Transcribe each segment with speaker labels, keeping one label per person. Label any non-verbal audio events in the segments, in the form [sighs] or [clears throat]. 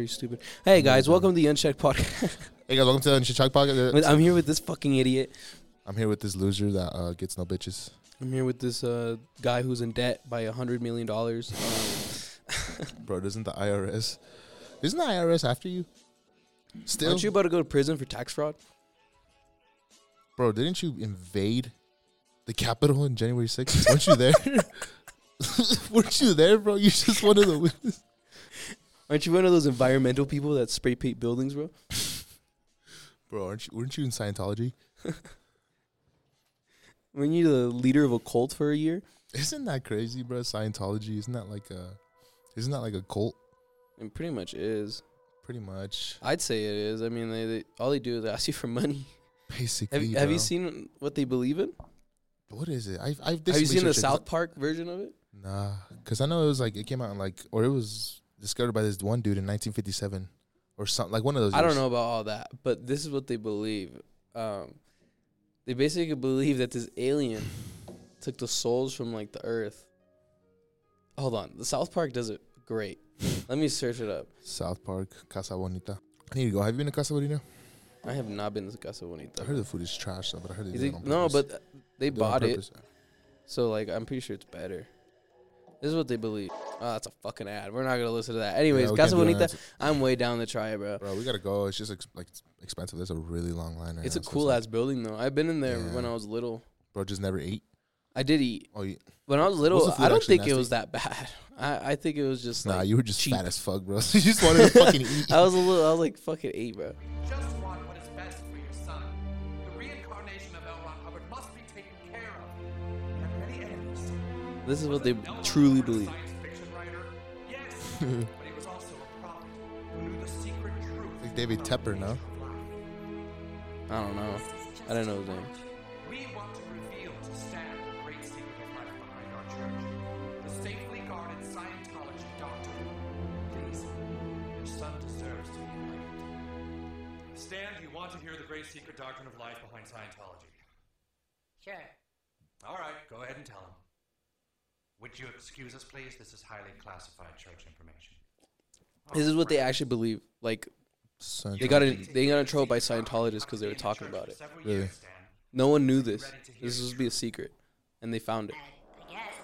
Speaker 1: Very stupid. Hey guys, welcome to the Unchecked
Speaker 2: [laughs]
Speaker 1: Podcast.
Speaker 2: Hey guys, welcome to the Unshachak Podcast. Uh,
Speaker 1: I'm here with this fucking idiot.
Speaker 2: I'm here with this loser that uh, gets no bitches.
Speaker 1: I'm here with this uh, guy who's in debt by a hundred million dollars. Uh, Um,
Speaker 2: Bro, doesn't the IRS? Isn't the IRS after you? Still,
Speaker 1: Aren't you about to go to prison for tax fraud?
Speaker 2: bro, didn't you invade the Capitol on January 6th? Weren't you there? [laughs] Weren't you there, bro? You just one of the witnesses.
Speaker 1: Aren't you one of those environmental people that spray paint buildings, bro?
Speaker 2: Bro, aren't you? Weren't you in Scientology?
Speaker 1: Weren't you the leader of a cult for a year?
Speaker 2: Isn't that crazy, bro? Scientology isn't that like a, isn't that like a cult?
Speaker 1: It pretty much is.
Speaker 2: Pretty much,
Speaker 1: I'd say it is. I mean, they, they all they do is ask you for money. Have,
Speaker 2: basically.
Speaker 1: have you
Speaker 2: bro.
Speaker 1: seen what they believe in?
Speaker 2: What is it? I've, I've did
Speaker 1: Have you
Speaker 2: some
Speaker 1: seen the
Speaker 2: research into-
Speaker 1: South Park version of it?
Speaker 2: Nah, because I know it was like it came out in like or it was discovered by this one dude in 1957 or something like one of those.
Speaker 1: I don't
Speaker 2: years.
Speaker 1: know about all that, but this is what they believe. Um, they basically believe that this
Speaker 2: [laughs]
Speaker 1: alien took the souls from like the Earth. Hold on, the South Park does it great. Let me search it up.
Speaker 2: South Park, Casa Bonita. I need to go. Have you been to Casa Bonita?
Speaker 1: I have not been to Casa
Speaker 2: I
Speaker 1: Bonita.
Speaker 2: heard the food is trash, though, but I heard they
Speaker 1: Is
Speaker 2: did
Speaker 1: it-
Speaker 2: it on
Speaker 1: no,
Speaker 2: purpose.
Speaker 1: but th- they
Speaker 2: They did on
Speaker 1: bought it,
Speaker 2: purpose.
Speaker 1: so like I'm pretty sure it's better. This is what they believe. Oh, that's a fucking ad. We're not gonna listen to that. Anyways,
Speaker 2: we can't
Speaker 1: Casa
Speaker 2: do an
Speaker 1: Bonita.
Speaker 2: ad.
Speaker 1: I'm way down to try it, bro.
Speaker 2: Bro, we gotta go. It's just ex- like it's expensive. There's a really long line. Right
Speaker 1: It's a
Speaker 2: now, so
Speaker 1: cool
Speaker 2: like-
Speaker 1: ass building though. I've been in there when
Speaker 2: Yeah.
Speaker 1: I was little.
Speaker 2: Bro, just never ate.
Speaker 1: I did eat
Speaker 2: Oh, you,
Speaker 1: When I was
Speaker 2: Was
Speaker 1: little,
Speaker 2: the food
Speaker 1: I don't
Speaker 2: actually
Speaker 1: think it was that bad. [laughs] I, I think it was just
Speaker 2: nah,
Speaker 1: like
Speaker 2: you were just
Speaker 1: cheap.
Speaker 2: fat as fuck, bro. [laughs] you just wanted to
Speaker 1: [laughs]
Speaker 2: fucking eat.
Speaker 1: I was a little. I was like fucking eight, bro.
Speaker 3: Just want what is best for your son. The reincarnation of L. Ron Hubbard must be taken care of. I have many enemies.
Speaker 1: This is what they
Speaker 3: L. Ron
Speaker 1: truly
Speaker 3: Hubbard a
Speaker 1: believe.
Speaker 3: Science fiction writer?
Speaker 2: [laughs]
Speaker 3: Yes, but he was also a prophet who knew the secret truth.
Speaker 2: Like David
Speaker 3: about the
Speaker 2: Tepper,
Speaker 3: nature
Speaker 2: no?
Speaker 3: of life.
Speaker 1: I don't know. I don't know his name.
Speaker 3: We want to reveal to Stan the great secret of life behind our church, the safely guarded Scientology doctrine. Please, your son deserves to be enlightened. Stan, do you want to hear the great secret doctrine of life behind Scientology?
Speaker 4: Sure.
Speaker 3: All right, go ahead and tell him. Would you excuse us, please? This is highly classified church information.
Speaker 1: This is what they actually believe. Like
Speaker 2: Son,
Speaker 1: they got in, they got in trouble by Scientologists because they were talking about it.
Speaker 2: Really?
Speaker 1: No one knew this. This was supposed to be a secret, and they found it.
Speaker 4: I, I guess.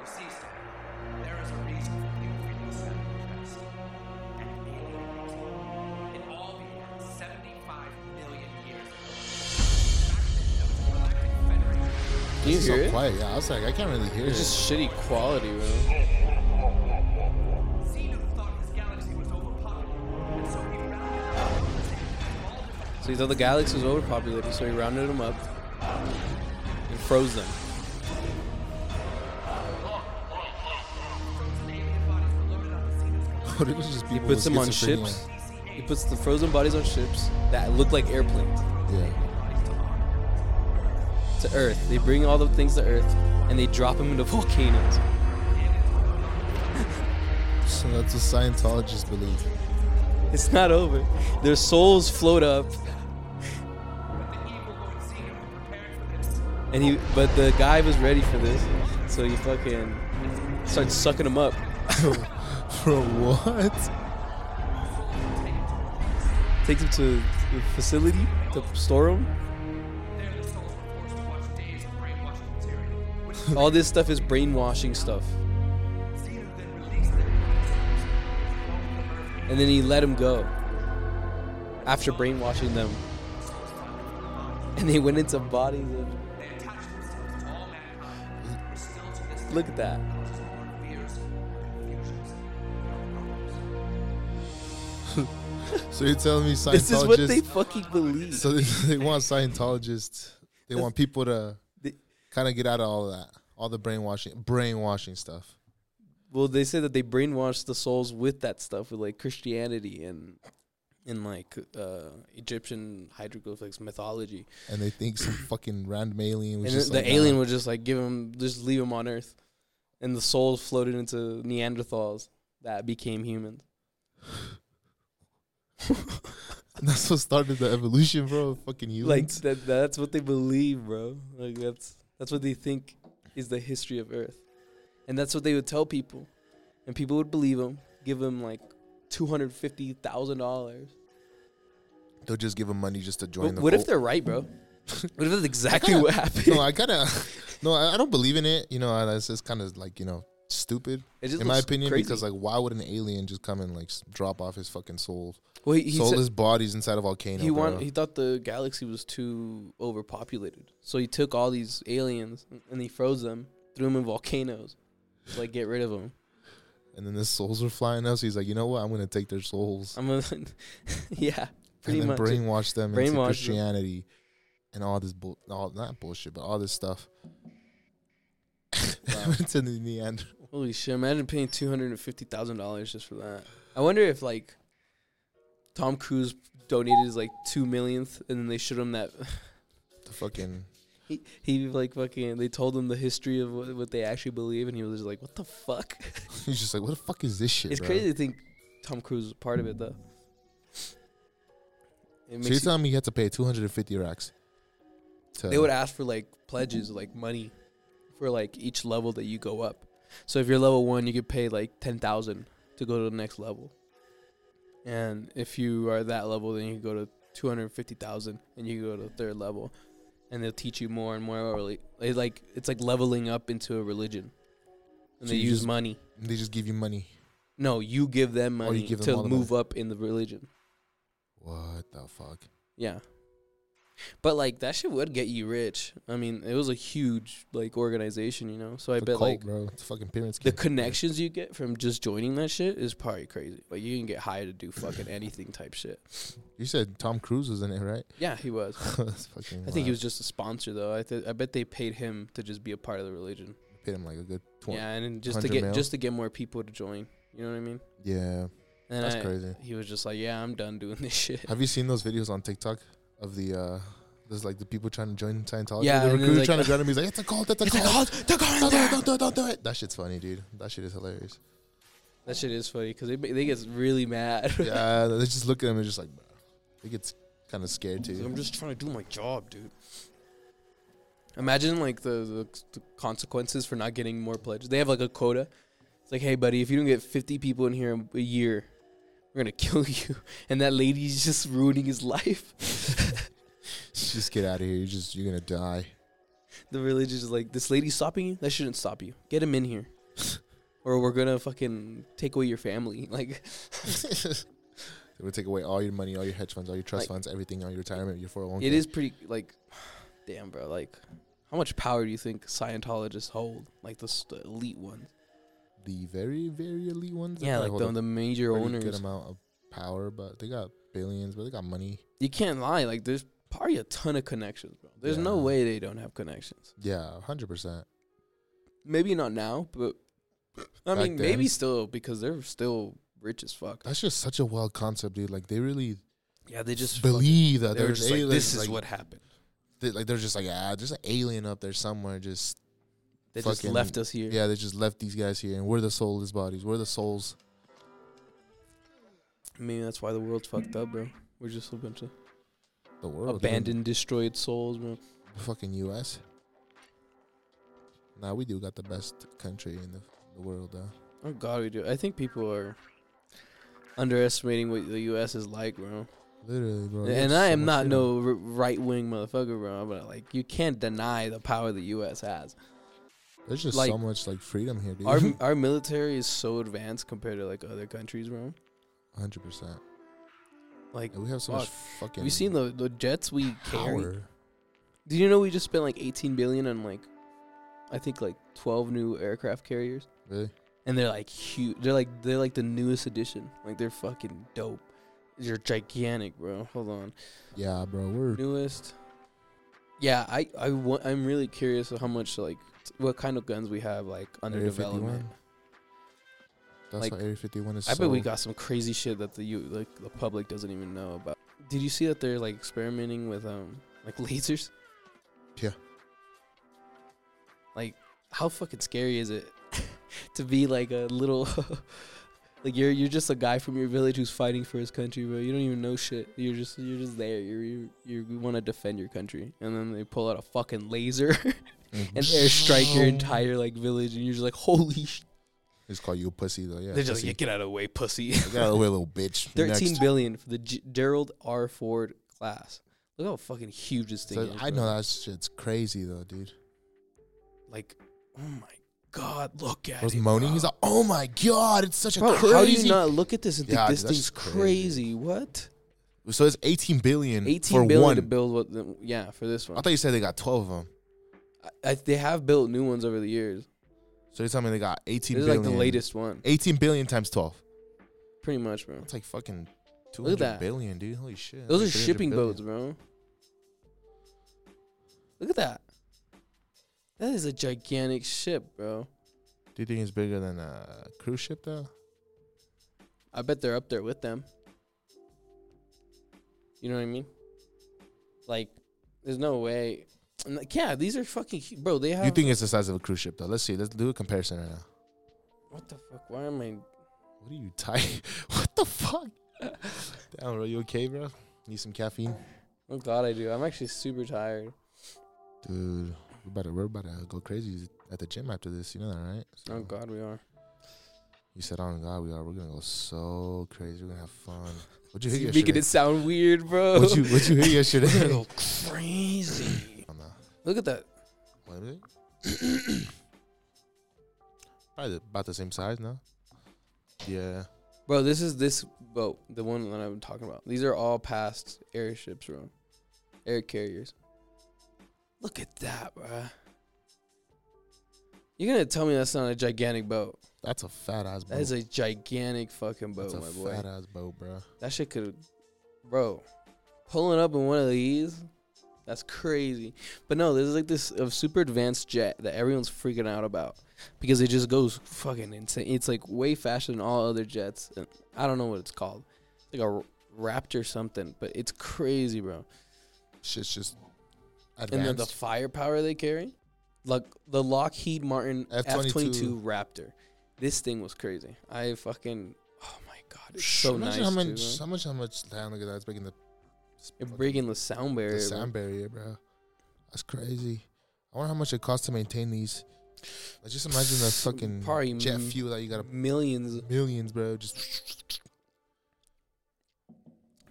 Speaker 3: You see, Stan, there is a reason for you to be sent to test. And the alien race, it all began 75 million years ago. Back then, there was a galactic federation.
Speaker 1: Can you
Speaker 2: It's so
Speaker 1: hear it?
Speaker 2: quiet. Yeah, I was like, I can't really hear
Speaker 1: It's
Speaker 2: it.
Speaker 1: just shitty quality, bro.
Speaker 3: Xenu thought his galaxy was overpopulated, and so he rounded up all the
Speaker 1: So he thought the galaxy was overpopulated, so he rounded them up and froze them.
Speaker 3: frozen alien bodies were loaded on Xenu's galactic.
Speaker 2: But [laughs] it was just people
Speaker 1: Puts
Speaker 2: with
Speaker 1: them on
Speaker 2: schizophrenia.
Speaker 1: ships. He puts the frozen bodies on ships that look like airplanes.
Speaker 2: Yeah.
Speaker 1: to Earth. They bring all the things to Earth and they drop them into [laughs] volcanoes.
Speaker 2: So that's what Scientologists believe.
Speaker 1: It's not over. Their souls float up, and he. But the guy was ready for this, so he fucking starts sucking them up,
Speaker 2: Bro, what?
Speaker 1: takes them to the facility to store them.
Speaker 3: There, the souls were forced to watch days of brainwashing material, which
Speaker 1: All this stuff is brainwashing stuff,
Speaker 3: Xenu then released them into the souls, roamed the Earth
Speaker 1: and then he let them go. After brainwashing them, and they went into bodies. Of,
Speaker 3: They attach themselves to all mankind. We're still to this day
Speaker 1: look at that.
Speaker 3: causes more fears, confusions, and problems.
Speaker 2: So you're telling me Scientologists?
Speaker 1: This is what they fucking believe.
Speaker 2: so they, [laughs] they want Scientologists. They want people to
Speaker 1: They-
Speaker 2: kind of get out of all of that, all the brainwashing, brainwashing stuff.
Speaker 1: Well, they say that they brainwashed the souls with that stuff, with like Christianity and and like uh, Egyptian hieroglyphics mythology.
Speaker 2: And they think
Speaker 1: [clears throat]
Speaker 2: some fucking random alien was
Speaker 1: and
Speaker 2: just
Speaker 1: the
Speaker 2: like, uh,
Speaker 1: alien
Speaker 2: nah.
Speaker 1: would just like give them, just leave them on Earth, and the souls floated into Neanderthals that became humans.
Speaker 2: [laughs] That's what started the evolution, bro. Fucking
Speaker 1: Like
Speaker 2: humans.
Speaker 1: that, that's what they believe, bro. Like that's that's what they think is the history of Earth, and that's what they would tell people, and people would believe them, give them like two hundred fifty thousand dollars.
Speaker 2: They'll just give him money just to join
Speaker 1: What,
Speaker 2: the
Speaker 1: what if
Speaker 2: cult.
Speaker 1: they're right,
Speaker 2: [laughs]
Speaker 1: bro? What if that's exactly
Speaker 2: kinda- [laughs]
Speaker 1: what happened?
Speaker 2: No,
Speaker 1: [laughs]
Speaker 2: I kind of no, I I don't believe in it. You know, I- that's just kind of like you know stupid
Speaker 1: It just
Speaker 2: in my
Speaker 1: looks
Speaker 2: opinion
Speaker 1: crazy.
Speaker 2: because like why would an alien just come and like s- drop off his fucking soul,
Speaker 1: well, he, he said-
Speaker 2: soulless bodies inside a volcano?
Speaker 1: he
Speaker 2: bro.
Speaker 1: want, he thought the galaxy was too overpopulated, so he took all these aliens and he froze them, threw them in volcanoes, to, like get rid of them.
Speaker 2: and then the souls were flying up. So he's like, you know what? I'm gonna take their souls
Speaker 1: I'm gonna, [laughs] yeah, pretty
Speaker 2: and
Speaker 1: much.
Speaker 2: then brainwash them
Speaker 1: Brainwash
Speaker 2: into
Speaker 1: them.
Speaker 2: Christianity and all this bull, all not bullshit, but all this stuff. [laughs] it's in the end.
Speaker 1: Holy shit! Imagine paying two hundred and fifty thousand dollars just for that. I wonder if like Tom Cruise donated his like two millionth, and then they showed him that
Speaker 2: The fucking
Speaker 1: he, he like fucking. They told him the history of what, what they actually believe, and he was just like, "What the
Speaker 2: [laughs]
Speaker 1: fuck?"
Speaker 2: he's just like, what the fuck is this shit?
Speaker 1: it's
Speaker 2: bro?
Speaker 1: crazy to think Tom Cruise was part of it though. It
Speaker 2: So
Speaker 1: makes
Speaker 2: you're
Speaker 1: you-
Speaker 2: telling me you had to pay 250 racks? To
Speaker 1: they would ask for like pledges, like money, for like each level that you go up. So if you're level one, you could pay like ten thousand to go to the next level. And if you are that level, then you can go to two hundred fifty thousand, and you can go to the third level, and they'll teach you more and more. Early. It's like it's like leveling up into a religion, and
Speaker 2: So
Speaker 1: they
Speaker 2: you
Speaker 1: use
Speaker 2: just-
Speaker 1: money.
Speaker 2: They just give you money.
Speaker 1: No, you give them
Speaker 2: Oh, you
Speaker 1: money
Speaker 2: give them all
Speaker 1: to
Speaker 2: the
Speaker 1: move up in the religion.
Speaker 2: What the fuck?
Speaker 1: Yeah. But like that shit would get you rich. I mean, it was a huge like organization, you know. So I
Speaker 2: It's a
Speaker 1: bet
Speaker 2: cult,
Speaker 1: like
Speaker 2: bro, it's a fucking pyramid
Speaker 1: the
Speaker 2: scheme.
Speaker 1: connections you get from just joining that shit is probably crazy. Like you can get hired to do fucking anything type shit.
Speaker 2: You said Tom Cruise was in it, right? [laughs]
Speaker 1: Yeah, he was.
Speaker 2: That's fucking.
Speaker 1: I think he
Speaker 2: wild.
Speaker 1: was just a sponsor though. I th- I bet they paid him to just be a part of the religion.
Speaker 2: paid him like a good twenty. Yeah.
Speaker 1: Yeah, and then just to
Speaker 2: 100
Speaker 1: get
Speaker 2: mil?
Speaker 1: just to get more people to join. You know what I mean? And
Speaker 2: That's
Speaker 1: I-
Speaker 2: crazy.
Speaker 1: He was just like, yeah, I'm done doing this [laughs] shit.
Speaker 2: Have you seen those videos on TikTok of the? uh There's like the people trying to join Scientology.
Speaker 1: Yeah,
Speaker 2: the
Speaker 1: and then,
Speaker 2: recruiter
Speaker 1: like-
Speaker 2: trying to join him. He's like, "It's a cult. That's a
Speaker 1: It's like,
Speaker 2: cult.
Speaker 1: "Oh, they're going there."
Speaker 2: Don't do it. Don't do it. Don't do it." That shit's funny, dude. That shit is
Speaker 1: [laughs]
Speaker 2: hilarious.
Speaker 1: That shit is funny because they ma- they get really mad. [laughs]
Speaker 2: yeah, they just look at him and just like, bro. He gets kind of scared
Speaker 1: Like,
Speaker 2: too.
Speaker 1: I'm just trying to do my job, dude. Imagine like the, the, the consequences for not getting more pledges. They have like a quota. It's like, hey, buddy, if you don't get 50 people in here a year, we're gonna [laughs] kill you. And that lady's just ruining his life. [laughs]
Speaker 2: just get out of here. You just you're gonna die. [laughs]
Speaker 1: the village is like, this lady's stopping you. That shouldn't stop you. Get him in here, [laughs] or we're gonna fucking take away your family. [laughs] Like,
Speaker 2: they would take away all your money, all your hedge funds, all your trust
Speaker 1: Like-
Speaker 2: funds, everything, all your retirement, your 401k.
Speaker 1: it is pretty like, damn, bro. Like, how much power do you think Scientologists hold? Like the, s- the elite ones.
Speaker 2: the very, very elite ones. that
Speaker 1: Yeah, like
Speaker 2: probably hold
Speaker 1: the,
Speaker 2: a
Speaker 1: the major
Speaker 2: pretty
Speaker 1: owners.
Speaker 2: good amount of power, but they got billions, but they got money.
Speaker 1: you can't lie. Like there's probably a ton of connections, bro. There's no
Speaker 2: Yeah.
Speaker 1: way they don't have connections.
Speaker 2: Yeah, hundred percent.
Speaker 1: Maybe not now, but I
Speaker 2: Back
Speaker 1: mean, maybe
Speaker 2: then?
Speaker 1: still because they're still rich as fuck.
Speaker 2: That's just such a wild concept, dude. Like they really
Speaker 1: Yeah, they just
Speaker 2: believe that
Speaker 1: They're
Speaker 2: there's
Speaker 1: just like,
Speaker 2: aliens.
Speaker 1: this is
Speaker 2: like,
Speaker 1: what happened.
Speaker 2: They, like they're just like ah, there's an alien up there somewhere. Just
Speaker 1: They just
Speaker 2: fucking-
Speaker 1: left us here.
Speaker 2: yeah, they just left these guys here, and we're the soulless bodies. We're the souls.
Speaker 1: Maybe that's why the world's fucked up, bro. We're just a bunch of Oh,
Speaker 2: The world dude.
Speaker 1: abandoned, destroyed souls, bro.
Speaker 2: The fucking U.S. Nah, we do got the best country in the, the world, though.
Speaker 1: Oh God, we do. I think people are underestimating what the U.S. is like, bro.
Speaker 2: Literally, bro. we
Speaker 1: and
Speaker 2: got
Speaker 1: I
Speaker 2: so
Speaker 1: am
Speaker 2: much
Speaker 1: not
Speaker 2: freedom.
Speaker 1: no r- right wing motherfucker, bro. But like, you can't deny the power the U.S. has.
Speaker 2: There's just
Speaker 1: like-
Speaker 2: so much like freedom here, dude. [laughs]
Speaker 1: Our our military is so advanced compared to like other countries, bro.
Speaker 2: Hundred percent.
Speaker 1: Like
Speaker 2: We have so much fucking.
Speaker 1: we've seen the the jets
Speaker 2: [sighs]
Speaker 1: we carry.
Speaker 2: power.
Speaker 1: Did you know we just spent like 18 billion on like, I think like 12 new aircraft carriers,
Speaker 2: Really?
Speaker 1: and they're like huge. They're like they're like the newest addition. Like they're fucking dope. They're gigantic, bro. Hold on,
Speaker 2: Yeah, bro. We're
Speaker 1: newest. Yeah, I I want, I'm really curious of how much like t- what kind of guns we have like under
Speaker 2: Area
Speaker 1: development.
Speaker 2: 51. That's
Speaker 1: Like,
Speaker 2: why Area 51 is.
Speaker 1: I
Speaker 2: so,
Speaker 1: bet we got some crazy shit that the you like the public doesn't even know about. Did you see that they're like experimenting with um like [laughs] lasers?
Speaker 2: Yeah.
Speaker 1: Like, how fucking scary is it [laughs] to be like a little [laughs] like you're you're just a guy from your village who's fighting for his country, bro. You don't even know shit. You're just you're just there. You're, you you want to defend your country, and then they pull out a fucking laser [laughs]
Speaker 2: Mhm.
Speaker 1: and airstrike your entire like village, and you're just like, holy. sh
Speaker 2: just call you a pussy though. Yeah,
Speaker 1: They're just
Speaker 2: pussy.
Speaker 1: like, "Yeah, get out of the way, pussy.
Speaker 2: I got a little
Speaker 1: [laughs]
Speaker 2: bitch.
Speaker 1: Thirteen
Speaker 2: Next.
Speaker 1: billion for the G- Gerald R. Ford class. Look how fucking huge this thing
Speaker 2: So
Speaker 1: is.
Speaker 2: I
Speaker 1: bro.
Speaker 2: know that shit's crazy though, dude.
Speaker 1: Like, oh my god, look at
Speaker 2: I was
Speaker 1: it.
Speaker 2: moaning.
Speaker 1: bro.
Speaker 2: He's like, "Oh my god, it's such a
Speaker 1: Bro,
Speaker 2: crazy."
Speaker 1: how do you not look at this and
Speaker 2: Yeah,
Speaker 1: think this
Speaker 2: dude, that's
Speaker 1: thing's
Speaker 2: just
Speaker 1: crazy? What?
Speaker 2: So it's 18 billion
Speaker 1: 18
Speaker 2: Mm, for
Speaker 1: billion
Speaker 2: one.
Speaker 1: to build what? The, yeah, for this one.
Speaker 2: I thought you said they got 12 of them.
Speaker 1: I, I, they have built new ones over the years.
Speaker 2: So you're telling me they got 18
Speaker 1: This is
Speaker 2: billion.
Speaker 1: like the latest one,
Speaker 2: 18 billion times 12.
Speaker 1: pretty much, bro.
Speaker 2: That's like fucking
Speaker 1: Look at
Speaker 2: 200
Speaker 1: that.
Speaker 2: billion, dude. Holy shit.
Speaker 1: Those
Speaker 2: Like
Speaker 1: are
Speaker 2: 300
Speaker 1: shipping
Speaker 2: billion.
Speaker 1: boats, bro. Look at that. That is a gigantic ship, bro.
Speaker 2: Do you think it's bigger than a cruise ship though?
Speaker 1: I bet they're up there with them. You know what I mean? Like, there's no way. I'm like, yeah, these are fucking hu- bro. They have.
Speaker 2: You think it's the size of a cruise ship though? Let's see. Let's do a comparison right now.
Speaker 1: what the fuck? Why am I?
Speaker 2: What are you tight? [laughs] what the fuck? Damn, bro. You okay, bro? Need some caffeine?
Speaker 1: I'm glad I do. I'm actually super tired.
Speaker 2: Dude, we're about to, we're about to go crazy at the gym after this. You know that, right? So-
Speaker 1: Oh God, we are.
Speaker 2: You said, "Oh my God, we are. We're gonna go so crazy. We're gonna have fun." What'd
Speaker 1: [laughs]
Speaker 2: you hit
Speaker 1: You're
Speaker 2: yesterday?
Speaker 1: making it sound weird, bro.
Speaker 2: What'd
Speaker 1: [laughs]
Speaker 2: you What'd you hit yesterday? [laughs]
Speaker 1: We're [laughs] gonna go crazy.
Speaker 2: Oh, no.
Speaker 1: Look at that.
Speaker 2: What is it?
Speaker 1: [clears throat]
Speaker 2: Probably about the same size now. Yeah.
Speaker 1: Bro, this is this boat, the one that I'm talking about. These are all past airships, bro. Air carriers. Look at that, bro. You're gonna tell me that's not a gigantic boat?
Speaker 2: That's a fat ass boat.
Speaker 1: That is a gigantic fucking boat,
Speaker 2: That's a
Speaker 1: my boy.
Speaker 2: fat ass boat, bro.
Speaker 1: That shit could, bro. Pulling up in one of these, that's crazy. But no, this is like this of super advanced jet that everyone's freaking out about because it just goes fucking insane. It's like way faster than all other jets. And I don't know what it's called, like a r- Raptor something, but it's crazy, bro.
Speaker 2: Shit's just
Speaker 1: And
Speaker 2: advanced.
Speaker 1: then the firepower they carry, like the Lockheed Martin F
Speaker 2: F-22.
Speaker 1: twenty two Raptor. This thing was crazy. I fucking, oh my god, it's so nice.
Speaker 2: Imagine how
Speaker 1: too,
Speaker 2: much,
Speaker 1: bro.
Speaker 2: how much, how much land look at that. It's breaking the.
Speaker 1: And breaking the sound barrier.
Speaker 2: the
Speaker 1: bro.
Speaker 2: sound barrier, bro. That's crazy. I wonder how much it costs to maintain these. Like, just imagine the fucking
Speaker 1: Probably
Speaker 2: jet
Speaker 1: m-
Speaker 2: fuel that you gotta
Speaker 1: millions.
Speaker 2: millions, bro. Just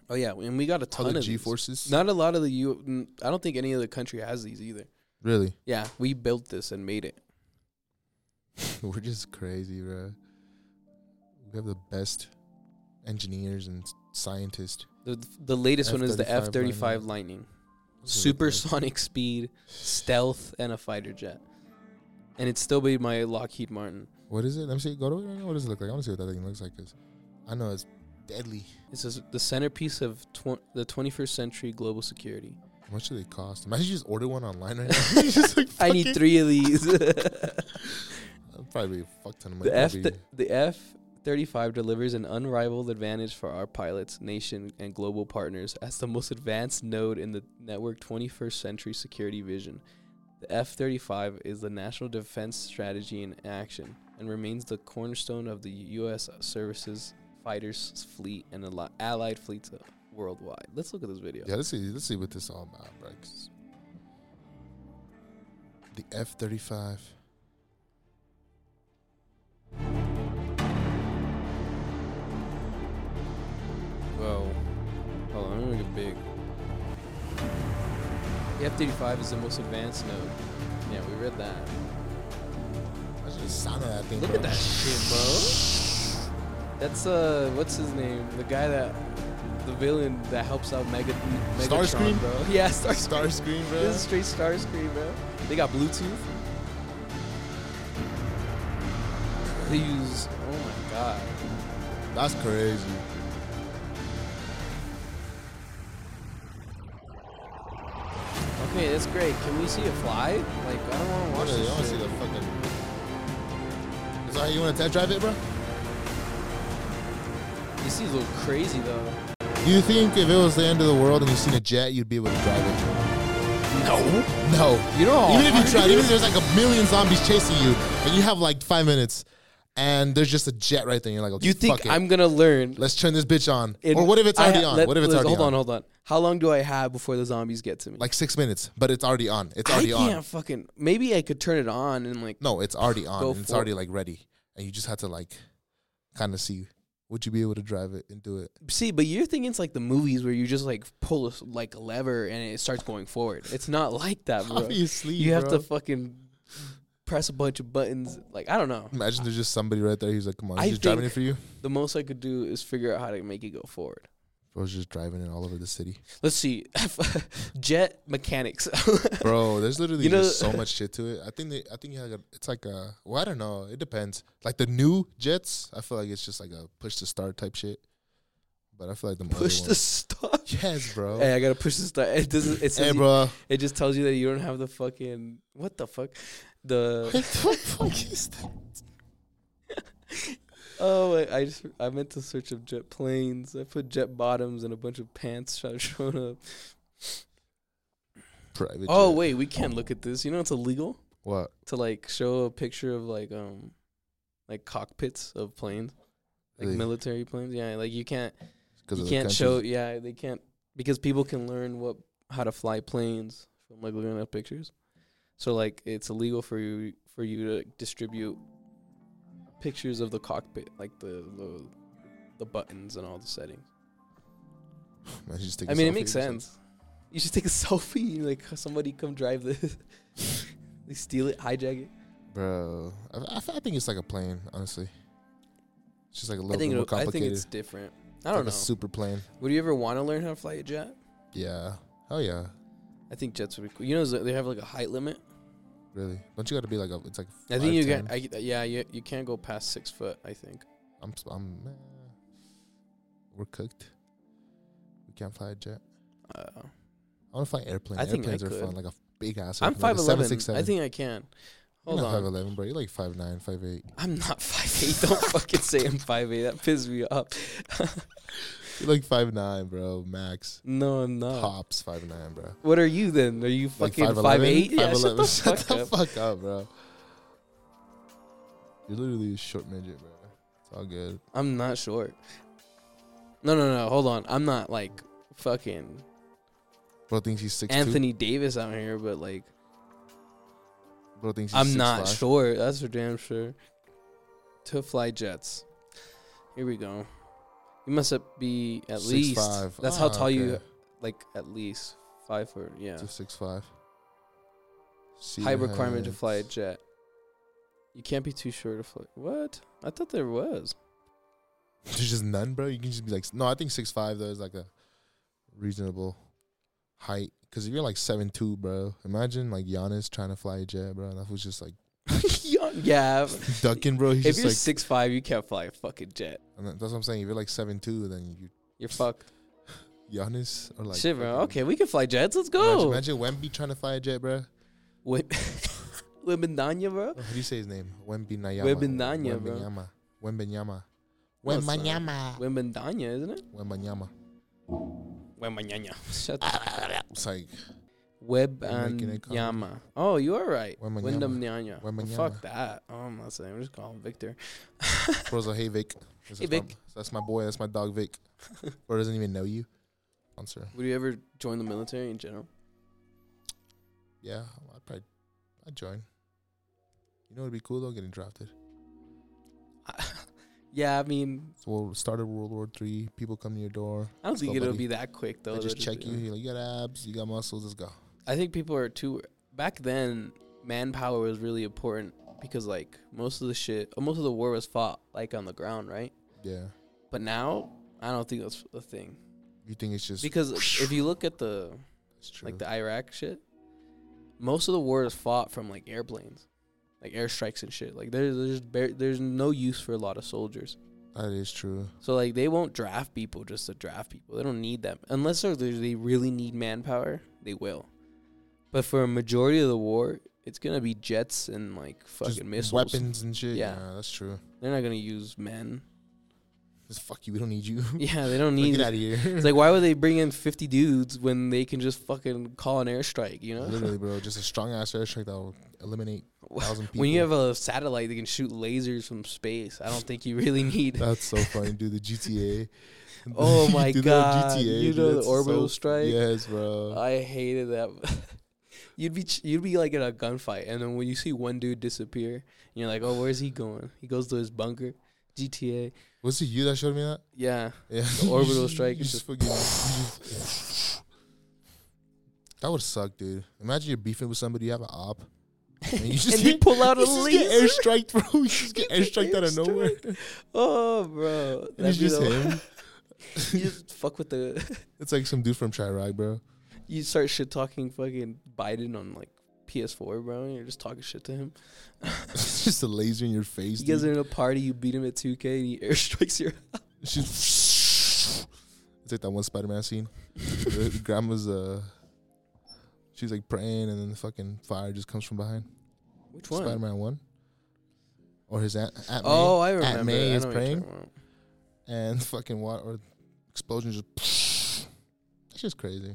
Speaker 1: Oh yeah, and we got a
Speaker 2: all
Speaker 1: ton
Speaker 2: the
Speaker 1: of
Speaker 2: G
Speaker 1: G-force.
Speaker 2: forces.
Speaker 1: Not a lot of the U. n- I don't think any other country has these either.
Speaker 2: Really, [laughs]
Speaker 1: Yeah, we built this and made it.
Speaker 2: we're just crazy, bro. We have the best engineers and s- scientists.
Speaker 1: The the latest one is the F thirty
Speaker 2: F-35
Speaker 1: five
Speaker 2: Lightning.
Speaker 1: Lightning,
Speaker 2: That's what it is.
Speaker 1: supersonic speed, stealth, and a fighter jet. And it's still be my Lockheed Martin.
Speaker 2: What is it? Let me see. Go to it right now. What does it look like? I want to see what that thing looks like. Cause I know it's deadly.
Speaker 1: This is the centerpiece of tw- the twenty first century global security.
Speaker 2: How much do they cost? Imagine you just order one online right now. [laughs] You're just like,
Speaker 1: [laughs] I
Speaker 2: fuck
Speaker 1: need
Speaker 2: it.
Speaker 1: three of these. the
Speaker 2: That'd probably be a fuck ton of money.
Speaker 1: F
Speaker 2: That'd
Speaker 1: th-
Speaker 2: be-
Speaker 1: the F thirty five delivers an unrivaled advantage for our pilots, nation, and global partners as the most advanced node in the network twenty first century security vision. The F thirty five is the national defense strategy in action and remains the cornerstone of the U.S. services fighters fleet and alli- allied fleets uh, worldwide. Let's look at this video.
Speaker 2: yeah, let's see. Let's see what this is all about, bro. 'cause The F thirty five.
Speaker 1: Whoa. Hold on, I'm gonna get big. The F-35 is the most advanced node. Yeah, we read that.
Speaker 2: Imagine the sound of that thing.
Speaker 1: Look
Speaker 2: bro.
Speaker 1: at
Speaker 2: [laughs]
Speaker 1: that shit, bro. That's uh, what's his name? The guy that, the villain that helps out Mega, Megatron,
Speaker 2: Starscream?
Speaker 1: bro. [laughs] Yeah, Starscream.
Speaker 2: Starscream, bro.
Speaker 1: This is straight Starscream, bro. They got Bluetooth. They use. Oh my god.
Speaker 2: That's crazy.
Speaker 1: Okay, that's great. Can we see it fly? Like, I don't want to
Speaker 2: I
Speaker 1: watch
Speaker 2: want to
Speaker 1: this.
Speaker 2: see
Speaker 1: shit.
Speaker 2: the fucking. Is that how you want to test drive it, bro?
Speaker 1: This seems a little crazy though.
Speaker 2: Do you think if it was the end of the world and you seen a jet, you'd be able to drive it?
Speaker 1: No.
Speaker 2: No.
Speaker 1: You know how
Speaker 2: even
Speaker 1: hard
Speaker 2: if you
Speaker 1: it
Speaker 2: tried, even
Speaker 1: is?
Speaker 2: if there's like a million zombies chasing you, and you have like five minutes, and there's just a jet right there, and you're like, okay,
Speaker 1: You think
Speaker 2: fuck it.
Speaker 1: I'm gonna learn?
Speaker 2: Let's turn this bitch on.
Speaker 1: in-
Speaker 2: or what if it's
Speaker 1: I
Speaker 2: already
Speaker 1: ha-
Speaker 2: on?
Speaker 1: let-
Speaker 2: what if it's
Speaker 1: let's-
Speaker 2: already
Speaker 1: hold on, hold on. How long do I have before the zombies get to me?
Speaker 2: Like six minutes, but it's already on. It's
Speaker 1: I
Speaker 2: already
Speaker 1: can't
Speaker 2: on.
Speaker 1: fucking. Maybe I could turn it on and like.
Speaker 2: No, it's already on.
Speaker 1: Go
Speaker 2: and it's
Speaker 1: for it.
Speaker 2: already like ready. and you just had to like kind of see would you be able to drive it and do it.
Speaker 1: See, but you're thinking it's like the movies where you just like pull a, s- like a lever and it starts going forward. It's not like that, [laughs]
Speaker 2: [laughs]
Speaker 1: bro.
Speaker 2: Obviously,
Speaker 1: you have
Speaker 2: bro.
Speaker 1: to fucking press a bunch of buttons. Like I don't know.
Speaker 2: Imagine there's just somebody right there. He's like, "Come on,
Speaker 1: I
Speaker 2: he's just driving it
Speaker 1: think-
Speaker 2: for you."
Speaker 1: The most I could do is figure out how to make it go forward.
Speaker 2: Bro's just driving it all over the city,
Speaker 1: Let's see, [laughs] jet mechanics. [laughs]
Speaker 2: bro. There's literally
Speaker 1: You know-
Speaker 2: just so much shit to it. I think they, I think you have a, it's like a well, I don't know. It depends. Like the new jets, I feel like it's just like a push to start type shit. But I feel like the
Speaker 1: push the stop.
Speaker 2: yes, bro.
Speaker 1: Hey, I gotta push the start. It doesn't. It says
Speaker 2: hey
Speaker 1: you-
Speaker 2: bro.
Speaker 1: It just tells you that you don't have the fucking what the fuck, the
Speaker 2: What the
Speaker 1: [laughs]
Speaker 2: fuck is that?
Speaker 1: oh I, I just I meant to search up jet planes. I put jet bottoms and a bunch of pants [laughs] sh- showed up.
Speaker 2: Private.
Speaker 1: Oh
Speaker 2: jet.
Speaker 1: wait, we can't look at this. You know it's illegal
Speaker 2: What?
Speaker 1: to like show a picture of like um like cockpits of planes, like
Speaker 2: Really?
Speaker 1: military planes. Yeah, like you can't
Speaker 2: Because
Speaker 1: you can't show. Yeah, they can't because people can learn what how to fly planes from like looking at pictures. So like it's illegal for you for you to distribute pictures of the cockpit, like the the, the buttons and all the settings. I mean, it makes sense. You should take a [laughs] selfie. You like somebody come drive this. [laughs] they steal it, hijack it.
Speaker 2: bro. I, I, f- I think it's like a plane, honestly. It's just like a
Speaker 1: I
Speaker 2: little bit
Speaker 1: think
Speaker 2: more
Speaker 1: it'll- I think
Speaker 2: complicated.
Speaker 1: it's different. I don't
Speaker 2: like
Speaker 1: know.
Speaker 2: A super plane.
Speaker 1: Would you ever want to learn how to fly a jet?
Speaker 2: Yeah. Hell yeah.
Speaker 1: I think jets would be cool. You know, they have like a height limit.
Speaker 2: Really? Don't you got to be like a? It's like.
Speaker 1: I think you
Speaker 2: 5'10"?
Speaker 1: get, I, yeah, you, you can't go past six foot. I think.
Speaker 2: I'm. s- I'm. eh, we're cooked. We can't fly a jet.
Speaker 1: Uh,
Speaker 2: I want to fly an airplane.
Speaker 1: I think I
Speaker 2: Airplanes are
Speaker 1: could.
Speaker 2: fun, like a big ass.
Speaker 1: I'm
Speaker 2: airplane,
Speaker 1: five
Speaker 2: like a
Speaker 1: eleven.
Speaker 2: 767.
Speaker 1: I think I can.
Speaker 2: You're
Speaker 1: Hold
Speaker 2: not
Speaker 1: on,
Speaker 2: five eleven, bro. You're like five nine, five eight.
Speaker 1: I'm not five eight.
Speaker 2: [laughs]
Speaker 1: Don't fucking say I'm five eight. That pissed me up.
Speaker 2: You're like five nine, bro. Max.
Speaker 1: No, I'm not.
Speaker 2: Pops five nine, bro.
Speaker 1: What are you then? Are you
Speaker 2: Like
Speaker 1: fucking five eight? Yeah, shut the
Speaker 2: 5'11"? [laughs] Shut
Speaker 1: fuck up.
Speaker 2: fuck up, bro. You're literally a short midget, bro. It's all good.
Speaker 1: I'm not short. No, no, no. Hold on. I'm not like fucking
Speaker 2: Bro thinks he's six
Speaker 1: Anthony Davis out here, but like
Speaker 2: Two. Bro thinks he's
Speaker 1: I'm not
Speaker 2: 6'5".
Speaker 1: short. That's for damn sure. To fly jets. Here we go. You must up- be at least.
Speaker 2: 6'5".
Speaker 1: That's how
Speaker 2: Ah,
Speaker 1: tall you
Speaker 2: okay.
Speaker 1: like at least five foot. Yeah.
Speaker 2: So six five.
Speaker 1: High requirement to fly a jet. You can't be too short to fly. What? I thought there
Speaker 2: [laughs]
Speaker 1: was.
Speaker 2: [laughs]
Speaker 1: [laughs]
Speaker 2: There's just none, bro. You can just be like, no. I think six five though is like a reasonable height. Cause if you're like seven two, bro, imagine like Giannis trying to fly a jet, bro. That was
Speaker 1: [laughs]
Speaker 2: just like
Speaker 1: yeah. yeah.
Speaker 2: ducking, bro. He's
Speaker 1: if
Speaker 2: just
Speaker 1: you're
Speaker 2: like,
Speaker 1: six five, you can't fly a fucking jet.
Speaker 2: and that- that's what I'm saying. If you're like seven two, then you
Speaker 1: You're fucked.
Speaker 2: Giannis or like
Speaker 1: Shit, bro.
Speaker 2: fucking-
Speaker 1: Okay, we can fly jets. Let's go.
Speaker 2: Imagine, imagine Wemby trying to fly a jet, bro. Oh,
Speaker 1: Wim- [laughs] Wimbenanya, bro.
Speaker 2: How do you say his name? Wemby Nayama.
Speaker 1: Wembenyama, bro.
Speaker 2: Wembenyama. Wembenyama.
Speaker 1: No, it's not.
Speaker 5: uh,
Speaker 2: Wembenyama.
Speaker 1: Wimbendanya, isn't it?
Speaker 2: Wembenyama.
Speaker 1: Wimbenyanya. Shut the
Speaker 2: Ah, It's like
Speaker 1: Web
Speaker 2: You're making
Speaker 1: and
Speaker 2: it
Speaker 1: Yama. Oh, you are right.
Speaker 2: Wemanyama.
Speaker 1: Wyndham Nyanya. Well,
Speaker 2: Wemanyama.
Speaker 1: fuck that. Oh, I'm not saying. I'm just calling Victor. [laughs]
Speaker 2: Brozo, hey Vic. This
Speaker 1: Hey,
Speaker 2: is my-
Speaker 1: Vic.
Speaker 2: that's my boy. That's my dog Vic. Bro doesn't even know you. Answer.
Speaker 1: Would you ever join the military in general?
Speaker 2: Yeah, I'd probably I'd join. You know it'd be cool though, getting drafted.
Speaker 1: yeah, I mean,
Speaker 2: So we'll start at World War Three. People come to your door.
Speaker 1: I don't
Speaker 2: Let's
Speaker 1: think
Speaker 2: go,
Speaker 1: it'll
Speaker 2: buddy.
Speaker 1: be that quick though.
Speaker 2: They just
Speaker 1: They'll
Speaker 2: check
Speaker 1: be
Speaker 2: you.
Speaker 1: like-
Speaker 2: You're like, you got abs, you got muscles. Let's go.
Speaker 1: I think people are too. Back then, manpower was really important because like most of the shit, uh, most of the war was fought like on the ground, right?
Speaker 2: Yeah.
Speaker 1: But now, I don't think that's a thing
Speaker 2: You think it's just
Speaker 1: because if you look at the
Speaker 2: it's true.
Speaker 1: like the Iraq shit, most of the war is fought from like airplanes, like airstrikes and shit. Like there's there's bare, there's no use for a lot of soldiers.
Speaker 2: that is true.
Speaker 1: So like they won't draft people just to draft people. They don't need them unless they're, they they really need manpower. They will, but for a majority of the war, it's gonna be jets and like fucking
Speaker 2: Just
Speaker 1: missiles.
Speaker 2: weapons and shit. Yeah.
Speaker 1: Yeah.
Speaker 2: that's true.
Speaker 1: They're not gonna use
Speaker 2: [laughs]
Speaker 1: men. [laughs]
Speaker 2: Just fuck you. We don't need you. [laughs]
Speaker 1: Yeah, they don't [laughs]
Speaker 2: Like,
Speaker 1: need.
Speaker 2: Get out of here. [laughs]
Speaker 1: It's like [laughs] why would they bring in fifty dudes when they can just fucking call an airstrike? You know.
Speaker 2: Literally, bro. Just a strong ass airstrike that will eliminate a thousand
Speaker 1: [laughs]
Speaker 2: people.
Speaker 1: When you have a satellite that can shoot lasers from space, I don't think you really
Speaker 2: [laughs]
Speaker 1: need. [laughs]
Speaker 2: That's so funny, dude. The GTA.
Speaker 1: Oh
Speaker 2: [laughs] You
Speaker 1: my
Speaker 2: do that on
Speaker 1: god! you
Speaker 2: dude,
Speaker 1: know the
Speaker 2: that's
Speaker 1: orbital
Speaker 2: so-
Speaker 1: strike.
Speaker 2: Yes, bro.
Speaker 1: I hated that. [laughs] you'd be ch- you'd be like in a gunfight, and then when you see one dude disappear, and you're like, oh, where's he going? He goes to his bunker. GTA.
Speaker 2: Was it you that showed me that?
Speaker 1: Yeah,
Speaker 2: Yeah.
Speaker 1: The orbital strike
Speaker 2: [laughs] You
Speaker 1: is
Speaker 2: just fucking. you just- that would suck, dude. Imagine you're beefing with somebody, you have an op, and
Speaker 1: [laughs]
Speaker 2: you just
Speaker 1: and you
Speaker 2: get-
Speaker 1: pull out a
Speaker 2: you just get
Speaker 1: laser.
Speaker 2: airstriked, bro. You
Speaker 1: [laughs]
Speaker 2: just get airstriked out of nowhere.
Speaker 1: Airstrike. Oh, bro,
Speaker 2: And
Speaker 1: That'd
Speaker 2: it's
Speaker 1: be
Speaker 2: just
Speaker 1: the-
Speaker 2: him.
Speaker 1: [laughs]
Speaker 2: [laughs]
Speaker 1: you just fuck with the. [laughs]
Speaker 2: It's like some dude from Chirac, bro. [laughs]
Speaker 1: You start shit talking fucking Biden on like PS4, bro. And you're just talking shit to him.
Speaker 2: It's just a laser in your face.
Speaker 1: You guys
Speaker 2: dude.
Speaker 1: are in a party. You beat him at 2K. And he [laughs] airstrikes
Speaker 2: [laughs]
Speaker 1: your.
Speaker 2: It's just- it's like that one Spider-Man scene. The grandma's uh, she's like praying, and then the fucking fire just comes from behind.
Speaker 1: Which one?
Speaker 2: Spider-Man one, or his aunt, aunt May.
Speaker 1: Oh, I remember.
Speaker 2: Aunt May
Speaker 1: I
Speaker 2: is
Speaker 1: know what you're
Speaker 2: praying,
Speaker 1: talking about.
Speaker 2: and [laughs] fucking water or explosion just. [sniffs] That's just crazy.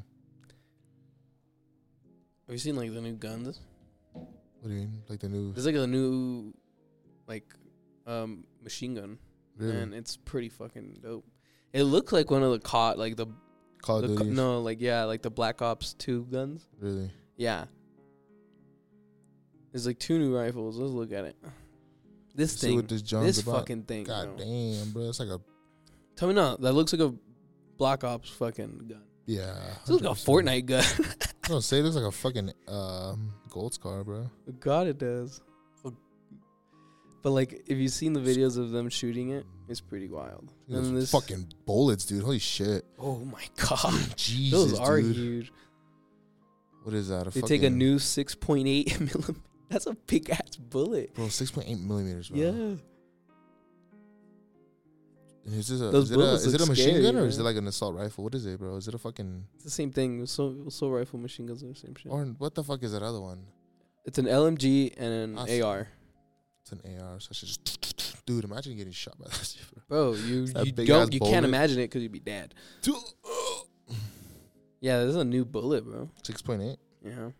Speaker 1: Have you seen like the new guns?
Speaker 2: What do you mean? Like the new
Speaker 1: There's like a new, like, um, machine gun,
Speaker 2: really?
Speaker 1: and it's pretty fucking dope. It looked like one of the caught like the,
Speaker 2: Call of
Speaker 1: the co-
Speaker 2: Duty?
Speaker 1: no like yeah like the Black Ops Two guns.
Speaker 2: really.
Speaker 1: Yeah. There's like two new rifles. Let's look at it. This
Speaker 2: See
Speaker 1: thing,
Speaker 2: what this John's
Speaker 1: this
Speaker 2: about.
Speaker 1: fucking thing.
Speaker 2: God
Speaker 1: bro.
Speaker 2: damn, bro. It's like a
Speaker 1: Tell me not that looks like a Black Ops fucking gun.
Speaker 2: yeah.
Speaker 1: This looks like a
Speaker 2: 100%.
Speaker 1: Fortnite gun. [laughs]
Speaker 2: I don't say this like a fucking um gold scar, bro.
Speaker 1: God, it does. But like, if you've seen the videos of them shooting it, it's pretty wild.
Speaker 2: Look at
Speaker 1: And this-
Speaker 2: those fucking bullets, dude. Holy shit.
Speaker 1: [laughs] Oh my god,
Speaker 2: Jesus,
Speaker 1: those are
Speaker 2: dude.
Speaker 1: huge.
Speaker 2: What is that? A
Speaker 1: They
Speaker 2: fucking,
Speaker 1: take a new 6.8 [laughs] millimeter. That's a big ass bullet.
Speaker 2: bro, six point eight millimeters, bro.
Speaker 1: Yeah,
Speaker 2: And Is this a
Speaker 1: Those
Speaker 2: is it a,
Speaker 1: bullets
Speaker 2: is it a
Speaker 1: look
Speaker 2: machine
Speaker 1: scary,
Speaker 2: gun or is it
Speaker 1: man.
Speaker 2: like an assault rifle? What is it, bro? Is it a fucking
Speaker 1: it's the same thing. So, so rifle machine guns are the same shit.
Speaker 2: or what the fuck is that other one?
Speaker 1: It's an LMG and an
Speaker 2: Awesome.
Speaker 1: AR,
Speaker 2: It's an AR, so it's just dude. Imagine getting shot by that shit, bro. [laughs]
Speaker 1: bro. You
Speaker 2: That
Speaker 1: you
Speaker 2: big ass
Speaker 1: don't you
Speaker 2: bullet.
Speaker 1: can't imagine it because you'd be dead. Yeah, this is a new bullet, bro.
Speaker 2: [laughs] Six point eight.
Speaker 1: Yeah,
Speaker 2: I'm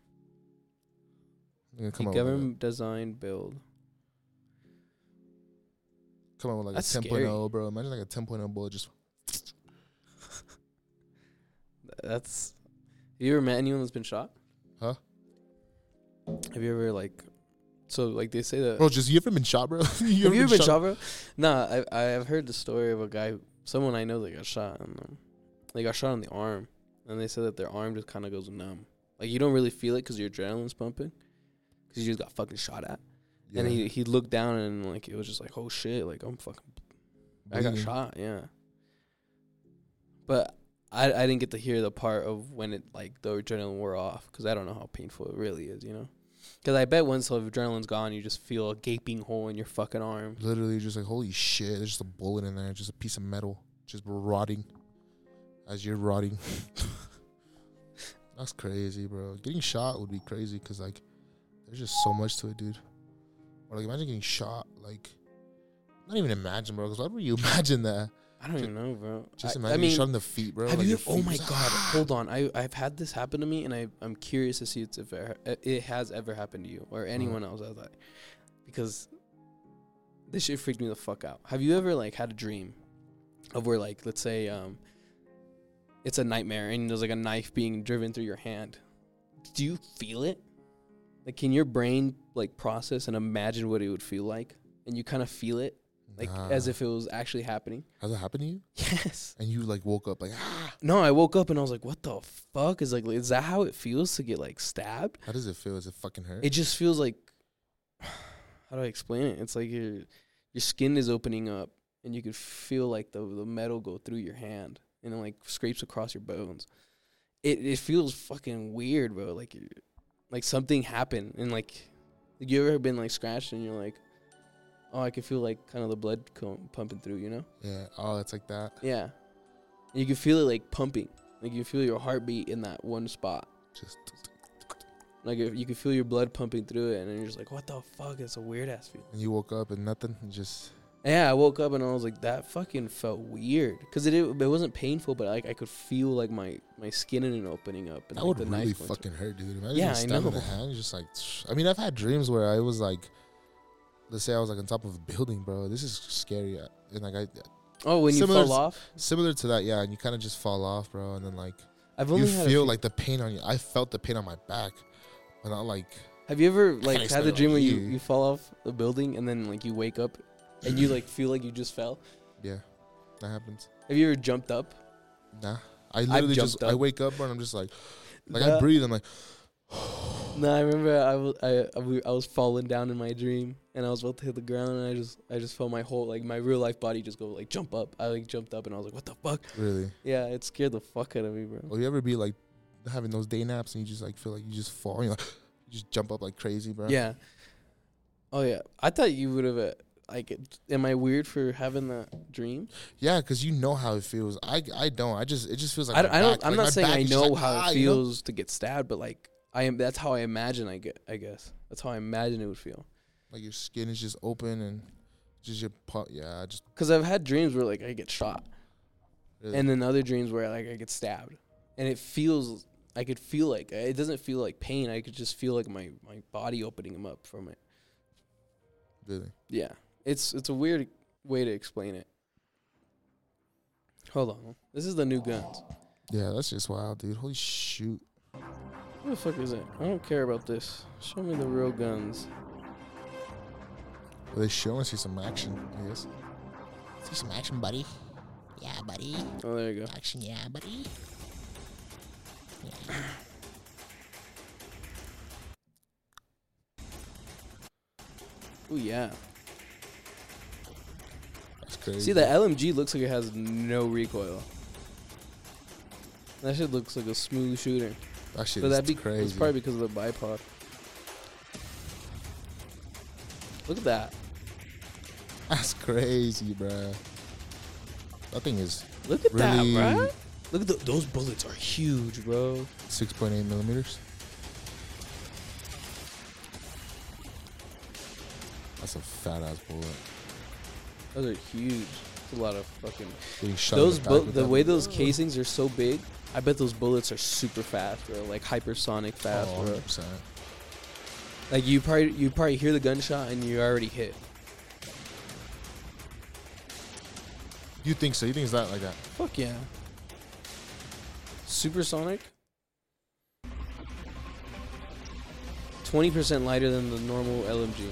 Speaker 2: gonna come
Speaker 1: a
Speaker 2: up, with
Speaker 1: government design build.
Speaker 2: a, come up with like
Speaker 1: That's
Speaker 2: a
Speaker 1: scary.
Speaker 2: 10.0, bro. Imagine like a 10.0 bullet just
Speaker 1: That's. Have you ever met anyone that's been shot?
Speaker 2: Huh?
Speaker 1: Have you ever like, so like they say that.
Speaker 2: bro. Just you ever been shot, bro?
Speaker 1: Uh,
Speaker 2: [laughs]
Speaker 1: have you ever been shot, bro? Nah, I I've heard the story of a guy, someone I know that got shot, and um, they got shot on the arm, and they said that their arm just kind of goes numb. Like you don't really feel it because your adrenaline's pumping, because you just got fucking shot at.
Speaker 2: Yeah.
Speaker 1: And he he looked down and like it was just like oh shit like I'm fucking I got
Speaker 2: Bleeding.
Speaker 1: shot, yeah. But I I didn't get to hear the part of when it like the adrenaline wore off because I don't know how painful it really is, you know. Because I bet once the adrenaline's gone, you just feel a gaping hole in your fucking arm.
Speaker 2: Literally, just like holy shit. There's just a bullet in there, just a piece of metal, just rotting as you're rotting. [laughs] That's crazy, bro. Getting shot would be crazy because like there's just so much to it, dude. Or like imagine getting shot, like not even imagine, bro. Because why would you [laughs] imagine that?
Speaker 1: I don't
Speaker 2: Ju-
Speaker 1: even know, bro.
Speaker 2: Just
Speaker 1: I-
Speaker 2: imagine
Speaker 1: I,
Speaker 2: getting
Speaker 1: mean,
Speaker 2: shot in the feet, bro.
Speaker 1: have
Speaker 2: like,
Speaker 1: you?
Speaker 2: your
Speaker 1: Oh
Speaker 2: feet
Speaker 1: my
Speaker 2: just-
Speaker 1: god! Hold on, I I've had this happen to me, and I I'm curious to see it's if it ha- it has ever happened to you
Speaker 2: Uh-huh.
Speaker 1: or anyone else else. That, because this shit freaked me the fuck out. Have you ever like had a dream of where like let's say um it's a nightmare and there's like a knife being driven through your hand? Do you feel it? Like, can your brain like process and imagine what it would feel like, and you kind of feel it like as
Speaker 2: Nah.
Speaker 1: if it was actually happening?
Speaker 2: Has that happened to you?
Speaker 1: Yes.
Speaker 2: And you like woke up like ah.
Speaker 1: No, I woke up and I was like, "What the fuck is like? Is that how it feels to get like stabbed?
Speaker 2: How does it feel? Does it fucking hurt?
Speaker 1: It just feels like, [sighs] how do I explain it? It's like your your skin is opening up and you could feel like the the metal go through your hand and it like scrapes across your bones. It it feels fucking weird, bro. Like you like something happened and like you ever been like scratched and you're like, oh, I can feel like kind of the blood co- pumping through, you know?
Speaker 2: yeah. Oh, it's like that.
Speaker 1: Yeah. And you can feel it like pumping. Like you feel your heartbeat in that one spot.
Speaker 2: Just
Speaker 1: Like if you can feel your blood pumping through it, and then you're just like, "What the fuck?" It's a weird ass feeling.
Speaker 2: and you woke up and nothing. Just
Speaker 1: Yeah, I woke up and I was like, "That fucking felt weird," because it it wasn't painful, but like I could feel like my my skin in it opening up. And
Speaker 2: That
Speaker 1: like,
Speaker 2: would
Speaker 1: the
Speaker 2: really
Speaker 1: knife went
Speaker 2: fucking hurt, dude. Imagine
Speaker 1: Yeah,
Speaker 2: yeah,
Speaker 1: I
Speaker 2: stabbing in
Speaker 1: know.
Speaker 2: the hand. Just like, I mean, I've had dreams where I was like, let's say I was like on top of a building, bro. This is scary, Uh, and like I
Speaker 1: through. Oh, when you
Speaker 2: Similar
Speaker 1: fell
Speaker 2: to-
Speaker 1: off,
Speaker 2: similar to that, yeah. And you kind of just fall off, bro, and then like
Speaker 1: I've
Speaker 2: you
Speaker 1: only had a
Speaker 2: feel
Speaker 1: few-
Speaker 2: like the pain on you. I felt the pain on my back, but not like
Speaker 1: Have you ever like
Speaker 2: Kinda
Speaker 1: had the
Speaker 2: smell
Speaker 1: dream where you,
Speaker 2: you.
Speaker 1: you fall off a building and then like you wake up and you like feel like you just fell?
Speaker 2: yeah, that happens.
Speaker 1: Have you ever jumped up?
Speaker 2: Nah, I literally just
Speaker 1: jumped up.
Speaker 2: I wake up bro, and I'm just like, like I
Speaker 1: Nah.
Speaker 2: breathe. I'm like,
Speaker 1: No, I remember I was I, I, w- I was falling down in my dream and I was about to hit the ground and I just I just felt my whole like my real life body just go like jump up. I like jumped up and I was like, what the fuck?
Speaker 2: really?
Speaker 1: Yeah, it scared the fuck out of me, bro.
Speaker 2: Or you ever be like having those day naps and you just like feel like you just fall, and you're like, [gasps] you just jump up like crazy, bro.
Speaker 1: Yeah. Oh yeah, I thought you would have uh, like. it- Am I weird for having that dream?
Speaker 2: yeah, because you know how it feels. I I don't. I just it just feels like
Speaker 1: I don't.
Speaker 2: my
Speaker 1: I
Speaker 2: back-
Speaker 1: don't I'm
Speaker 2: like,
Speaker 1: not
Speaker 2: my
Speaker 1: saying
Speaker 2: back
Speaker 1: I
Speaker 2: is just
Speaker 1: know
Speaker 2: like,
Speaker 1: how
Speaker 2: "Ah,"
Speaker 1: it
Speaker 2: you know?
Speaker 1: feels to get stabbed, but like I am. That's how I imagine. I get. I guess that's how I imagine it would feel.
Speaker 2: Like your skin is just open and just your pu- yeah. I Just
Speaker 1: Cause I've had dreams where like I get shot,
Speaker 2: really,
Speaker 1: and then other dreams where like I get stabbed, and it feels. I could feel like it doesn't feel like pain. I could just feel like my my body opening up from it.
Speaker 2: really.
Speaker 1: Yeah, it's it's a weird way to explain it. Hold on, this is the new guns.
Speaker 2: Yeah, that's just wild, dude. Holy shoot.
Speaker 1: Who the fuck is that? I don't care about this. Show me the real guns.
Speaker 2: Well, they sure want to see some action, I guess.
Speaker 5: See some action, buddy. Yeah, buddy.
Speaker 1: Oh, there you go.
Speaker 5: Action, yeah, buddy. Yeah.
Speaker 1: Oh yeah.
Speaker 2: That's crazy.
Speaker 1: See, the LMG looks like it has no recoil. That shit looks like a smooth shooter.
Speaker 2: That shit
Speaker 1: But
Speaker 2: is
Speaker 1: that be
Speaker 2: crazy.
Speaker 1: it's probably because of the bipod. Look at that.
Speaker 2: That's crazy, bruh. That thing is
Speaker 1: Look at
Speaker 2: Really?
Speaker 1: that, bro. Look at tho- those bullets are huge, bro.
Speaker 2: 6.8 millimeters. That's a fat ass bullet.
Speaker 1: Those are huge. That's a lot of fucking.
Speaker 2: Getting shot in
Speaker 1: those
Speaker 2: the,
Speaker 1: bu-
Speaker 2: back with
Speaker 1: the
Speaker 2: that-
Speaker 1: way those casings are so big, I bet those bullets are super fast, bro. Like hypersonic fast,
Speaker 2: Oh,
Speaker 1: bro.
Speaker 2: 100%.
Speaker 1: Like you probably you probably hear the gunshot and you already hit.
Speaker 2: You think so? You think it's that like that?
Speaker 1: Fuck yeah. Supersonic. Twenty percent lighter than the normal LMG.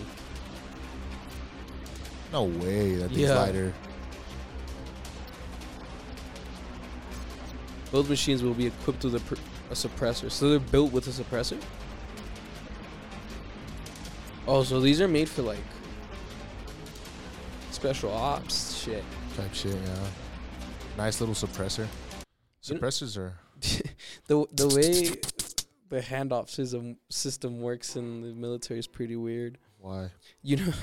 Speaker 2: No way. That thing's
Speaker 1: Yeah.
Speaker 2: lighter.
Speaker 1: Both machines will be equipped with a, pr- a suppressor, so they're built with a suppressor. Oh, so these are made for like special ops shit.
Speaker 2: Type shit, yeah. Nice little suppressor.
Speaker 1: You know-
Speaker 2: Suppressors are
Speaker 1: the the way the handoff system system works in the military is pretty weird.
Speaker 2: why? [laughs]
Speaker 1: You know,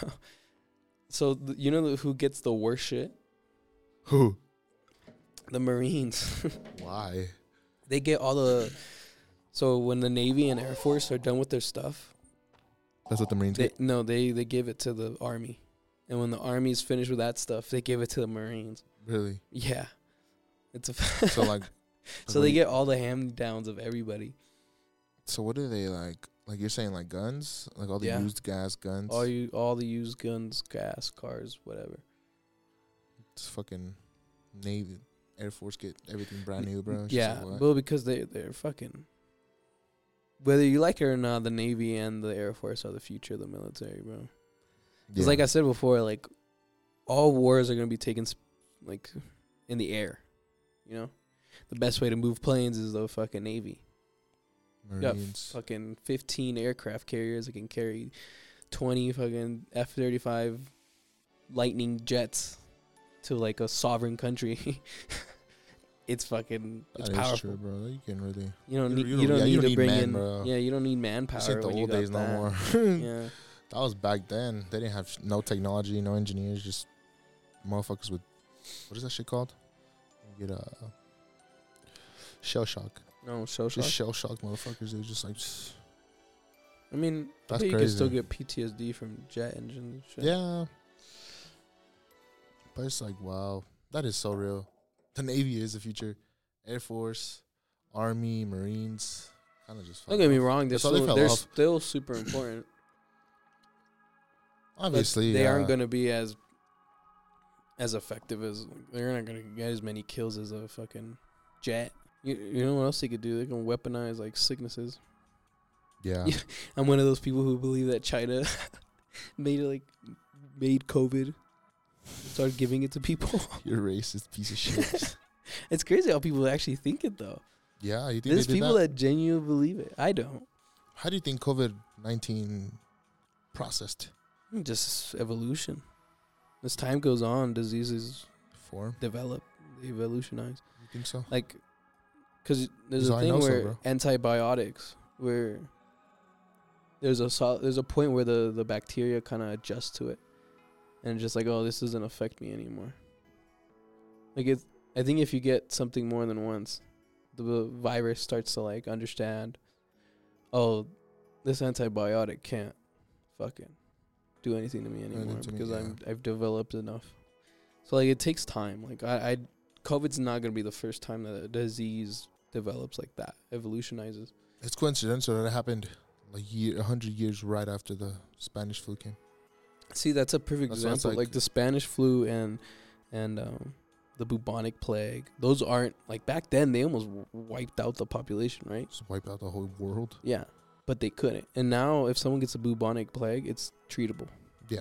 Speaker 1: [laughs] so th- you know who gets the worst shit?
Speaker 2: Who?
Speaker 1: The Marines. [laughs]
Speaker 2: Why?
Speaker 1: they get all the. So when the Navy and Air Force are done with their stuff,
Speaker 2: That's what the Marines
Speaker 1: they
Speaker 2: get.
Speaker 1: no they they give it to the Army, and when the Army's finished with that stuff, they give it to the Marines.
Speaker 2: Really?
Speaker 1: Yeah, it's a [laughs]
Speaker 2: So like,
Speaker 1: so they
Speaker 2: what-
Speaker 1: get all the hand downs of everybody.
Speaker 2: So what are they like? Like you're saying, like guns, like all the
Speaker 1: Yeah.
Speaker 2: used gas guns.
Speaker 1: All you all the used guns, gas, cars, whatever.
Speaker 2: It's fucking Navy, Air Force get everything brand new, bro. It's just
Speaker 1: yeah,
Speaker 2: like, what?
Speaker 1: well, because they they're fucking. Whether you like it or not, the Navy and the Air Force are the future of the military, bro. Because,
Speaker 2: Yeah.
Speaker 1: like I said before, like all wars are gonna be taken sp- like in the air. You know, the best way to move planes is the fucking Navy. You got
Speaker 2: Marines.
Speaker 1: fucking fifteen aircraft carriers that can carry twenty fucking F thirty five Lightning jets to like a sovereign country. [laughs] it's fucking
Speaker 2: That
Speaker 1: it's
Speaker 2: is
Speaker 1: powerful.
Speaker 2: true, bro. You can really
Speaker 1: You don't
Speaker 2: You-
Speaker 1: need.
Speaker 2: you
Speaker 1: You,
Speaker 2: don't-
Speaker 1: don't
Speaker 2: yeah, you
Speaker 1: need
Speaker 2: don't
Speaker 1: to
Speaker 2: need
Speaker 1: bring
Speaker 2: man,
Speaker 1: in.
Speaker 2: bro.
Speaker 1: Yeah, you don't need
Speaker 2: this
Speaker 1: manpower.
Speaker 2: ain't the
Speaker 1: when you
Speaker 2: old
Speaker 1: got
Speaker 2: days no
Speaker 1: that. [laughs]
Speaker 2: more. [laughs]
Speaker 1: Yeah,
Speaker 2: That was back then. They didn't have sh- no technology, no engineers, just motherfuckers with what is that shit called? You get uh, shell shock.
Speaker 1: no social.
Speaker 2: Just shell shocked motherfuckers. They were just like, "Tss."
Speaker 1: I mean, I
Speaker 2: That's
Speaker 1: bet you can still
Speaker 2: crazy.
Speaker 1: get PTSD from jet engines. And shit.
Speaker 2: yeah. But it's like, wow, that is so real. The Navy is the future. Air Force, Army, Marines, kind of just.
Speaker 1: Don't
Speaker 2: fell
Speaker 1: get me
Speaker 2: off.
Speaker 1: wrong. They're
Speaker 2: That's how they
Speaker 1: still,
Speaker 2: fell
Speaker 1: they're
Speaker 2: off.
Speaker 1: still super
Speaker 2: [clears throat]
Speaker 1: important. but
Speaker 2: Obviously,
Speaker 1: they
Speaker 2: yeah.
Speaker 1: aren't going to be as as effective as they're not going to get as many kills as a fucking jet. You, you know what else they could do? They can weaponize like sicknesses. [laughs]
Speaker 2: Yeah.
Speaker 1: Yeah. I'm one of those people who believe that China [laughs] made like made COVID, started giving it to people.
Speaker 2: [laughs]
Speaker 1: [laughs]
Speaker 2: You're a racist piece of shit.
Speaker 1: it's crazy how people actually think it though.
Speaker 2: yeah, you think
Speaker 1: There's
Speaker 2: they did
Speaker 1: people
Speaker 2: that?
Speaker 1: that? genuinely believe it. I don't.
Speaker 2: How do you think COVID nineteen processed
Speaker 1: Just evolution. As time goes on, diseases
Speaker 2: form?
Speaker 1: develop, they evolutionize.
Speaker 2: You think so?
Speaker 1: like because there's
Speaker 2: So
Speaker 1: a
Speaker 2: I
Speaker 1: thing
Speaker 2: know so,
Speaker 1: where
Speaker 2: bro.
Speaker 1: antibiotics where there's a sol- there's a point where the the bacteria kind of adjust to it and it's just like oh this doesn't affect me anymore like it i think if you get something more than once the v- virus starts to like understand oh this antibiotic can't fucking do anything to me
Speaker 2: Anything
Speaker 1: anymore
Speaker 2: to me,
Speaker 1: because
Speaker 2: yeah.
Speaker 1: i'm i've developed enough so like it takes time like i i COVID's not going to be the first time that a disease develops like that, evolutionizes.
Speaker 2: It's coincidental that it happened like year, hundred years right after the Spanish flu came.
Speaker 1: See, that's a perfect
Speaker 2: That's what it's
Speaker 1: example.
Speaker 2: like.
Speaker 1: Like the Spanish flu and and um, the bubonic plague. Those aren't like back then. They almost w- wiped out the population, right?
Speaker 2: Just wiped out the whole world.
Speaker 1: Yeah, but they couldn't. And now, if someone gets a bubonic plague, it's treatable.
Speaker 2: Yeah.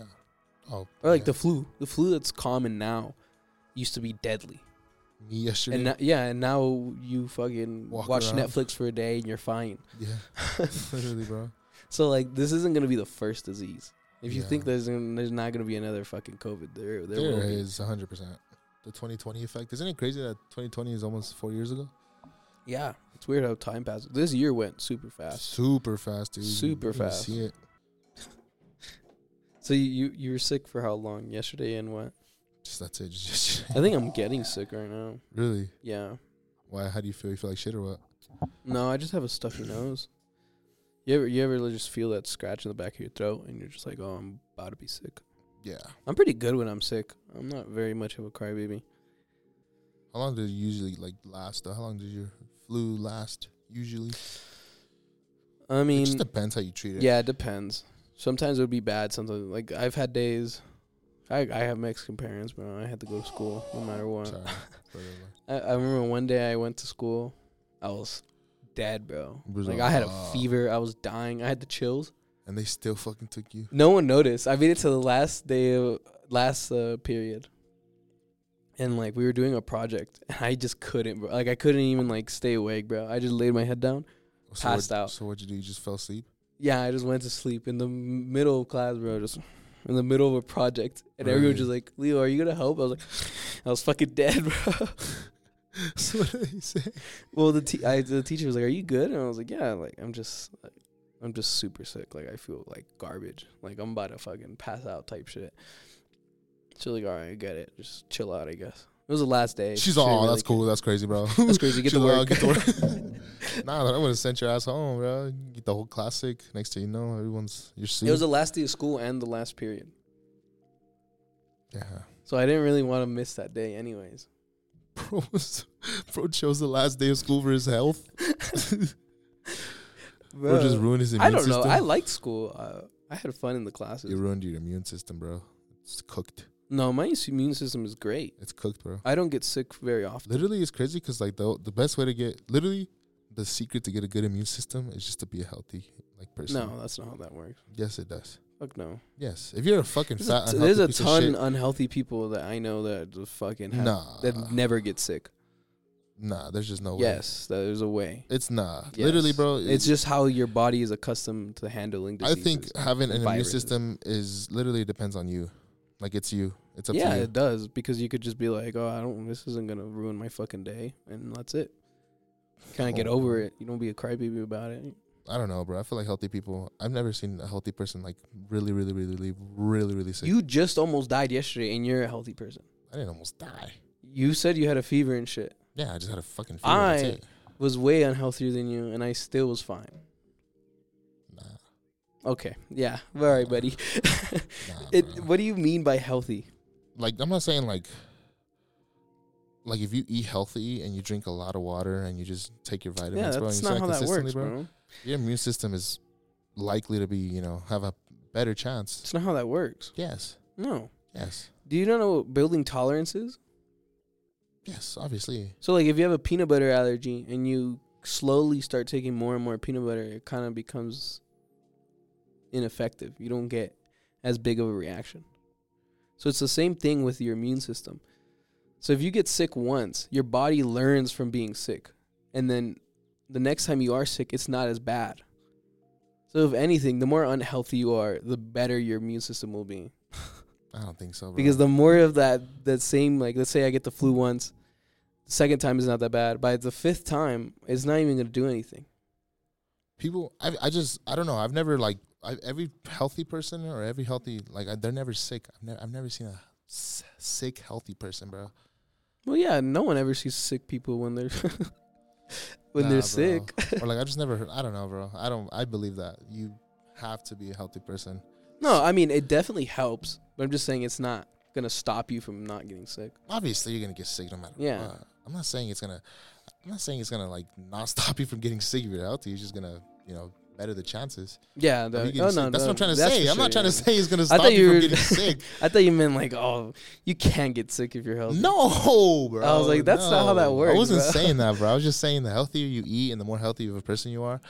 Speaker 2: Oh.
Speaker 1: Or like
Speaker 2: yeah.
Speaker 1: the flu. The flu that's common now used to be deadly.
Speaker 2: me yesterday.
Speaker 1: And now, yeah, and now you fucking
Speaker 2: Walk
Speaker 1: watch
Speaker 2: around.
Speaker 1: Netflix for a day and you're fine. [laughs]
Speaker 2: yeah. Literally, bro.
Speaker 1: So like this isn't gonna be the first disease. If you think
Speaker 2: Yeah.
Speaker 1: there's gonna, there's not gonna be another fucking COVID, there there,
Speaker 2: There
Speaker 1: will be.
Speaker 2: is hundred percent the 2020 effect. Isn't it crazy that 2020 is almost four years ago?
Speaker 1: Yeah, it's weird how time passes. This year went super fast.
Speaker 2: Super fast, dude. You
Speaker 1: Super
Speaker 2: didn't even
Speaker 1: fast.
Speaker 2: See it.
Speaker 1: So you you, you were sick for how long? Yesterday and what?
Speaker 2: Just that's it. [laughs] Just,
Speaker 1: I think I'm getting sick right now.
Speaker 2: really.
Speaker 1: Yeah.
Speaker 2: Why? How do you feel? You feel like shit or what?
Speaker 1: No, I just have a stuffy nose. You ever you ever just feel that scratch in the back of your throat and you're just like, oh, I'm about to be sick.
Speaker 2: Yeah.
Speaker 1: I'm pretty good when I'm sick. I'm not very much of a crybaby.
Speaker 2: How long does it usually like last? Though? How long does your flu last? Usually,
Speaker 1: I
Speaker 2: it
Speaker 1: mean,
Speaker 2: just depends how you treat it.
Speaker 1: Yeah, it depends. Sometimes it would be bad. Sometimes like I've had days. I I have Mexican parents, but I had to go to school no matter what. [laughs]
Speaker 2: Sorry, brother, like,
Speaker 1: I, I remember one day I went to school. I was dead, bro.
Speaker 2: It was
Speaker 1: like
Speaker 2: a-
Speaker 1: I had a
Speaker 2: ah.
Speaker 1: fever. I was dying. I had the chills.
Speaker 2: and they still fucking took you.
Speaker 1: No one noticed. I made it to the last day of last uh, period. And like we were doing a project, and I just couldn't, bro. Like I couldn't even like stay awake, bro. I just laid my head down.
Speaker 2: So
Speaker 1: Passed
Speaker 2: what,
Speaker 1: out.
Speaker 2: So what'd you do? You just fell asleep. [laughs]
Speaker 1: Yeah, I just went to sleep in the m- middle of class, bro. Just in the middle of a project, and everyone was just like, "Leo, are you gonna help?" I was like, "I was fucking dead, [laughs] bro."
Speaker 2: so what did they say?
Speaker 1: well, the te- I, the teacher was like, "Are you good?" And I was like, "Yeah, like I'm just, like, I'm just super sick. Like I feel like garbage. Like I'm about to fucking pass out type shit." She's like, "All right, I get it. Just chill out, I guess." It was the last day.
Speaker 2: She's
Speaker 1: She didn't
Speaker 2: all.
Speaker 1: really
Speaker 2: that's
Speaker 1: care.
Speaker 2: cool. That's crazy, bro.
Speaker 1: [laughs] That's crazy. Get
Speaker 2: She's
Speaker 1: to
Speaker 2: like, "Oh,
Speaker 1: work.
Speaker 2: get
Speaker 1: [laughs]
Speaker 2: to work. [laughs] nah, I would have sent your ass home, bro. Get the whole classic. Next thing you know, everyone's you're sick.
Speaker 1: it was the last day of school and the last period,
Speaker 2: yeah, [laughs]
Speaker 1: so I didn't really want to miss that day, anyways.
Speaker 2: bro. was- bro chose the last day of school for his health. Bro, just
Speaker 1: Bro.
Speaker 2: ruined his immune
Speaker 1: I don't
Speaker 2: system.
Speaker 1: know. I liked school. Uh, I had fun in the classes.
Speaker 2: you ruined your immune system, bro. It's cooked.
Speaker 1: no, my immune system is great.
Speaker 2: It's cooked, bro.
Speaker 1: I don't get sick very often.
Speaker 2: Literally, it's crazy because like the the best way to get literally the secret to get a good immune system is just to be a healthy like person.
Speaker 1: No, that's not how that works.
Speaker 2: Yes, it does.
Speaker 1: Fuck no.
Speaker 2: Yes, if you're a fucking
Speaker 1: There's
Speaker 2: fat,
Speaker 1: a,
Speaker 2: unhealthy
Speaker 1: there's a
Speaker 2: piece
Speaker 1: ton
Speaker 2: of shit,
Speaker 1: unhealthy people that I know that just fucking have,
Speaker 2: Nah.
Speaker 1: that never get sick.
Speaker 2: nah, there's just no way.
Speaker 1: Yes, there's a way.
Speaker 2: it's nah. Literally,
Speaker 1: Yes.
Speaker 2: bro.
Speaker 1: It's just how your body is accustomed to handling
Speaker 2: I
Speaker 1: diseases.
Speaker 2: think having an immune
Speaker 1: viruses.
Speaker 2: system is literally depends on you. Like it's you. It's up
Speaker 1: yeah,
Speaker 2: to you.
Speaker 1: it does because you could just be like, "Oh, I don't. This isn't gonna ruin my fucking day," and that's it. Kind of get
Speaker 2: Oh.
Speaker 1: over it. You don't be a crybaby about it.
Speaker 2: I don't know, bro. I feel like healthy people. I've never seen a healthy person like really, really, really, really, really, really sick.
Speaker 1: You just almost died yesterday, and you're a healthy person.
Speaker 2: I didn't almost die.
Speaker 1: You said you had a fever and shit.
Speaker 2: Yeah, I just had a fucking fever.
Speaker 1: I-
Speaker 2: That's it.
Speaker 1: Was way unhealthier than you, and I still was fine.
Speaker 2: Nah,
Speaker 1: Okay, yeah, all right, buddy.
Speaker 2: nah.
Speaker 1: it.
Speaker 2: bro.
Speaker 1: What do you mean by healthy?
Speaker 2: like I'm not saying like like if you eat healthy and you drink a lot of water and you just take your vitamins,
Speaker 1: Yeah,
Speaker 2: bro, and
Speaker 1: that's
Speaker 2: you
Speaker 1: not
Speaker 2: start
Speaker 1: how that
Speaker 2: consistently,
Speaker 1: works, bro.
Speaker 2: Your immune system is likely to be, you know, have a better chance.
Speaker 1: It's not how that works.
Speaker 2: Yes,
Speaker 1: No.
Speaker 2: yes,
Speaker 1: Do you not know what building tolerance is?
Speaker 2: yes. Obviously,
Speaker 1: So, like, if you have a peanut butter allergy and you slowly start taking more and more peanut butter, it kind of becomes ineffective. You don't get as big of a reaction. So it's the same thing with your immune system. So if you get sick once, your body learns from being sick. And then the next time you are sick, it's not as bad. So if anything, the more unhealthy you are, the better your immune system will be.
Speaker 2: I don't think so. Bro.
Speaker 1: Because the more of that that same like let's say I get the flu once, the second time is not that bad. By the fifth time, it's not even gonna do anything.
Speaker 2: people, I, I just, I don't know. I've never like I, every healthy person or every healthy like I, they're never sick. I've never, I've never seen a s- sick healthy person, bro.
Speaker 1: Well, yeah, no one ever sees sick people when they're [laughs] when
Speaker 2: Nah,
Speaker 1: they're
Speaker 2: bro.
Speaker 1: sick. [laughs]
Speaker 2: or like I just never heard. I don't know, bro. I don't. I believe that you have to be a healthy person.
Speaker 1: No, I mean it definitely helps, but I'm just saying it's not gonna stop you from not getting sick.
Speaker 2: Obviously, you're gonna get sick no matter
Speaker 1: Yeah.
Speaker 2: what. I'm not saying it's gonna. I'm not saying it's gonna like not [laughs] stop you from getting sick if you're healthy. It's just gonna you know better the chances.
Speaker 1: Yeah,
Speaker 2: of
Speaker 1: the,
Speaker 2: you getting
Speaker 1: oh, no,
Speaker 2: sick. that's
Speaker 1: no,
Speaker 2: what I'm trying to
Speaker 1: that's
Speaker 2: say. I'm
Speaker 1: for
Speaker 2: not
Speaker 1: sure,
Speaker 2: trying
Speaker 1: yeah.
Speaker 2: to say it's gonna
Speaker 1: I
Speaker 2: stop
Speaker 1: thought
Speaker 2: you,
Speaker 1: you
Speaker 2: from
Speaker 1: were [laughs]
Speaker 2: getting sick.
Speaker 1: I thought you meant like, oh, you can't get sick if you're healthy.
Speaker 2: No, bro.
Speaker 1: I was like, that's not how that
Speaker 2: no.
Speaker 1: works,
Speaker 2: I wasn't
Speaker 1: bro.
Speaker 2: saying that, bro. I was
Speaker 1: [laughs]
Speaker 2: just saying the healthier you eat and the more healthy of a person you are,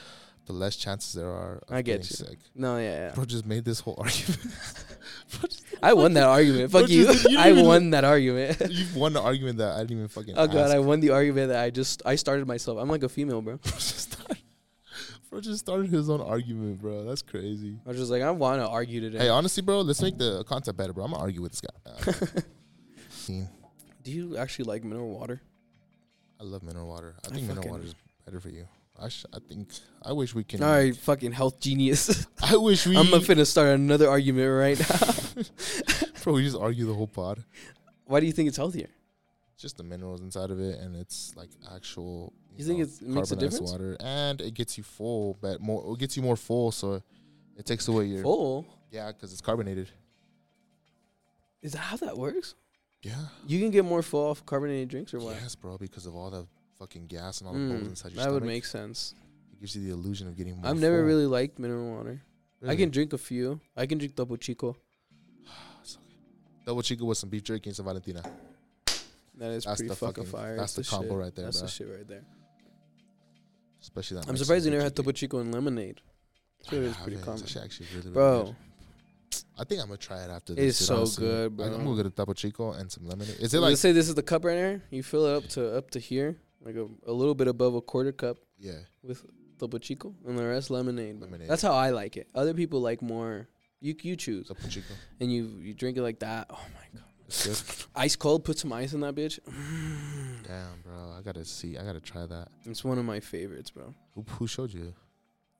Speaker 2: the less chances there are. Of
Speaker 1: I get
Speaker 2: getting
Speaker 1: you.
Speaker 2: sick.
Speaker 1: no, yeah, yeah.
Speaker 2: Bro just made this whole [laughs] argument. Bro just-
Speaker 1: I won that
Speaker 2: [laughs]
Speaker 1: argument. Fuck
Speaker 2: But
Speaker 1: you.
Speaker 2: you
Speaker 1: [laughs]
Speaker 2: didn't- you
Speaker 1: I
Speaker 2: didn't even-
Speaker 1: won that argument. [laughs]
Speaker 2: You've won the argument that I didn't even fucking.
Speaker 1: Oh god,
Speaker 2: ask.
Speaker 1: I won the argument that I just I started myself. I'm like a female, bro.
Speaker 2: [laughs] Bro just started, bro just started his own argument, bro. That's crazy.
Speaker 1: I was just like, I want to argue today.
Speaker 2: Hey, uh, honestly, bro, let's make the content better, bro. I'm gonna argue with this guy.
Speaker 1: [laughs]
Speaker 2: Uh, scene.
Speaker 1: Do you actually like mineral water?
Speaker 2: I love mineral water. I
Speaker 1: I
Speaker 2: think mineral
Speaker 1: fucking-
Speaker 2: water is better for you. I sh- I think I wish we can.
Speaker 1: All right, fucking health genius.
Speaker 2: [laughs]
Speaker 1: [laughs]
Speaker 2: I wish we.
Speaker 1: I'm finna start another argument right now.
Speaker 2: [laughs] bro, we just argue the whole pod.
Speaker 1: Why do you think it's healthier?
Speaker 2: Just the minerals inside of it, and it's like actual.
Speaker 1: You think it's- it makes a
Speaker 2: carbonized
Speaker 1: difference?
Speaker 2: Water, and it gets you full, but more. It gets you more full, so it takes away your.
Speaker 1: Full?
Speaker 2: Yeah, because it's carbonated.
Speaker 1: Is that how that works?
Speaker 2: Yeah.
Speaker 1: You can get more full off carbonated drinks or what?
Speaker 2: Yes, bro, because of all the fucking gas and all the
Speaker 1: Mm,
Speaker 2: bubbles inside your
Speaker 1: that
Speaker 2: stomach.
Speaker 1: would make sense.
Speaker 2: it gives you the illusion of getting more
Speaker 1: I've never
Speaker 2: full.
Speaker 1: really liked mineral water. I
Speaker 2: Really?
Speaker 1: can drink a few. I can drink double chico.
Speaker 2: double chicken with some beef jerky and some Valentina.
Speaker 1: That is
Speaker 2: That's
Speaker 1: pretty
Speaker 2: the
Speaker 1: fucking,
Speaker 2: fucking-
Speaker 1: fire.
Speaker 2: that's the
Speaker 1: shit.
Speaker 2: combo right there,
Speaker 1: That's
Speaker 2: bro.
Speaker 1: the shit right there.
Speaker 2: Especially that.
Speaker 1: I'm
Speaker 2: Mexican
Speaker 1: surprised you
Speaker 2: beef
Speaker 1: never had
Speaker 2: jerky.
Speaker 1: double chico and lemonade. That shit
Speaker 2: I
Speaker 1: is pretty
Speaker 2: haven't. It's
Speaker 1: common.
Speaker 2: actually- actually really, really
Speaker 1: Bro,
Speaker 2: good. I think I'm gonna try it after
Speaker 1: It's
Speaker 2: this. dude,
Speaker 1: so
Speaker 2: honestly.
Speaker 1: good,
Speaker 2: Like, I'm
Speaker 1: bro.
Speaker 2: gonna get a double chico and some lemonade. Is it like
Speaker 1: let's say this is the cup right here. You fill it up to up to here, like a, a little bit above a quarter cup
Speaker 2: yeah?
Speaker 1: with topo chico, and the rest lemonade.
Speaker 2: Lemonade.
Speaker 1: That's how I like it. Other people like more. You you choose,
Speaker 2: Double chico.
Speaker 1: and you you drink it like that. [sighs] Oh my god,
Speaker 2: It's
Speaker 1: [laughs]
Speaker 2: good.
Speaker 1: ice cold. Put some ice in that bitch. [sighs]
Speaker 2: Damn, bro. I gotta see. I gotta try that.
Speaker 1: It's one of my favorites, bro.
Speaker 2: Who, who showed you?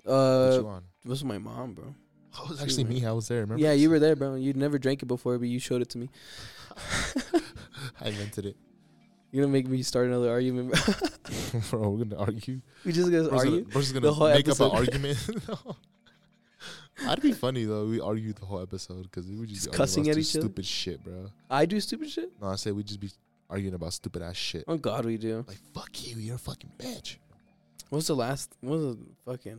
Speaker 2: Put
Speaker 1: Uh,
Speaker 2: you on?
Speaker 1: it was my mom, bro.
Speaker 2: Oh, it was actually me. I was there. Remember?
Speaker 1: Yeah, you were there, bro. You'd never drank it before, but you showed it to me.
Speaker 2: [laughs]
Speaker 1: [laughs]
Speaker 2: I invented it, [laughs]
Speaker 1: You're gonna make me start another argument. bro. [laughs]
Speaker 2: bro. We're gonna argue.
Speaker 1: we just gonna
Speaker 2: Bro's
Speaker 1: argue.
Speaker 2: Gonna, bro's gonna
Speaker 1: The whole
Speaker 2: make
Speaker 1: episode.
Speaker 2: up an argument.
Speaker 1: [laughs]
Speaker 2: [laughs] No. That'd be funny though. We argued the whole episode because we would just,
Speaker 1: Just
Speaker 2: be arguing
Speaker 1: cussing
Speaker 2: about
Speaker 1: at
Speaker 2: stu-
Speaker 1: each other?
Speaker 2: Stupid shit, bro.
Speaker 1: I do stupid shit.
Speaker 2: No, I said we'd just be arguing about stupid ass shit.
Speaker 1: Oh God, we do.
Speaker 2: Like fuck you, you're a fucking bitch.
Speaker 1: What was the last? What was the fucking?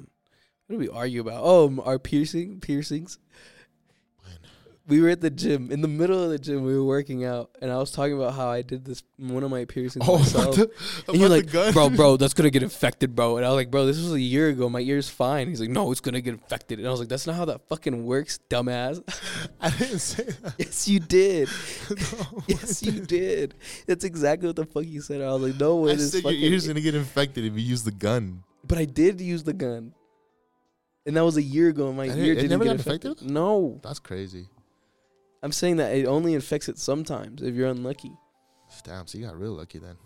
Speaker 1: What did we argue about? Oh, m- our piercing piercings. We were at the gym in the middle of the gym. We were working out, and I was talking about how I did this one of my piercings
Speaker 2: Oh, [laughs] about
Speaker 1: myself.
Speaker 2: the,
Speaker 1: and you're
Speaker 2: about
Speaker 1: like,
Speaker 2: the gun.
Speaker 1: bro, bro, that's gonna get infected, bro. And I was like, bro, this was a year ago. My ear's fine. He's like, no, it's gonna get infected. And I was like, that's not how that fucking works, dumbass.
Speaker 2: [laughs]
Speaker 1: [laughs]
Speaker 2: I didn't say that.
Speaker 1: yes, you [laughs] did.
Speaker 2: No,
Speaker 1: Yes,
Speaker 2: I
Speaker 1: you
Speaker 2: didn't.
Speaker 1: did. That's exactly what the fuck you said. I was like, no way.
Speaker 2: I
Speaker 1: this
Speaker 2: said your
Speaker 1: fucking e-
Speaker 2: ears gonna get infected if you use the gun.
Speaker 1: But I did use the gun, and that was a year ago. And my
Speaker 2: And it-
Speaker 1: ear
Speaker 2: it
Speaker 1: didn't
Speaker 2: never
Speaker 1: get
Speaker 2: got
Speaker 1: affected.
Speaker 2: infected?
Speaker 1: No,
Speaker 2: That's crazy.
Speaker 1: I'm saying that it only infects it sometimes if you're unlucky.
Speaker 2: Damn, so you got real lucky then.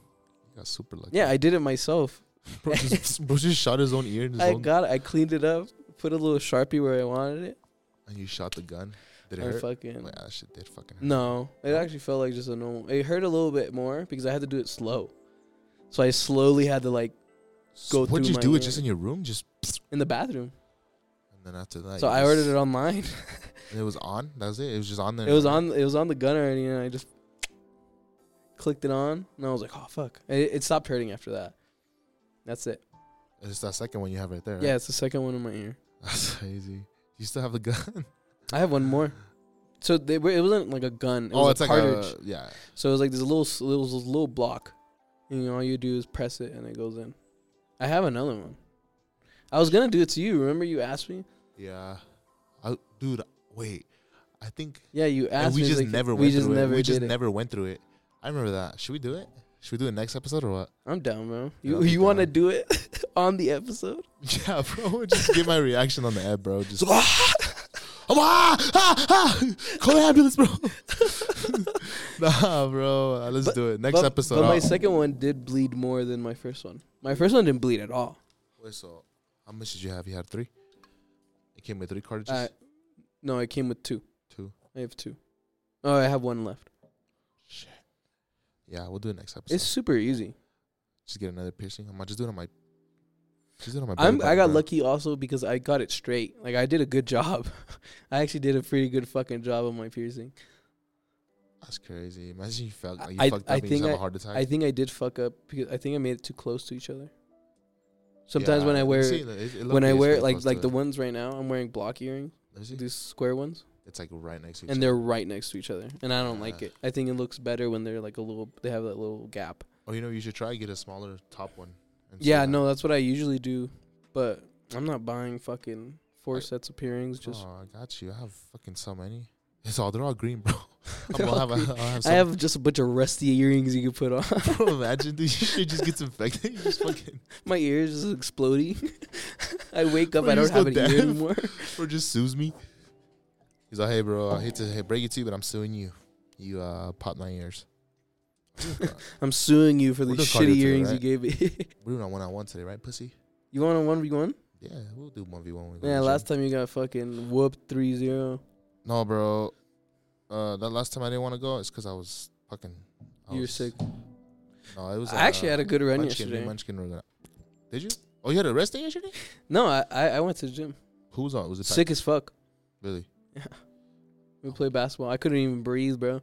Speaker 2: You got super lucky.
Speaker 1: Yeah, I did it myself.
Speaker 2: [laughs] bro, just, bro just shot his own ear in his
Speaker 1: I
Speaker 2: own,
Speaker 1: got it. I cleaned it up, put a little sharpie where I wanted it.
Speaker 2: and you shot the gun. Did it
Speaker 1: I
Speaker 2: hurt?
Speaker 1: fucking
Speaker 2: yeah, that shit did fucking hurt.
Speaker 1: no. It actually felt like just a normal. It hurt a little bit more because I had to do it slow. So I slowly had to like
Speaker 2: So
Speaker 1: go
Speaker 2: what'd
Speaker 1: through
Speaker 2: you
Speaker 1: my
Speaker 2: do? It
Speaker 1: ear.
Speaker 2: just in your room, just
Speaker 1: in the bathroom.
Speaker 2: and then after that.
Speaker 1: So I ordered it online.
Speaker 2: And it was on. That was it. It was just on there.
Speaker 1: It was on. It was on the gun already, and I just clicked it on, and I was like, "Oh fuck!" And It, it stopped hurting after that. That's it.
Speaker 2: It's that second one you have right there.
Speaker 1: Yeah,
Speaker 2: right?
Speaker 1: it's the second one in my ear.
Speaker 2: [laughs] That's crazy. You still have the gun?
Speaker 1: I have one more. So they were, it wasn't like a gun. It
Speaker 2: oh,
Speaker 1: was
Speaker 2: it's
Speaker 1: a
Speaker 2: like
Speaker 1: cartridge.
Speaker 2: a yeah.
Speaker 1: so it was like this little s- little this little block, and you know, all you do is press it, and it goes in. I have another one. I was gonna do it to you. Remember you asked me?
Speaker 2: Yeah, I, dude. Wait, I think
Speaker 1: Yeah, you asked
Speaker 2: and we
Speaker 1: me.
Speaker 2: just
Speaker 1: like,
Speaker 2: never
Speaker 1: we
Speaker 2: went
Speaker 1: just
Speaker 2: through
Speaker 1: never
Speaker 2: it. We just
Speaker 1: did it.
Speaker 2: never went through it. I remember that. Should we do it? Should we do it next episode or what?
Speaker 1: I'm down, bro.
Speaker 2: Yeah,
Speaker 1: You
Speaker 2: I'm
Speaker 1: you want to
Speaker 2: down.
Speaker 1: do it [laughs] on the episode?
Speaker 2: [laughs] Yeah, bro. Just get my reaction on the app, bro. Just [laughs] ah, ah, ah, ah. call the ambulance, bro. [laughs] nah, bro. Uh, Let's
Speaker 1: But-
Speaker 2: do it next
Speaker 1: but,
Speaker 2: episode. Oh.
Speaker 1: But my
Speaker 2: I'll-
Speaker 1: second one did bleed more than my first one. My first one didn't bleed at all.
Speaker 2: Oh, Wait, so how much did you have? You had three. It came with three cartridges.
Speaker 1: I, no, I came with two.
Speaker 2: Two.
Speaker 1: I have two. Oh, I have one left.
Speaker 2: Shit. Yeah, we'll do it next episode.
Speaker 1: It's super easy.
Speaker 2: just get another piercing. I might just do it on my. Just do it on my. belly
Speaker 1: I'm I
Speaker 2: button,
Speaker 1: got
Speaker 2: bro.
Speaker 1: lucky also because I got it straight. Like I did a good job. [laughs] I actually did a pretty good fucking job on my piercing.
Speaker 2: That's crazy. Imagine you felt like you
Speaker 1: I-
Speaker 2: fucked up
Speaker 1: I
Speaker 2: and you just
Speaker 1: think
Speaker 2: have a heart attack.
Speaker 1: I think I did fuck up because I think I made it too close to each other. Sometimes when I wear when I wear like like the ones right now, I'm wearing block earrings, these square ones,
Speaker 2: it's like right next to each
Speaker 1: and they're right next to each other, and I don't like
Speaker 2: Yeah.
Speaker 1: it. I think it looks better when they're like a little they have that little gap.
Speaker 2: Oh, you know, you should try get a smaller top one. and see
Speaker 1: Yeah,
Speaker 2: that.
Speaker 1: no, that's what I usually do, but I'm not buying fucking four
Speaker 2: I-
Speaker 1: sets of earrings just
Speaker 2: oh, I got you. I have fucking so many. It's all they're all green, bro. [laughs] I'm
Speaker 1: They're
Speaker 2: gonna
Speaker 1: all
Speaker 2: have, a, I'll
Speaker 1: [laughs]
Speaker 2: have
Speaker 1: I
Speaker 2: some,
Speaker 1: have just a bunch of rusty earrings you can put on.
Speaker 2: [laughs] Bro, [laughs] imagine
Speaker 1: [laughs]
Speaker 2: dude, you should just get infected. You [laughs] just fucking
Speaker 1: My ears just exploding. [laughs] I wake up,
Speaker 2: Bro,
Speaker 1: I don't
Speaker 2: you just
Speaker 1: have
Speaker 2: go
Speaker 1: an ear
Speaker 2: deaf.
Speaker 1: anymore. [laughs]
Speaker 2: or just sues me. He's like, hey, bro, I hate to hey, break it to you, but I'm suing you. You uh, popped my ears.
Speaker 1: I'm suing you for
Speaker 2: We're
Speaker 1: these
Speaker 2: gonna call you
Speaker 1: shitty
Speaker 2: today,
Speaker 1: earrings
Speaker 2: right?
Speaker 1: you gave me. [laughs]
Speaker 2: We're doing a one on one today, right, pussy?
Speaker 1: you want a one v one?
Speaker 2: Yeah, we'll do one v one.
Speaker 1: Yeah, last time you got fucking whooped 3-0.
Speaker 2: No, bro. Uh, that last time I didn't want to go is because I was fucking. I
Speaker 1: You were
Speaker 2: was-
Speaker 1: sick.
Speaker 2: No, it was.
Speaker 1: I actually
Speaker 2: uh,
Speaker 1: had a good run
Speaker 2: Munchkin, me and
Speaker 1: yesterday.
Speaker 2: Munchkin were gonna- Did you? Oh, you had a rest day yesterday?
Speaker 1: No, I, I I went to the gym.
Speaker 2: Who was on? Was it
Speaker 1: Sick as fuck.
Speaker 2: Really?
Speaker 1: We played basketball. I couldn't even breathe, bro.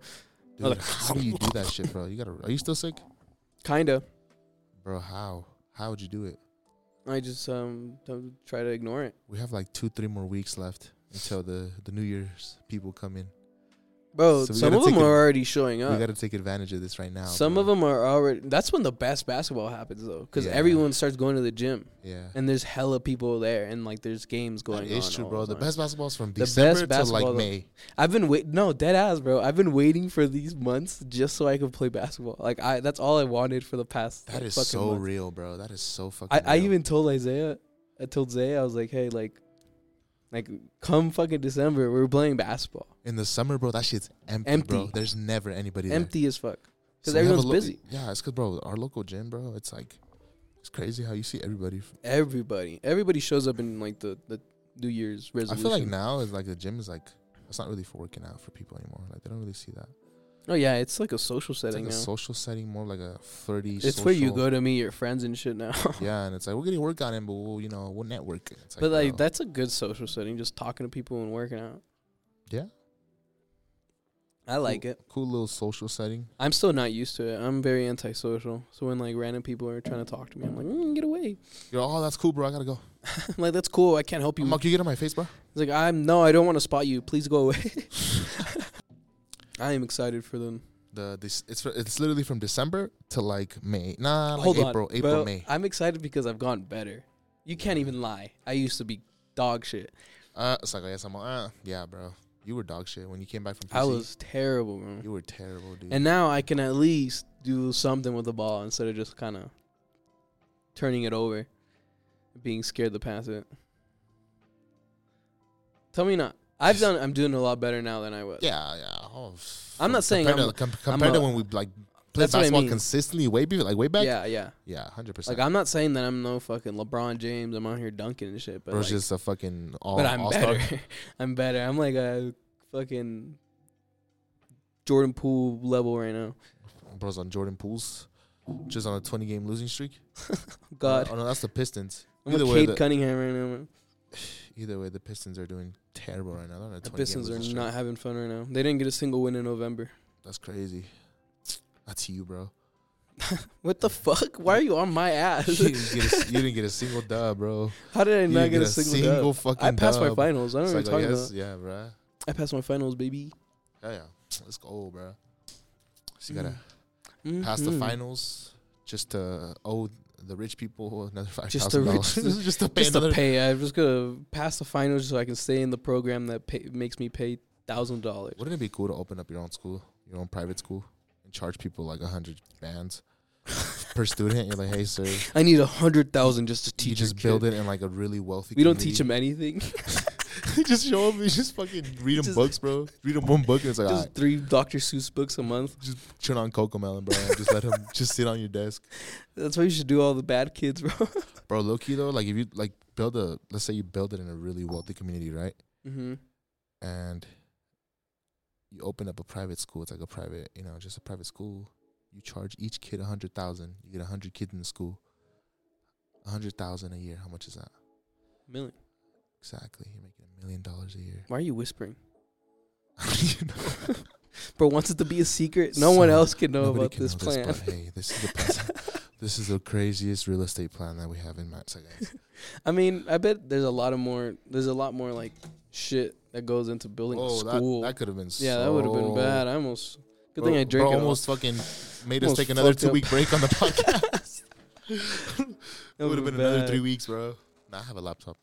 Speaker 2: Dude,
Speaker 1: like- [laughs]
Speaker 2: how do you do that shit, bro? You gotta. Are you still sick,
Speaker 1: Kinda.
Speaker 2: bro? How? How would you do it?
Speaker 1: I just um t- try to ignore it,
Speaker 2: We have like two, three more weeks left until the the New Year's people come in.
Speaker 1: bro.
Speaker 2: So we
Speaker 1: some
Speaker 2: gotta
Speaker 1: of them
Speaker 2: take
Speaker 1: are
Speaker 2: a-
Speaker 1: already showing
Speaker 2: We
Speaker 1: up.
Speaker 2: gotta take advantage of this right now.
Speaker 1: Some
Speaker 2: bro.
Speaker 1: of them are already. That's when the best basketball happens though, because
Speaker 2: Yeah.
Speaker 1: everyone starts going to the gym.
Speaker 2: Yeah.
Speaker 1: and there's hella people there, and like there's games going
Speaker 2: That is
Speaker 1: on.
Speaker 2: true,
Speaker 1: all
Speaker 2: bro. The
Speaker 1: time.
Speaker 2: best basketball's from
Speaker 1: best
Speaker 2: December to
Speaker 1: basketball,
Speaker 2: like
Speaker 1: though.
Speaker 2: May.
Speaker 1: I've been wait, no dead ass, bro. I've been waiting for these months just so I could play basketball. Like I, that's all I wanted for the past.
Speaker 2: That
Speaker 1: like,
Speaker 2: is
Speaker 1: fucking
Speaker 2: so
Speaker 1: month.
Speaker 2: real, bro. That is so fucking.
Speaker 1: I, I
Speaker 2: real.
Speaker 1: even told Isaiah, I told Zay, I was like, hey, like, like come fucking December, we're playing basketball.
Speaker 2: In the summer, bro, that shit's empty, bro.
Speaker 1: Empty.
Speaker 2: There's never anybody there.
Speaker 1: Empty as fuck, because
Speaker 2: So we have a
Speaker 1: everyone's
Speaker 2: lo-
Speaker 1: busy.
Speaker 2: Yeah, it's because, bro, our local gym, bro, it's like, it's crazy how you see everybody. f-
Speaker 1: Everybody, everybody shows up in like the the New Year's
Speaker 2: I
Speaker 1: resolution.
Speaker 2: feel like now is like the gym is like, it's not really for working out for people anymore. Like, they don't really see that.
Speaker 1: oh yeah, it's like a social
Speaker 2: It's
Speaker 1: setting
Speaker 2: like a
Speaker 1: now.
Speaker 2: social setting, more like a flirty
Speaker 1: It's where you
Speaker 2: social-
Speaker 1: go to meet your friends and shit now.
Speaker 2: [sighs] Yeah, and it's like, we're getting work on it, but we'll, you know, we'll network.
Speaker 1: [laughs]
Speaker 2: It's
Speaker 1: But like
Speaker 2: bro,
Speaker 1: that's a good social setting, just talking to people and working out.
Speaker 2: Yeah.
Speaker 1: I like it.
Speaker 2: Cool little social setting.
Speaker 1: I'm still not used to it. I'm very antisocial. So when like random people are trying to talk to me, I'm like, mm, get away.
Speaker 2: You're like, oh, that's cool, bro. I gotta go.
Speaker 1: I'm like, that's cool. I can't help you.
Speaker 2: I'm like, you get on my face, bro.
Speaker 1: It's like, I'm no, I don't want to spot you. Please go away. [laughs] I am excited for them.
Speaker 2: The this it's for, it's literally from December to like May. Nah, like
Speaker 1: Hold
Speaker 2: April,
Speaker 1: on,
Speaker 2: April,
Speaker 1: bro.
Speaker 2: May.
Speaker 1: I'm excited because I've gotten better. You can't even lie. I used to be dog shit.
Speaker 2: Uh, it's like yes, I'm uh, yeah, bro. You were dog shit when you came back from. PC,
Speaker 1: I was terrible, bro.
Speaker 2: You were terrible, dude.
Speaker 1: And now I can at least do something with the ball instead of just kind of turning it over, being scared to pass it. Tell me not. I've done. I'm doing a lot better now than I was.
Speaker 2: yeah, yeah. Oh, f-
Speaker 1: I'm not saying
Speaker 2: compared
Speaker 1: I'm-
Speaker 2: to, com- compared
Speaker 1: a-
Speaker 2: to when we like played
Speaker 1: That's what I
Speaker 2: basketball
Speaker 1: mean.
Speaker 2: consistently way before, like way back.
Speaker 1: yeah, yeah.
Speaker 2: yeah, hundred
Speaker 1: Like
Speaker 2: percent.
Speaker 1: I'm not saying that I'm no fucking LeBron James. I'm out here dunking and shit. But
Speaker 2: Bro's
Speaker 1: like-
Speaker 2: just a fucking all.
Speaker 1: but I'm
Speaker 2: all-star.
Speaker 1: better. [laughs] I'm better. I'm like a fucking Jordan Poole level right now.
Speaker 2: [laughs] Bro's on Jordan Poole's, just on a twenty game losing streak.
Speaker 1: God,
Speaker 2: oh no, that's the Pistons. [sighs]
Speaker 1: I'm
Speaker 2: Either
Speaker 1: a
Speaker 2: way,
Speaker 1: Cade
Speaker 2: the,
Speaker 1: Cunningham right now. Man.
Speaker 2: either way, the Pistons are doing terrible right now. They're on a
Speaker 1: The
Speaker 2: 20 game
Speaker 1: Pistons are
Speaker 2: losing
Speaker 1: not
Speaker 2: streak.
Speaker 1: having fun right now. They didn't get a single win in November.
Speaker 2: That's crazy. That's you,
Speaker 1: [laughs]
Speaker 2: bro. [laughs]
Speaker 1: What the fuck? Why are you on my
Speaker 2: you,
Speaker 1: ass?
Speaker 2: didn't get a, s- you didn't get a single dub, bro.
Speaker 1: [laughs] How did I
Speaker 2: You
Speaker 1: not
Speaker 2: didn't
Speaker 1: get a single, dub?
Speaker 2: fucking.
Speaker 1: I passed my
Speaker 2: dub.
Speaker 1: finals. I don't know what
Speaker 2: It's
Speaker 1: you're
Speaker 2: like,
Speaker 1: talking
Speaker 2: oh, yes,
Speaker 1: about.
Speaker 2: yeah, bro.
Speaker 1: I passed my finals, baby.
Speaker 2: Yeah, yeah. Let's go, bro. So you gotta
Speaker 1: Mm.
Speaker 2: pass the
Speaker 1: Mhm.
Speaker 2: finals just to owe the rich people another five
Speaker 1: Just the
Speaker 2: thousand dollars.
Speaker 1: rich-
Speaker 2: [laughs] just to pay
Speaker 1: Just to
Speaker 2: another.
Speaker 1: pay, I'm just gonna pass the final so I can stay in the program that pay, makes me pay thousand dollars.
Speaker 2: Wouldn't it be cool to open up your own school, your own private school, and charge people like a hundred bands [laughs] per student? You're like, hey,
Speaker 1: [laughs]
Speaker 2: sir,
Speaker 1: I need a hundred thousand just to
Speaker 2: you
Speaker 1: teach.
Speaker 2: just
Speaker 1: this
Speaker 2: build
Speaker 1: kid.
Speaker 2: it in like a really wealthy.
Speaker 1: We don't teach
Speaker 2: community.
Speaker 1: him anything.
Speaker 2: [laughs] just show them. Just fucking
Speaker 1: [laughs]
Speaker 2: read them
Speaker 1: Just-
Speaker 2: books, bro. Read them one book and it's like,
Speaker 1: just
Speaker 2: "Alright,
Speaker 1: three Dr. Seuss books a month.
Speaker 2: just turn on Coco Melon, bro. And just let him just sit on your
Speaker 1: [laughs]
Speaker 2: desk,
Speaker 1: That's why you should do all the bad kids, bro. [laughs]
Speaker 2: bro. Low key though, like if you like build a, let's say you build it in a really wealthy community, right?
Speaker 1: hmm
Speaker 2: Mm-hmm. And you open up a private school. It's like a private, you know, just a private school. You charge each kid a hundred thousand. You get a hundred kids in the school. A hundred thousand a year. How much is that?
Speaker 1: Million.
Speaker 2: Exactly. You're making a million dollars a year. [laughs]
Speaker 1: Why are you whispering,
Speaker 2: you know?
Speaker 1: bro? Wants it to be a secret. No one
Speaker 2: So,
Speaker 1: else can [laughs] know
Speaker 2: Nobody
Speaker 1: about
Speaker 2: can
Speaker 1: this
Speaker 2: know
Speaker 1: plan.
Speaker 2: but hey,
Speaker 1: [laughs]
Speaker 2: this is the plan. this is the craziest real estate plan that we have in Matt's. guys.
Speaker 1: I mean, I bet there's a lot of more. There's a lot more like shit that goes into building a
Speaker 2: Oh,
Speaker 1: school.
Speaker 2: that, that could have been.
Speaker 1: yeah, that would have been bad. I almost. Good thing I drank it. all.
Speaker 2: almost fucking made us
Speaker 1: Almost
Speaker 2: take another
Speaker 1: fucked up.
Speaker 2: two week break
Speaker 1: [laughs]
Speaker 2: on the podcast.
Speaker 1: That
Speaker 2: it would have
Speaker 1: would've
Speaker 2: been another
Speaker 1: bad.
Speaker 2: three weeks, bro. Nah, I have a laptop.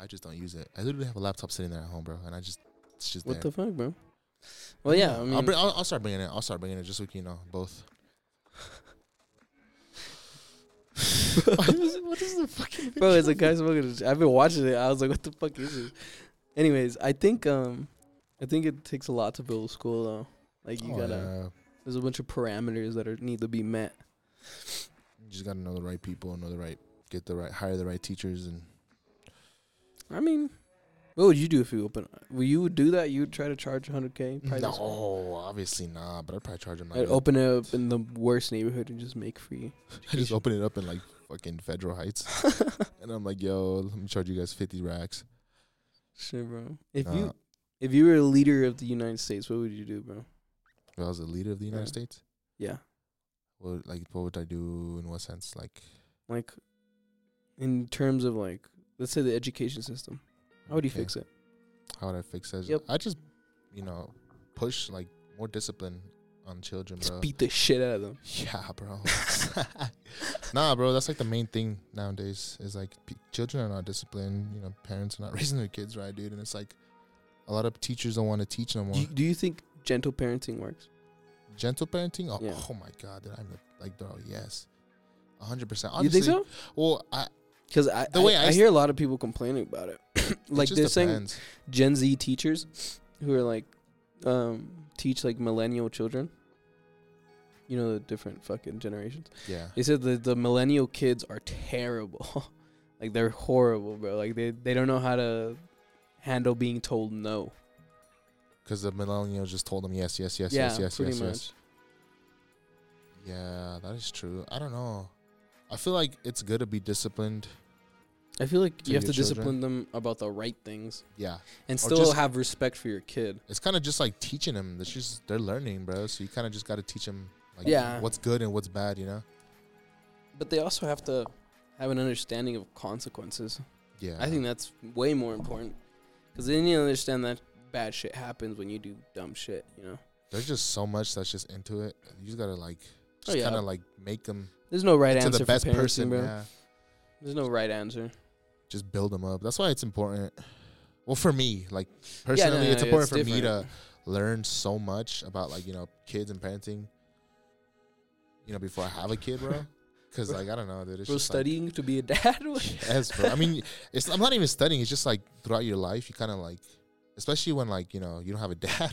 Speaker 2: I just don't use it. I literally have a laptop sitting there at home, bro, and I just it's just
Speaker 1: What
Speaker 2: there.
Speaker 1: the fuck, bro? Well, yeah. I
Speaker 2: will
Speaker 1: mean,
Speaker 2: bring, [laughs] I'll, I'll start bringing it. I'll start bringing it just so we can, you know, both. [laughs] what, is, what is the fucking?
Speaker 1: [laughs] bro,
Speaker 2: picture?
Speaker 1: it's a guy smoking. a j- I've been watching it. I was like, what the fuck is this? Anyways, I think um, I think it takes a lot to build a school though. Like you
Speaker 2: Oh,
Speaker 1: gotta.
Speaker 2: yeah.
Speaker 1: There's a bunch of parameters that are need to be met.
Speaker 2: You just gotta know the right people, know the right, get the right, hire the right teachers, and
Speaker 1: I mean, what would you do if you open? Well, you would do that. You would try to charge 100k. private school?
Speaker 2: no, obviously not. But I'd probably charge them. Like
Speaker 1: I'd open
Speaker 2: open,
Speaker 1: it up in the worst neighborhood and just make free.
Speaker 2: [laughs] I just open it up in like fucking Federal Heights, and I'm like, yo, let me charge you guys fifty racks.
Speaker 1: Shit, bro. If
Speaker 2: Nah,
Speaker 1: you if you were a leader of the United States, what would you do, bro?
Speaker 2: if I was the leader of the United
Speaker 1: Yeah.
Speaker 2: States,
Speaker 1: Yeah,
Speaker 2: what like what would I do? In what sense? Like,
Speaker 1: like in terms of like, let's say the education system. How would you fix it?
Speaker 2: How would I fix that?
Speaker 1: Yep.
Speaker 2: I just, you know, push like more discipline on children,
Speaker 1: Just
Speaker 2: bro.
Speaker 1: beat the shit out of them.
Speaker 2: Yeah, bro. [laughs] nah, bro, that's like the main thing nowadays is like p- children are not disciplined. You know, parents are not [laughs] raising their kids right, dude. And it's like a lot of teachers don't want to teach no more.
Speaker 1: Do you, do you think gentle parenting works?
Speaker 2: Gentle parenting. Oh,
Speaker 1: Yeah.
Speaker 2: oh my god, dude, I'm like, bro, yes, hundred percent.
Speaker 1: you think so?
Speaker 2: Well, I
Speaker 1: Because I
Speaker 2: The way
Speaker 1: I,
Speaker 2: I
Speaker 1: I
Speaker 2: s-
Speaker 1: hear a lot of people complaining about it. [coughs] like
Speaker 2: like
Speaker 1: they're
Speaker 2: just
Speaker 1: saying
Speaker 2: depends.
Speaker 1: Gen Z teachers who are like um, teach like millennial children. You know the different fucking generations.
Speaker 2: Yeah,
Speaker 1: They said that the millennial kids are terrible. [laughs] like they're horrible, bro. Like they they don't know how to handle being told no.
Speaker 2: because the millennials just told them yes, yes, yes,
Speaker 1: yeah,
Speaker 2: yes, yes,
Speaker 1: pretty
Speaker 2: yes,
Speaker 1: much.
Speaker 2: yes. Yeah, that is true. I don't know. I feel like it's good to be disciplined.
Speaker 1: I feel like
Speaker 2: To
Speaker 1: you have to
Speaker 2: your children.
Speaker 1: discipline them about the right things
Speaker 2: Yeah,
Speaker 1: and
Speaker 2: Or
Speaker 1: still
Speaker 2: just-
Speaker 1: have respect for your kid.
Speaker 2: it's kind of just like teaching them. It's just they're learning, bro. So you kind of just got to teach them, like,
Speaker 1: Yeah.
Speaker 2: what's good and what's bad. You know?
Speaker 1: But they also have to have an understanding of consequences.
Speaker 2: Yeah.
Speaker 1: I think that's way more important because then you understand that bad shit happens when you do dumb shit. You know,
Speaker 2: there's just so much that's just into it. You just gotta like, just
Speaker 1: Oh, yeah.
Speaker 2: kind of like make them
Speaker 1: there's no right
Speaker 2: to
Speaker 1: answer
Speaker 2: the best
Speaker 1: for parenting,
Speaker 2: person.
Speaker 1: bro.
Speaker 2: Yeah.
Speaker 1: There's no right answer.
Speaker 2: Just build them up. That's why it's important. Well, for me, like personally,
Speaker 1: no,
Speaker 2: it's
Speaker 1: no,
Speaker 2: important
Speaker 1: it's
Speaker 2: for me to
Speaker 1: different.
Speaker 2: learn so much about like you know kids and parenting. You know, before I have a
Speaker 1: [laughs]
Speaker 2: kid, bro. Because like I don't know, dude. It's
Speaker 1: Bro,
Speaker 2: just like-
Speaker 1: studying to be a dad.
Speaker 2: [laughs]
Speaker 1: [laughs]
Speaker 2: Yes, bro. I mean, it's, I'm not even studying. It's just like throughout your life, you kind of like, especially when like you know you don't have a [laughs] dad.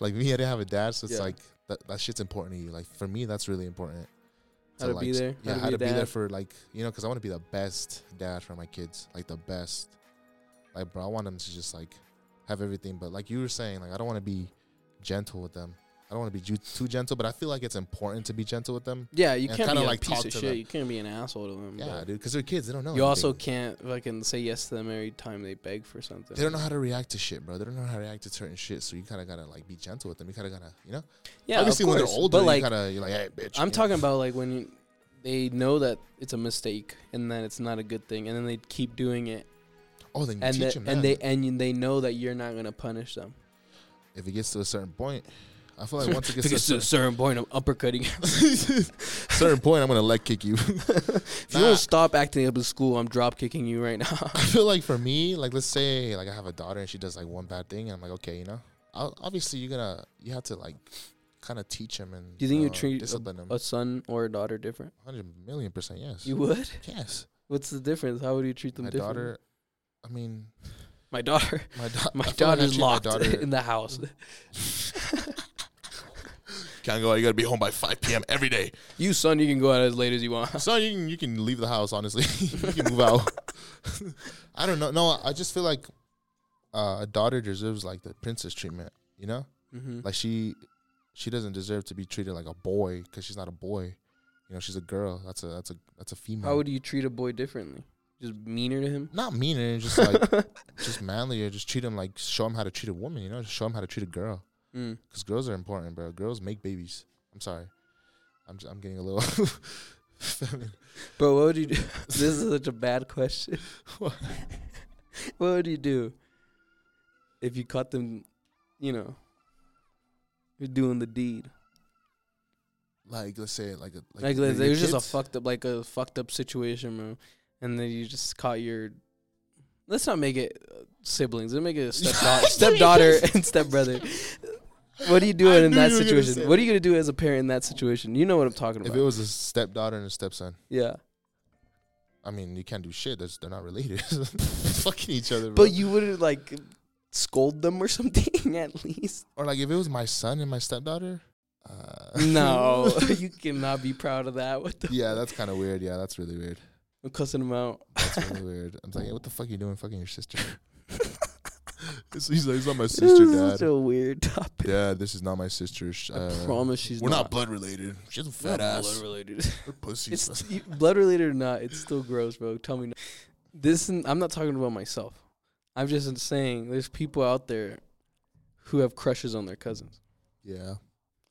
Speaker 2: like me, I didn't have a dad, so it's
Speaker 1: Yeah.
Speaker 2: like that, that shit's important to you. Like for me, that's really important.
Speaker 1: How to
Speaker 2: like,
Speaker 1: be there, how
Speaker 2: Yeah,
Speaker 1: to
Speaker 2: how
Speaker 1: be a
Speaker 2: to be there
Speaker 1: dad.
Speaker 2: for like you know because I want to be the best dad for my kids, like the best. Like bro, I want them to just like have everything, but like you were saying, like I don't want to be gentle with them. I don't want to be ju- too gentle, but I feel like it's important to be gentle with them.
Speaker 1: yeah, you
Speaker 2: And
Speaker 1: can't
Speaker 2: kinda,
Speaker 1: be a
Speaker 2: like,
Speaker 1: piece
Speaker 2: talk
Speaker 1: of
Speaker 2: to
Speaker 1: shit.
Speaker 2: them.
Speaker 1: You can't be an asshole to them.
Speaker 2: Yeah,
Speaker 1: but
Speaker 2: dude, because they're kids; they don't know.
Speaker 1: You also
Speaker 2: anything.
Speaker 1: can't fucking say yes to them every time they beg for something.
Speaker 2: They don't know how to react to shit, bro. They don't know how to react to certain shit. So you kind of gotta like be gentle with them. You kind of gotta, you know.
Speaker 1: Yeah,
Speaker 2: Obviously,
Speaker 1: of
Speaker 2: when
Speaker 1: course,
Speaker 2: they're older,
Speaker 1: but like
Speaker 2: you gotta. You're like, hey, bitch.
Speaker 1: I'm
Speaker 2: you know?
Speaker 1: talking about like when you, they know that it's a mistake and that it's not a good thing, and then they keep doing it,
Speaker 2: Oh, then you
Speaker 1: and
Speaker 2: teach
Speaker 1: the,
Speaker 2: them.
Speaker 1: and they and you- they know that you're not gonna punish them.
Speaker 2: if it gets to a certain point,
Speaker 1: [laughs]
Speaker 2: I feel like once it gets to a
Speaker 1: Because to a
Speaker 2: cer-
Speaker 1: certain point, I'm
Speaker 2: [laughs]
Speaker 1: uppercutting.
Speaker 2: certain point, I'm gonna leg kick you.
Speaker 1: if you don't stop acting up in school, I'm drop kicking you right now.
Speaker 2: [laughs] I feel like for me, like let's say like I have a daughter and she does like one bad thing, and I'm like, okay, you know, I'll, obviously you're gonna you have to like kind of teach him and
Speaker 1: Do you think you
Speaker 2: uh,
Speaker 1: treat a-
Speaker 2: discipline him?
Speaker 1: a son or a daughter different?
Speaker 2: Hundred million percent, yes.
Speaker 1: You would?
Speaker 2: yes,
Speaker 1: What's the difference? How would you treat them
Speaker 2: my
Speaker 1: differently?
Speaker 2: daughter. I mean,
Speaker 1: My daughter.
Speaker 2: my, da- I
Speaker 1: [laughs] My
Speaker 2: feel like I
Speaker 1: daughter's
Speaker 2: treat
Speaker 1: locked
Speaker 2: My
Speaker 1: [laughs]
Speaker 2: daughter,
Speaker 1: in the house.
Speaker 2: Can't go. out, You gotta be home by five p.m. every
Speaker 1: [laughs]
Speaker 2: day.
Speaker 1: you son, you can go out as late as you [laughs] want.
Speaker 2: So you can you can leave the house. Honestly, [laughs] you can move out. [laughs] I don't know. No, I just feel like uh, a daughter deserves like the princess treatment. You know,
Speaker 1: hmm
Speaker 2: like she she doesn't deserve to be treated like a boy because she's not a boy. You know, she's a girl. That's a that's a that's a female.
Speaker 1: How would you treat a boy differently? Just meaner to him?
Speaker 2: not
Speaker 1: [laughs]
Speaker 2: meaner, just like just manlier. Just treat him like show him how to treat a woman. You know, just show him how to treat a girl.
Speaker 1: Mm.
Speaker 2: Because girls are important, bro. Girls make babies. I'm sorry. I'm just, I'm getting a little. [laughs] feminine.
Speaker 1: Bro, what would you do? [laughs] this is such a bad question. [laughs] what would you do if you caught them, you know, you're doing the deed?
Speaker 2: like let's say like a
Speaker 1: Like,
Speaker 2: your-
Speaker 1: like
Speaker 2: your
Speaker 1: it was just a
Speaker 2: kids?
Speaker 1: fucked up, like a fucked up situation, bro. And then you just caught your. Let's not make it uh, siblings. Let's [laughs] make it a stepdaughter,
Speaker 2: [laughs]
Speaker 1: stepdaughter [laughs] and stepbrother. What are you doing in
Speaker 2: knew
Speaker 1: that
Speaker 2: you were gonna say
Speaker 1: situation? What are you gonna do as a parent in that situation? You know what I'm talking
Speaker 2: If
Speaker 1: about.
Speaker 2: it was a stepdaughter and a stepson,
Speaker 1: yeah,
Speaker 2: I mean, you can't do shit. That's, they're not related. [laughs] Fucking each other. Bro.
Speaker 1: but you wouldn't like scold them
Speaker 2: [laughs]
Speaker 1: or something at least.
Speaker 2: or like if it was my son and my stepdaughter. Uh, [laughs]
Speaker 1: No, [laughs] you cannot be proud of that. What the?
Speaker 2: yeah, that's kind of weird. Yeah, that's really weird.
Speaker 1: I'm cussing them out.
Speaker 2: That's really weird. I'm like, "Hey, what the fuck you doing? Fucking
Speaker 1: [laughs]
Speaker 2: your sister. So he's like, it's not my sister,
Speaker 1: this is
Speaker 2: dad.
Speaker 1: such a weird topic.
Speaker 2: Yeah, this is not my sister. Sh-
Speaker 1: I
Speaker 2: uh,
Speaker 1: promise she's
Speaker 2: We're not
Speaker 1: not.
Speaker 2: blood related. She has a
Speaker 1: We're
Speaker 2: fat ass. [laughs]
Speaker 1: related.
Speaker 2: We're pussies.
Speaker 1: It's you- blood related or not, it's still gross, bro. Tell me. No. This n- I'm not talking about myself. I'm just saying there's people out there who have crushes on their cousins.
Speaker 2: yeah.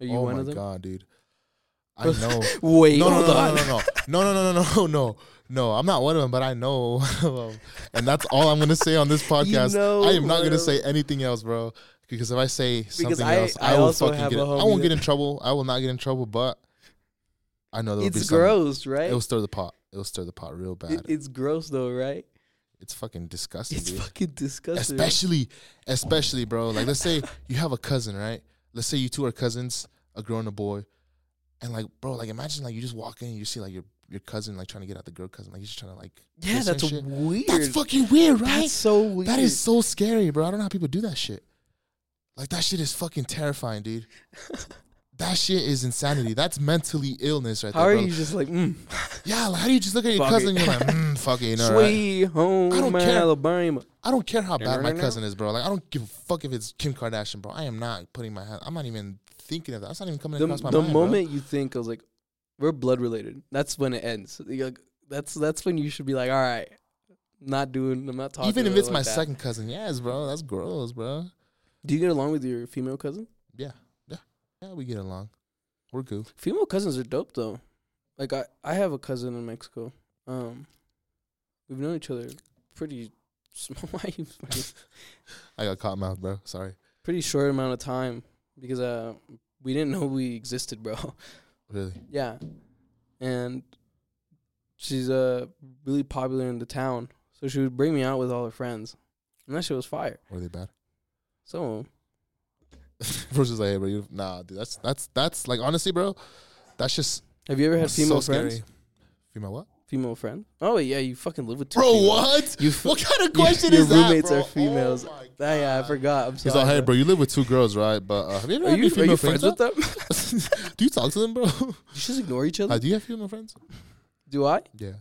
Speaker 1: Are you
Speaker 2: oh
Speaker 1: one
Speaker 2: my
Speaker 1: of them?
Speaker 2: god, dude.
Speaker 1: [laughs]
Speaker 2: I know.
Speaker 1: Wait,
Speaker 2: no, no,
Speaker 1: hold
Speaker 2: no,
Speaker 1: on.
Speaker 2: no, no, no, no, no, no, no, no, no, no. I'm not one of them, but I know, [laughs] Um, and that's all I'm gonna say on
Speaker 1: [laughs]
Speaker 2: this podcast.
Speaker 1: know
Speaker 2: I am not
Speaker 1: one
Speaker 2: gonna
Speaker 1: of
Speaker 2: say anything else, bro, because if I say something
Speaker 1: Oh, I-
Speaker 2: else, I,
Speaker 1: I
Speaker 2: will
Speaker 1: also
Speaker 2: fucking
Speaker 1: have
Speaker 2: get.
Speaker 1: a
Speaker 2: in- I
Speaker 1: homie
Speaker 2: won't get
Speaker 1: that-
Speaker 2: in trouble. I will not get in trouble, but I know there will be
Speaker 1: It's
Speaker 2: some-
Speaker 1: gross, right?
Speaker 2: It will stir the pot. It will stir the pot real bad.
Speaker 1: It- it's gross though, right?
Speaker 2: it's fucking disgusting,
Speaker 1: It's
Speaker 2: dude.
Speaker 1: fucking disgusting.
Speaker 2: especially, especially, bro. Like, let's say you have a cousin, right? Let's say you two are cousins, a girl and a boy, and like, bro, like imagine like you just walk in and you see like your your cousin like trying to get out the girl cousin, like he's just trying to like
Speaker 1: yeah,
Speaker 2: kiss her and
Speaker 1: that's
Speaker 2: shit.
Speaker 1: weird.
Speaker 2: that's fucking weird, right?
Speaker 1: That's so weird.
Speaker 2: That is so scary, bro. I don't know how people do that shit. Like that shit is fucking terrifying,
Speaker 1: [laughs]
Speaker 2: dude. that shit is insanity. That's mentally illness, right
Speaker 1: How
Speaker 2: there,
Speaker 1: are
Speaker 2: bro.
Speaker 1: you just like, mm,
Speaker 2: Yeah, like, how do you just look at your
Speaker 1: Fuck
Speaker 2: cousin?
Speaker 1: it.
Speaker 2: and You're like, mm, fuck it, you know, right?
Speaker 1: sweet home
Speaker 2: I don't care.
Speaker 1: Alabama?
Speaker 2: I don't care how bad my
Speaker 1: Internet now?
Speaker 2: cousin is, bro. Like I don't give a fuck if it's Kim Kardashian, bro. I am not putting my hand. I'm not even thinking of that. That's not even coming
Speaker 1: the,
Speaker 2: across my
Speaker 1: the
Speaker 2: mind. bro.
Speaker 1: moment you think I was like, we're blood related, that's when it ends. You're like, that's that's when you should be like, all right, not doing, I'm not talking.
Speaker 2: even if
Speaker 1: about it
Speaker 2: it's my
Speaker 1: like that."
Speaker 2: second cousin, yes, bro. That's gross, bro.
Speaker 1: do you get along with your female cousin?
Speaker 2: Yeah, yeah, yeah. We get along. We're cool.
Speaker 1: Female cousins are dope though. Like I, I have a cousin in Mexico. Um, we've known each other pretty [laughs] small, why you
Speaker 2: [laughs]
Speaker 1: smiling?
Speaker 2: I got caught mouth, bro. Sorry.
Speaker 1: pretty short amount of time because uh, we didn't know we existed, bro. [laughs]
Speaker 2: Really?
Speaker 1: Yeah. And she's uh really popular in the town. So she would bring me out with all her friends. And that shit was fire.
Speaker 2: Were they bad?
Speaker 1: So
Speaker 2: Bro's just like, hey, bro. You, nah, dude. That's that's that's like honestly, bro. That's just
Speaker 1: have you ever had
Speaker 2: so
Speaker 1: female
Speaker 2: scary.
Speaker 1: friends?
Speaker 2: Female what?
Speaker 1: Female friend? Oh yeah, you fucking live with two.
Speaker 2: Bro,
Speaker 1: females.
Speaker 2: what? [laughs]
Speaker 1: You f-
Speaker 2: what kind of
Speaker 1: your-
Speaker 2: question
Speaker 1: your
Speaker 2: is that?
Speaker 1: roommates
Speaker 2: bro?
Speaker 1: are females.
Speaker 2: Oh my
Speaker 1: Ah, [laughs] yeah, I
Speaker 2: God.
Speaker 1: forgot. I'm sorry.
Speaker 2: He's like, hey, bro. You live with two girls, right? But uh, have you ever
Speaker 1: Are
Speaker 2: had
Speaker 1: you,
Speaker 2: any
Speaker 1: are
Speaker 2: female
Speaker 1: you friends
Speaker 2: though?
Speaker 1: with them?
Speaker 2: [laughs] Do you talk to them, bro?
Speaker 1: you just ignore each other?
Speaker 2: Uh, do you have female friends?
Speaker 1: Do I?
Speaker 2: Yeah.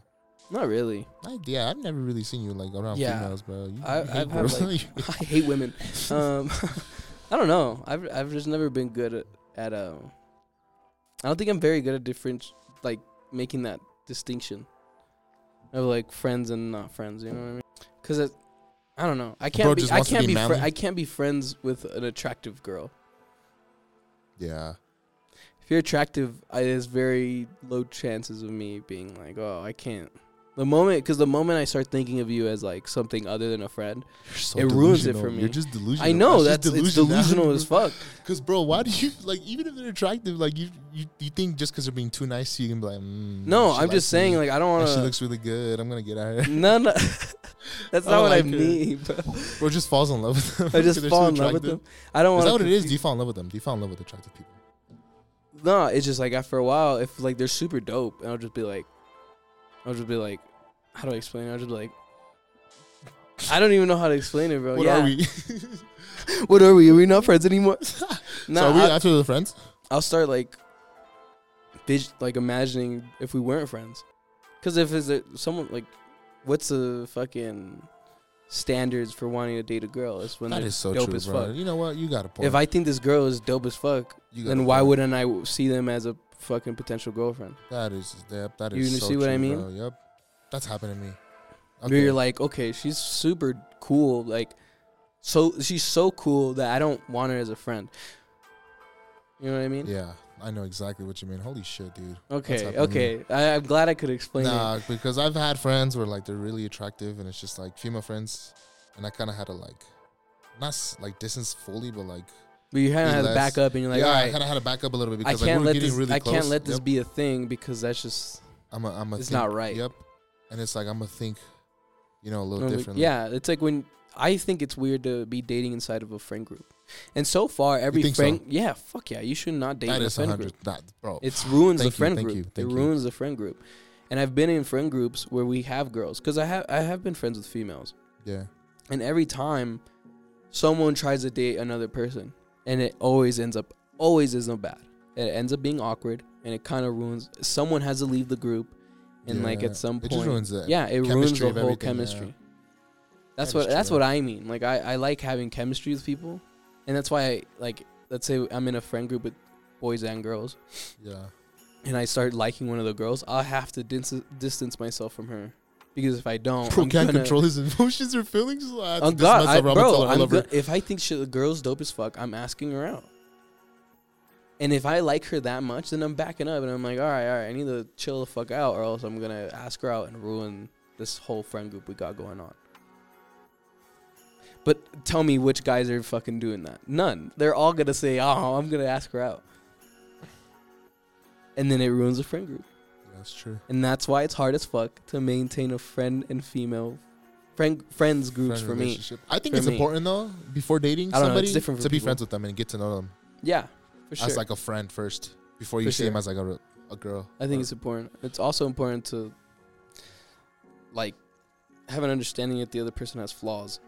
Speaker 1: Not really. [laughs]
Speaker 2: I, yeah, I've never really seen you like around
Speaker 1: Yeah.
Speaker 2: females, bro. You,
Speaker 1: I-
Speaker 2: [laughs] you hate
Speaker 1: I've had,
Speaker 2: girls.
Speaker 1: like- I hate women. Um, [laughs] I don't know. I've I've just never been good at, at um. I don't think I'm very good at different like making that distinction of like friends and not friends. You know what I mean? Because I, I don't know. I can't
Speaker 2: Bro
Speaker 1: be.
Speaker 2: just
Speaker 1: I
Speaker 2: wants to
Speaker 1: can't
Speaker 2: be
Speaker 1: be. fri-
Speaker 2: manly.
Speaker 1: I can't be friends with an attractive girl.
Speaker 2: yeah,
Speaker 1: uh, If you're attractive, I, there's very low chances of me being like, oh, I can't. The moment, because the moment I start thinking of you as like something other than a friend,
Speaker 2: You're so
Speaker 1: It ruins it
Speaker 2: delusional.
Speaker 1: for me.
Speaker 2: You're just delusional.
Speaker 1: I know
Speaker 2: just
Speaker 1: that's it's delusional as
Speaker 2: [laughs]
Speaker 1: fuck.
Speaker 2: Cause bro, why do you [laughs] like? Even if they're attractive, like you, you, you think just because they're being too nice to you, you can be like, mm,
Speaker 1: No,
Speaker 2: she
Speaker 1: I'm
Speaker 2: likes
Speaker 1: just saying
Speaker 2: me.
Speaker 1: like I don't
Speaker 2: And
Speaker 1: want
Speaker 2: she
Speaker 1: to.
Speaker 2: looks really good. I'm gonna get [laughs] at
Speaker 1: [laughs]
Speaker 2: her.
Speaker 1: No, [laughs] no, that's not
Speaker 2: I
Speaker 1: what I
Speaker 2: like her.
Speaker 1: mean.
Speaker 2: [laughs]
Speaker 1: bro.
Speaker 2: Bro just falls in love with them.
Speaker 1: I
Speaker 2: 'cause
Speaker 1: just
Speaker 2: [laughs] they're so
Speaker 1: fall in love with them.
Speaker 2: attractive.
Speaker 1: I don't
Speaker 2: Is
Speaker 1: want.
Speaker 2: that what
Speaker 1: [laughs]
Speaker 2: it is? Do you fall in love with them? Do you fall in love with attractive people?
Speaker 1: No, it's just like after a while, if like they're super dope, and I'll just be like, I'll just be like, how do I explain? it? I'll just be like, I don't
Speaker 2: [laughs]
Speaker 1: even know how to explain it, bro.
Speaker 2: What
Speaker 1: yeah. [laughs]
Speaker 2: are we?
Speaker 1: What are we? Are we not friends anymore? no,
Speaker 2: so are we
Speaker 1: I,
Speaker 2: after the friends?
Speaker 1: I'll start like, vis- like imagining if we weren't friends, because if is it someone like, what's the fucking standards for wanting to date a girl? It's when
Speaker 2: That
Speaker 1: they're
Speaker 2: is so
Speaker 1: dope
Speaker 2: true,
Speaker 1: as
Speaker 2: bro.
Speaker 1: fuck.
Speaker 2: You know what? You got a point.
Speaker 1: If I think this girl is dope as fuck,
Speaker 2: You got a
Speaker 1: then why
Speaker 2: point.
Speaker 1: wouldn't I w- see them as a fucking potential girlfriend?
Speaker 2: That is yep. That is.
Speaker 1: You
Speaker 2: so
Speaker 1: see what I
Speaker 2: true,
Speaker 1: mean?
Speaker 2: Bro. Yep. That's happened to me.
Speaker 1: Where you're like, okay, she's super cool, like, so she's so cool that I don't want her as a friend. You know what I mean?
Speaker 2: yeah, I know exactly what you mean. Holy shit, dude.
Speaker 1: Okay,
Speaker 2: happened to me.
Speaker 1: okay. I, I'm glad I could explain
Speaker 2: Nah, because I've had friends where like they're really attractive, and it's just like female friends, and I kind of had to like, not s- like distance fully, but like,
Speaker 1: it. But you kind
Speaker 2: be
Speaker 1: of had to
Speaker 2: less-
Speaker 1: back up, and you're like,
Speaker 2: yeah,
Speaker 1: all
Speaker 2: I
Speaker 1: right,
Speaker 2: kind of had to back up a little bit
Speaker 1: I
Speaker 2: because like,
Speaker 1: can't
Speaker 2: we were
Speaker 1: let
Speaker 2: getting
Speaker 1: this,
Speaker 2: really
Speaker 1: I
Speaker 2: close.
Speaker 1: can't let this
Speaker 2: Yep.
Speaker 1: be a thing because that's just,
Speaker 2: I'm a, I'm a
Speaker 1: it's
Speaker 2: think-
Speaker 1: not right.
Speaker 2: Yep, and it's like I'm gonna think, you know, a little
Speaker 1: When we-
Speaker 2: differently.
Speaker 1: yeah. It's like when I think it's weird to be dating inside of a friend group, and so far every
Speaker 2: think so?
Speaker 1: friend, yeah, fuck yeah, you should not date
Speaker 2: that
Speaker 1: in a
Speaker 2: is a
Speaker 1: friend group.
Speaker 2: hundred. That bro,
Speaker 1: It ruins the
Speaker 2: Thank you,
Speaker 1: friend
Speaker 2: thank
Speaker 1: group.
Speaker 2: you, thank
Speaker 1: it
Speaker 2: you.
Speaker 1: ruins the friend group. And I've been in friend groups where we have girls because I have I have been friends with females,
Speaker 2: yeah,
Speaker 1: and every time someone tries to date another person, and it always ends up always ends up bad. It ends up being awkward, and it kind of ruins. Someone has to leave the group, and like
Speaker 2: Yeah.
Speaker 1: at some
Speaker 2: It
Speaker 1: point,
Speaker 2: just ruins the
Speaker 1: yeah, it ruins
Speaker 2: chemistry
Speaker 1: the
Speaker 2: of
Speaker 1: whole
Speaker 2: everything, yeah.
Speaker 1: chemistry. That's
Speaker 2: That is
Speaker 1: what that's
Speaker 2: true.
Speaker 1: what I mean. Like I, I like having chemistry with people, and that's why I like let's say I'm in a friend group with boys and girls,
Speaker 2: yeah.
Speaker 1: and I start liking one of the girls, I'll have to dis- distance myself from her because if I don't,
Speaker 2: Bro
Speaker 1: I'm
Speaker 2: can't
Speaker 1: gonna-
Speaker 2: control his [laughs] emotions or feelings. So I have to
Speaker 1: Oh
Speaker 2: distance
Speaker 1: God, I,
Speaker 2: myself, I'm gonna tell
Speaker 1: bro,
Speaker 2: her I
Speaker 1: I'm
Speaker 2: love her.
Speaker 1: go- if I think she, the girl's dope as fuck, I'm asking her out. And if I like her that much, then I'm backing up and I'm like, all right, all right, I need to chill the fuck out, or else I'm gonna ask her out and ruin this whole friend group we got going on. But tell me which guys are fucking doing that? None. They're all gonna say, oh, I'm gonna ask her out, and then it ruins the friend group.
Speaker 2: That's true.
Speaker 1: and that's why it's hard as fuck to maintain a friend and female friend friends groups
Speaker 2: Friend
Speaker 1: for me.
Speaker 2: relationship. I think
Speaker 1: For
Speaker 2: it's
Speaker 1: me.
Speaker 2: important though before dating
Speaker 1: I don't know,
Speaker 2: somebody
Speaker 1: it's different for
Speaker 2: to be
Speaker 1: people.
Speaker 2: friends with them and get to know them
Speaker 1: Yeah, for sure.
Speaker 2: as like a friend first before you
Speaker 1: For
Speaker 2: see
Speaker 1: sure.
Speaker 2: them as like a, re- a girl.
Speaker 1: I think
Speaker 2: or-
Speaker 1: it's important. It's also important to like have an understanding that the other person has flaws.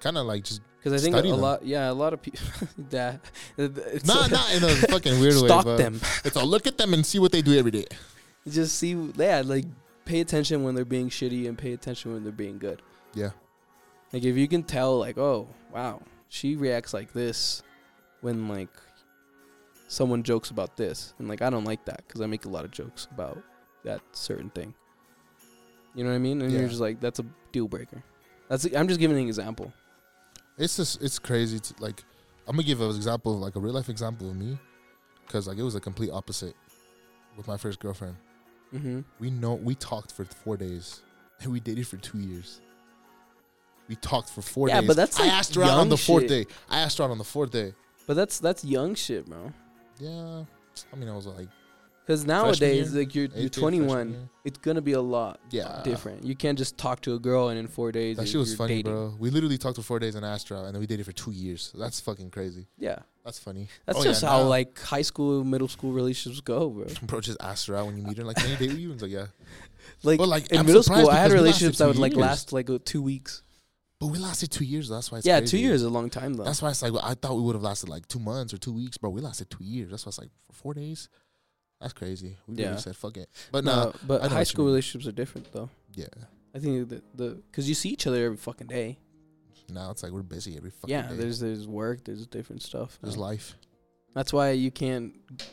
Speaker 2: kind of like just
Speaker 1: Because I think
Speaker 2: Study
Speaker 1: a
Speaker 2: them.
Speaker 1: lot, yeah, a lot of people [laughs] that it's
Speaker 2: not
Speaker 1: [laughs]
Speaker 2: not in a fucking weird way.
Speaker 1: stalk
Speaker 2: but
Speaker 1: them.
Speaker 2: It's a look at them and see what they do every day.
Speaker 1: Just see, yeah, like pay attention when they're being shitty and pay attention when they're being good.
Speaker 2: Yeah.
Speaker 1: Like if you can tell, like, oh wow, she reacts like this when like someone jokes about this, and like I don't like that because I make a lot of jokes about that certain thing. You know what I mean? And
Speaker 2: Yeah.
Speaker 1: you're just like, that's a deal breaker. That's I'm just giving an example.
Speaker 2: It's just it's crazy. To, like I'm gonna give an example, like a real life example of me, because like it was a complete opposite with my first girlfriend.
Speaker 1: Mm-hmm.
Speaker 2: We know we talked for four days, [laughs] and we dated for two years. We talked for four
Speaker 1: Yeah,
Speaker 2: days.
Speaker 1: but that's, like,
Speaker 2: I asked her out on
Speaker 1: young
Speaker 2: the fourth
Speaker 1: shit.
Speaker 2: day. I asked her out on the fourth day.
Speaker 1: But that's that's young shit, bro.
Speaker 2: Yeah, I mean I was like,
Speaker 1: Because nowadays,
Speaker 2: year?
Speaker 1: like you're you're
Speaker 2: Eighth grade, freshman
Speaker 1: 21,
Speaker 2: year?
Speaker 1: it's gonna be a lot
Speaker 2: Yeah.
Speaker 1: different. You can't just talk to a girl and in four days
Speaker 2: that
Speaker 1: you're-
Speaker 2: shit was
Speaker 1: you're
Speaker 2: funny,
Speaker 1: dating.
Speaker 2: bro. We literally talked for four days and I asked her out, and then we dated for two years. That's fucking crazy.
Speaker 1: Yeah,
Speaker 2: That's funny.
Speaker 1: that's
Speaker 2: Oh, yeah,
Speaker 1: just how
Speaker 2: now-
Speaker 1: like high school, middle school relationships go, bro.
Speaker 2: [laughs] Bro, just asked her out when you meet her. Like, can I date with you? And it's like, yeah.
Speaker 1: Like,
Speaker 2: But, like,
Speaker 1: in
Speaker 2: I'm
Speaker 1: middle
Speaker 2: surprised
Speaker 1: school, I had
Speaker 2: because we lasted
Speaker 1: relationships that
Speaker 2: two
Speaker 1: would like
Speaker 2: years.
Speaker 1: last like uh, two weeks.
Speaker 2: But we lasted two years. That's why it's
Speaker 1: yeah,
Speaker 2: crazy.
Speaker 1: two years is a long time though.
Speaker 2: That's why it's like I thought we would have lasted like two months or two weeks, bro. We lasted two years. That's why it's like for four days. That's crazy. We
Speaker 1: Yeah.
Speaker 2: really said fuck it. But
Speaker 1: no,
Speaker 2: nah, I
Speaker 1: but
Speaker 2: know
Speaker 1: high
Speaker 2: what you
Speaker 1: school
Speaker 2: mean.
Speaker 1: relationships are different though.
Speaker 2: yeah.
Speaker 1: I think the the because you see each other every fucking day.
Speaker 2: Now it's like we're busy every fucking
Speaker 1: yeah,
Speaker 2: day.
Speaker 1: there's there's work, there's different stuff.
Speaker 2: There's
Speaker 1: now.
Speaker 2: life.
Speaker 1: That's why you can't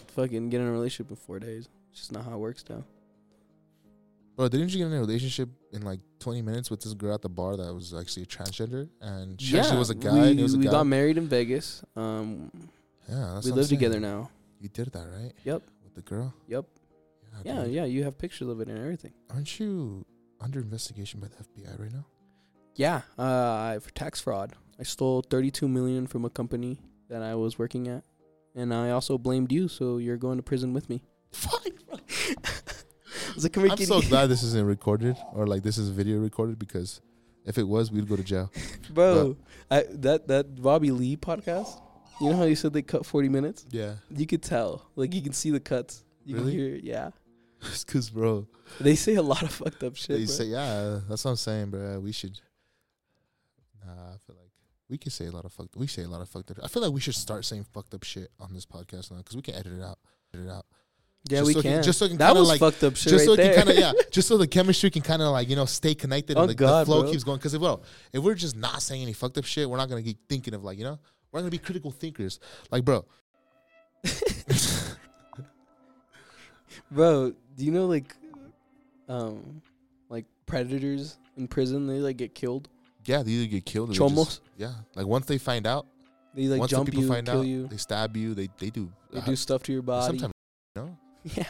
Speaker 1: fucking get in a relationship in four days. It's just not how it works now.
Speaker 2: Bro, didn't you get in a relationship in like 20 minutes with this girl at the bar that was actually a transgender and she actually was a guy?
Speaker 1: We,
Speaker 2: and it was a
Speaker 1: we
Speaker 2: guy.
Speaker 1: got married in Vegas. Um,
Speaker 2: yeah, that's
Speaker 1: we
Speaker 2: what I'm
Speaker 1: live
Speaker 2: saying.
Speaker 1: together now.
Speaker 2: You did that, right?
Speaker 1: Yep.
Speaker 2: With the girl?
Speaker 1: Yep.
Speaker 2: Yeah, Nah,
Speaker 1: Yeah,
Speaker 2: dude.
Speaker 1: yeah, you have pictures of it and everything.
Speaker 2: Aren't you under investigation by the FBI right now?
Speaker 1: Yeah, uh, I- for tax fraud, I stole 32 million from a company that I was working at, and I also blamed you, so you're going to prison with me. [laughs]
Speaker 2: Fuck.
Speaker 1: It's like, "Come here,
Speaker 2: I'm
Speaker 1: kitty."
Speaker 2: so glad this isn't recorded or like this is video recorded because if it was, we'd go to jail.
Speaker 1: [laughs] bro. I, that that Bobby Lee podcast. You know how you said they cut 40 minutes?
Speaker 2: [laughs] [laughs] Yeah,
Speaker 1: You could tell, like you can see the cuts. You
Speaker 2: Really?
Speaker 1: can hear, it, yeah.
Speaker 2: it's because bro,
Speaker 1: They say a lot of [laughs] fucked up shit.
Speaker 2: they
Speaker 1: bro.
Speaker 2: say yeah. That's what I'm saying, bro. We should. Nah, I feel like we can say a lot of fucked. We say a lot of fucked up. I feel like we should start saying fucked up shit on this podcast now because we can edit it out. Edit it out.
Speaker 1: yeah,
Speaker 2: just
Speaker 1: we
Speaker 2: so it can-
Speaker 1: can.
Speaker 2: just so it can
Speaker 1: that
Speaker 2: kinda,
Speaker 1: was
Speaker 2: like-
Speaker 1: fucked up shit
Speaker 2: just
Speaker 1: right
Speaker 2: so it
Speaker 1: there.
Speaker 2: can kind of yeah, just so the chemistry can kind of like you know stay connected.
Speaker 1: Oh,
Speaker 2: and the, the
Speaker 1: God,
Speaker 2: flow
Speaker 1: bro.
Speaker 2: keeps going because if well, if we're just not saying any fucked up shit, we're not gonna keep thinking of like you know we're not gonna be critical thinkers. Like
Speaker 1: [laughs]
Speaker 2: bro,
Speaker 1: [laughs] Bro, do you know like um like predators in prison they like get killed?
Speaker 2: yeah, they either get killed. Or they just-
Speaker 1: Chomos.
Speaker 2: yeah, like once they find out,
Speaker 1: They like
Speaker 2: once the
Speaker 1: jump
Speaker 2: people
Speaker 1: you,
Speaker 2: find
Speaker 1: kill
Speaker 2: out,
Speaker 1: you.
Speaker 2: they stab you. They they do.
Speaker 1: They
Speaker 2: uh,
Speaker 1: do stuff to your body.
Speaker 2: sometimes. No.
Speaker 1: [laughs] Yeah.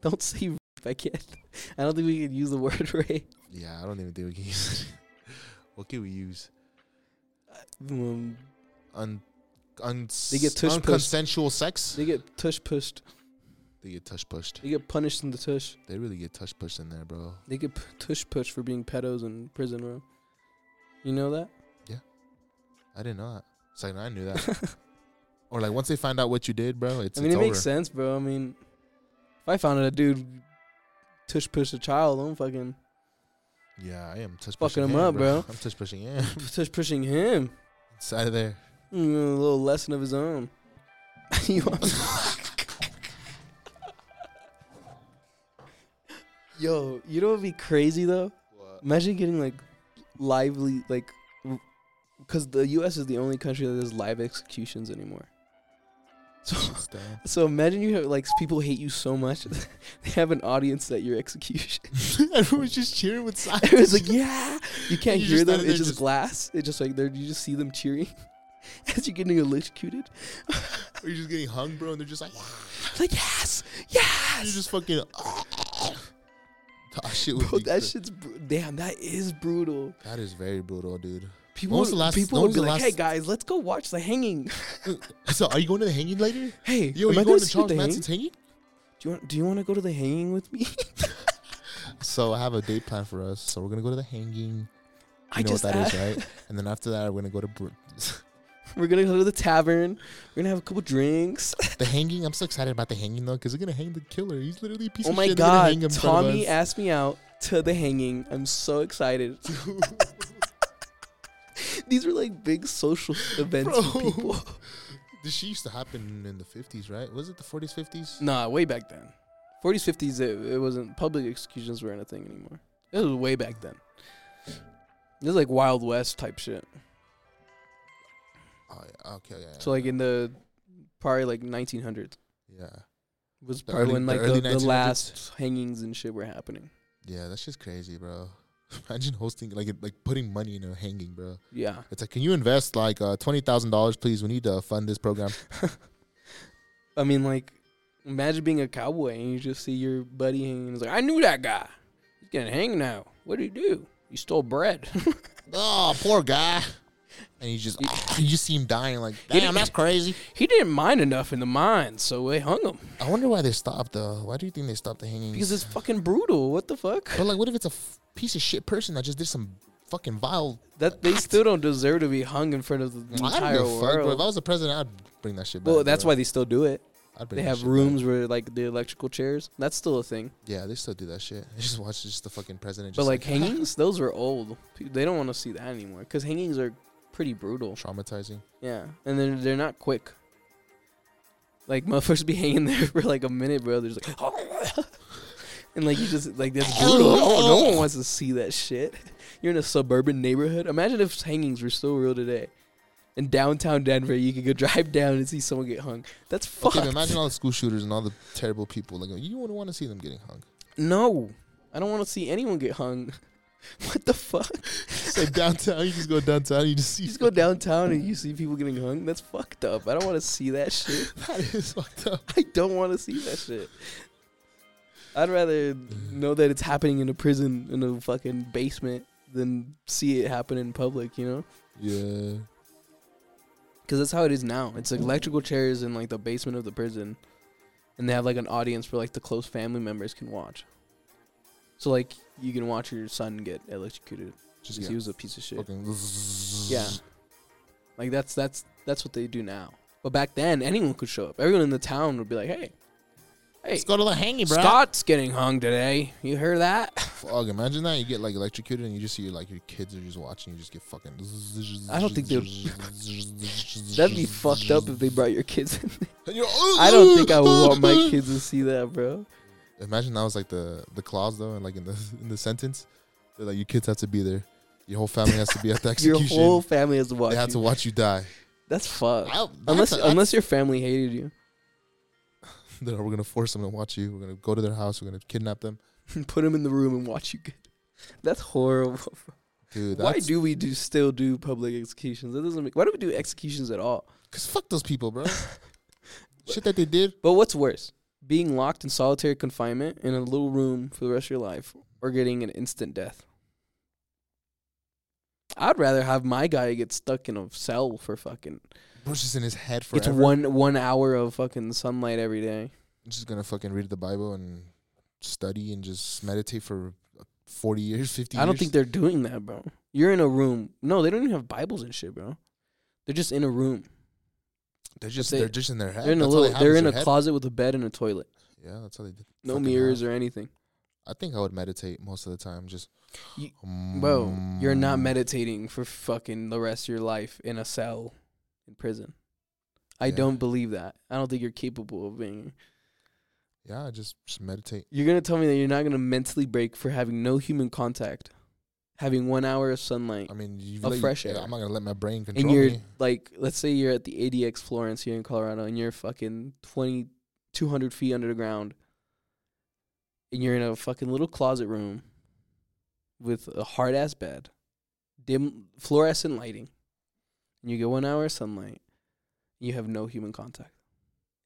Speaker 1: Don't say [laughs] rape. I can't. I don't think we can use the word [laughs] rape.
Speaker 2: Yeah, I don't even think we can use. [laughs] what can we use?
Speaker 1: Um,
Speaker 2: Un, un,
Speaker 1: They get tush pushed.
Speaker 2: unconsensual sex.
Speaker 1: they get tush pushed.
Speaker 2: They get tush pushed.
Speaker 1: They get punished in the tush.
Speaker 2: They really get tush pushed in there, bro.
Speaker 1: They get p- tush pushed for being pedos in prison, bro. You know [laughs] that?
Speaker 2: I didn't know that. It's like I knew that. Or like once they find out what you did, bro, it's
Speaker 1: I mean, it
Speaker 2: it's over.
Speaker 1: makes sense, bro. I mean, if I found out a dude tush pushed a child, I'm fucking
Speaker 2: Yeah, I am touch
Speaker 1: Fucking
Speaker 2: pushing
Speaker 1: him
Speaker 2: him,
Speaker 1: up, bro.
Speaker 2: I'm touch pushing him.
Speaker 1: tush pushing him.
Speaker 2: [laughs] It's out of there.
Speaker 1: Mm, a little lesson of his own. [laughs] you want- [laughs] Yo, you know what'd be crazy though? Imagine getting like lively, like, because the U.S. is the only country that does live executions anymore. So, [laughs]
Speaker 2: It's down.
Speaker 1: so imagine you have like people hate you so much, [laughs] they have an audience at your execution.
Speaker 2: Everyone's just cheering with
Speaker 1: [laughs] it
Speaker 2: silence.
Speaker 1: was
Speaker 2: [laughs]
Speaker 1: like, yeah, you can't
Speaker 2: You
Speaker 1: hear them.
Speaker 2: just standing there
Speaker 1: It's just
Speaker 2: just-
Speaker 1: glass. It just like there, you just see them cheering [laughs] as you're getting electrocuted.
Speaker 2: [laughs] You're just getting hung, bro, and they're just like,
Speaker 1: Like yes,
Speaker 2: you're
Speaker 1: yes.
Speaker 2: just fucking. [laughs] that shit would
Speaker 1: [laughs] Bro,
Speaker 2: be
Speaker 1: that
Speaker 2: cra-
Speaker 1: shit's br- damn. That is brutal.
Speaker 2: That is very brutal, dude. [laughs]
Speaker 1: People,
Speaker 2: was the last-
Speaker 1: people
Speaker 2: when
Speaker 1: would
Speaker 2: was
Speaker 1: be
Speaker 2: the
Speaker 1: like, "Hey
Speaker 2: last-
Speaker 1: guys, let's go watch the
Speaker 2: [laughs]
Speaker 1: hanging."
Speaker 2: So, are you going to the hanging later?
Speaker 1: Hey,
Speaker 2: Yo,
Speaker 1: am
Speaker 2: you
Speaker 1: I
Speaker 2: going
Speaker 1: gonna
Speaker 2: to
Speaker 1: see
Speaker 2: Charles
Speaker 1: the hanging?
Speaker 2: Manson's hanging?
Speaker 1: Do you want? Do you want to go to the hanging with me? [laughs]
Speaker 2: So I have a date plan for us. So we're gonna go to the hanging.
Speaker 1: I
Speaker 2: You know
Speaker 1: just
Speaker 2: what that
Speaker 1: asked- [laughs]
Speaker 2: is, right? And then after that, we're gonna go to br- [laughs]
Speaker 1: We're gonna go to the tavern. We're gonna have a couple drinks.
Speaker 2: the hanging. I'm so excited about the hanging though, because we're gonna hang the killer. He's literally a piece
Speaker 1: oh
Speaker 2: of
Speaker 1: my
Speaker 2: shit. They're gonna hang him
Speaker 1: god,
Speaker 2: in front of
Speaker 1: Tommy
Speaker 2: us.
Speaker 1: asked me out to the hanging. I'm so excited.
Speaker 2: [laughs]
Speaker 1: These were like big social
Speaker 2: [laughs]
Speaker 1: events for
Speaker 2: Bro.
Speaker 1: people.
Speaker 2: [laughs] This shit used to happen in the 50s, right? Was it the 40s, 50s?
Speaker 1: Nah, way back then. 40s, 50s, it, it wasn't public executions weren't a thing anymore. It was way back then. This is like Wild West type shit.
Speaker 2: Oh, yeah. Okay, yeah. yeah,
Speaker 1: So like in the probably like 1900s
Speaker 2: yeah,
Speaker 1: was
Speaker 2: The
Speaker 1: probably
Speaker 2: early-
Speaker 1: when
Speaker 2: the
Speaker 1: like
Speaker 2: early
Speaker 1: the, the,
Speaker 2: 1900s?
Speaker 1: last hangings and shit were happening.
Speaker 2: yeah, that's just crazy, bro. [laughs] Imagine hosting like it- like putting money in a hanging, bro.
Speaker 1: Yeah.
Speaker 2: It's like, can you invest like uh, twenty thousand dollars, please? We need to fund
Speaker 1: [laughs]
Speaker 2: this program.
Speaker 1: I mean like imagine being a cowboy and you just see your buddy hanging. It's like I knew that guy. He's gonna hang now. What did he do? He stole bread. [laughs]
Speaker 2: oh, poor guy. And you just [laughs] you just see him dying. Like,
Speaker 1: Get
Speaker 2: damn,
Speaker 1: it-
Speaker 2: that's crazy.
Speaker 1: he didn't mind enough in the mine, so they hung him
Speaker 2: I wonder why they stopped though. Why do you think they stopped the hanging?
Speaker 1: because it's fucking brutal. What the fuck?
Speaker 2: but like, what if it's a f- piece of shit person that just did some fucking vile?
Speaker 1: That they still don't deserve to be hung in front of the
Speaker 2: I
Speaker 1: entire
Speaker 2: don't give a fuck, bro. If I
Speaker 1: world.
Speaker 2: was the president, I'd bring that shit back.
Speaker 1: Well, that's
Speaker 2: bro.
Speaker 1: why they still do it.
Speaker 2: I'd bring
Speaker 1: They
Speaker 2: that
Speaker 1: have
Speaker 2: shit back.
Speaker 1: rooms where like the electrical chairs. That's still a thing.
Speaker 2: Yeah, they still do that shit. [laughs] I just watch just the fucking president.
Speaker 1: But
Speaker 2: Just
Speaker 1: like hangings, those are old. Pe- They don't want to see that anymore because hangings are pretty brutal. [laughs]
Speaker 2: [laughs] traumatizing.
Speaker 1: Yeah, and they're they're not quick. Like [laughs] motherfuckers be hanging there for like a minute, bro. They're just like, [laughs] and like you just like that's brutal. No, no one wants to see that shit. [laughs] You're in a suburban neighborhood. Imagine if hangings were still real today. In downtown Denver, you could go [laughs] drive down and see someone get hung. That's fucked.
Speaker 2: Okay, but imagine all the school shooters and all the terrible people. Like you wouldn't want to see them getting hung. [laughs]
Speaker 1: no, I don't want to see anyone get hung. [laughs] what the fuck?
Speaker 2: [laughs] So downtown, you just go downtown, you just
Speaker 1: [laughs]
Speaker 2: see.
Speaker 1: You just go
Speaker 2: [laughs]
Speaker 1: downtown and you see people getting hung. That's fucked up. I don't want to see that shit. [laughs]
Speaker 2: That is fucked up.
Speaker 1: I don't want to see that shit. I'd rather know that it's happening in a prison in a fucking basement than see it happen in public, you know?
Speaker 2: Yeah.
Speaker 1: Because that's how it is now. It's like electrical chairs in like the basement of the prison, and they have like an audience where like the close family members can watch. So like you can watch your son get electrocuted
Speaker 2: Just
Speaker 1: because he was a piece of shit.
Speaker 2: fucking.
Speaker 1: Yeah, like that's that's that's what they do now. But back then, anyone could show up. Everyone in the town would be like, "Hey, hey,
Speaker 5: Let's go to the hanging, bro.
Speaker 1: Scott's getting hung today. You hear that?"
Speaker 2: Fuck, imagine that you get like electrocuted and you just see like your kids are just watching you just get fucking. [laughs]
Speaker 1: I don't think they
Speaker 2: would.
Speaker 1: That'd be fucked up if they brought your kids. in. [laughs] I
Speaker 2: I
Speaker 1: don't think I would want my kids to see that, bro.
Speaker 2: Imagine that was like the the clause though, and like in the [laughs] in the sentence, they're like your kids have to be there, your whole family has to be at the
Speaker 1: [laughs] Your
Speaker 2: execution.
Speaker 1: whole family has to watch.
Speaker 2: they have
Speaker 1: you.
Speaker 2: to
Speaker 1: [laughs]
Speaker 2: watch you die. [laughs]
Speaker 1: That's fucked.
Speaker 5: Wow,
Speaker 1: unless
Speaker 5: that's a-
Speaker 1: unless your family hated you, [laughs]
Speaker 2: Then we're gonna force them to watch you. We're gonna go to their house. We're gonna kidnap them,
Speaker 1: put them in the room and watch you get. That's horrible.
Speaker 2: dude.
Speaker 1: Why
Speaker 2: That's,
Speaker 1: do we do still do public executions? That doesn't make. Why do we do executions at all?
Speaker 2: [laughs] Cause fuck those people, bro. Shit that they did.
Speaker 1: But what's worse, being locked in solitary confinement in a little room for the rest of your life, or getting an instant death? I'd rather have my guy get stuck in a cell for fucking
Speaker 2: Bro's just in his head
Speaker 1: gets
Speaker 2: forever.
Speaker 1: one one hour of fucking sunlight every day.
Speaker 2: I'm just gonna fucking read the Bible and study and just meditate for uh, forty years, fifty.
Speaker 1: I don't
Speaker 2: years.
Speaker 1: think they're doing that, bro. You're in a room. No, they don't even have Bibles and shit, bro. They're just in a room.
Speaker 2: they're just
Speaker 1: they-
Speaker 2: they're just in their head.
Speaker 1: They're in a
Speaker 2: That's all they
Speaker 1: little.
Speaker 2: have
Speaker 1: They're
Speaker 2: is
Speaker 1: in
Speaker 2: their
Speaker 1: a
Speaker 2: head.
Speaker 1: closet with a bed and a toilet.
Speaker 2: Yeah, that's how they did.
Speaker 1: No
Speaker 2: fucking
Speaker 1: mirrors
Speaker 2: have.
Speaker 1: or anything.
Speaker 2: I think I would meditate most of the time. Just um,
Speaker 1: You- Bro, you're not
Speaker 2: Mm.
Speaker 1: meditating for fucking the rest of your life in a cell in prison. I
Speaker 2: Yeah.
Speaker 1: don't believe that. I don't think you're capable of being.
Speaker 2: Yeah, I just just meditate.
Speaker 1: You're gonna tell me that you're not gonna mentally break for having no human contact, having one hour of sunlight,
Speaker 2: I mean, you
Speaker 1: Of
Speaker 2: let-
Speaker 1: fresh air.
Speaker 2: I'm not gonna let my brain
Speaker 1: and
Speaker 2: control
Speaker 1: you're
Speaker 2: me.
Speaker 1: like, let's say you're at the ADX Florence here in Colorado, and you're fucking 20, 200 feet under the ground, and you're in a fucking little closet room with a hard ass bed, dim fluorescent lighting, and you get one hour of sunlight, you have no human contact.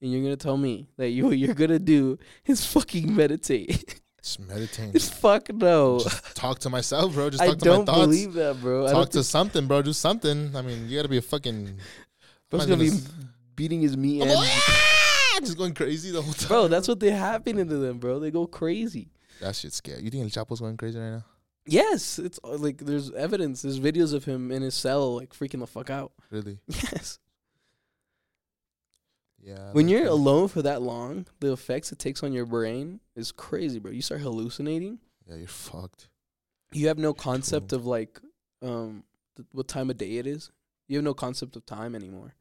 Speaker 1: And you're gonna tell me that you what you're gonna do is fucking meditate. [laughs]
Speaker 2: Just meditate.
Speaker 1: it's
Speaker 2: Just
Speaker 1: fuck no.
Speaker 2: talk to myself, bro. Just
Speaker 1: I
Speaker 2: talk to my
Speaker 1: don't
Speaker 2: thoughts.
Speaker 1: believe that, bro. I
Speaker 2: talk
Speaker 1: don't
Speaker 2: to something, bro. Do something. I mean, you gotta be
Speaker 1: [laughs]
Speaker 2: a fucking. I'm
Speaker 1: bro's
Speaker 2: not
Speaker 1: gonna be
Speaker 2: s-
Speaker 1: beating his meat
Speaker 2: I'm
Speaker 1: and
Speaker 2: like, "Ah!" just going crazy the whole time.
Speaker 1: Bro, that's what they happening to them, bro. They go crazy.
Speaker 2: That shit's scary. You think El Chapo's going crazy right now?
Speaker 1: Yes, it's uh, like there's evidence. There's videos of him in his cell, like freaking the fuck out. [laughs]
Speaker 2: Really?
Speaker 1: Yes.
Speaker 2: Yeah.
Speaker 1: When
Speaker 2: that's
Speaker 1: you're
Speaker 2: crazy.
Speaker 1: alone for that long, the effects it takes on your brain is crazy, bro. You start hallucinating.
Speaker 2: yeah, you're fucked.
Speaker 1: You have no concept of like um th- what time of day it is. You have no concept of time anymore.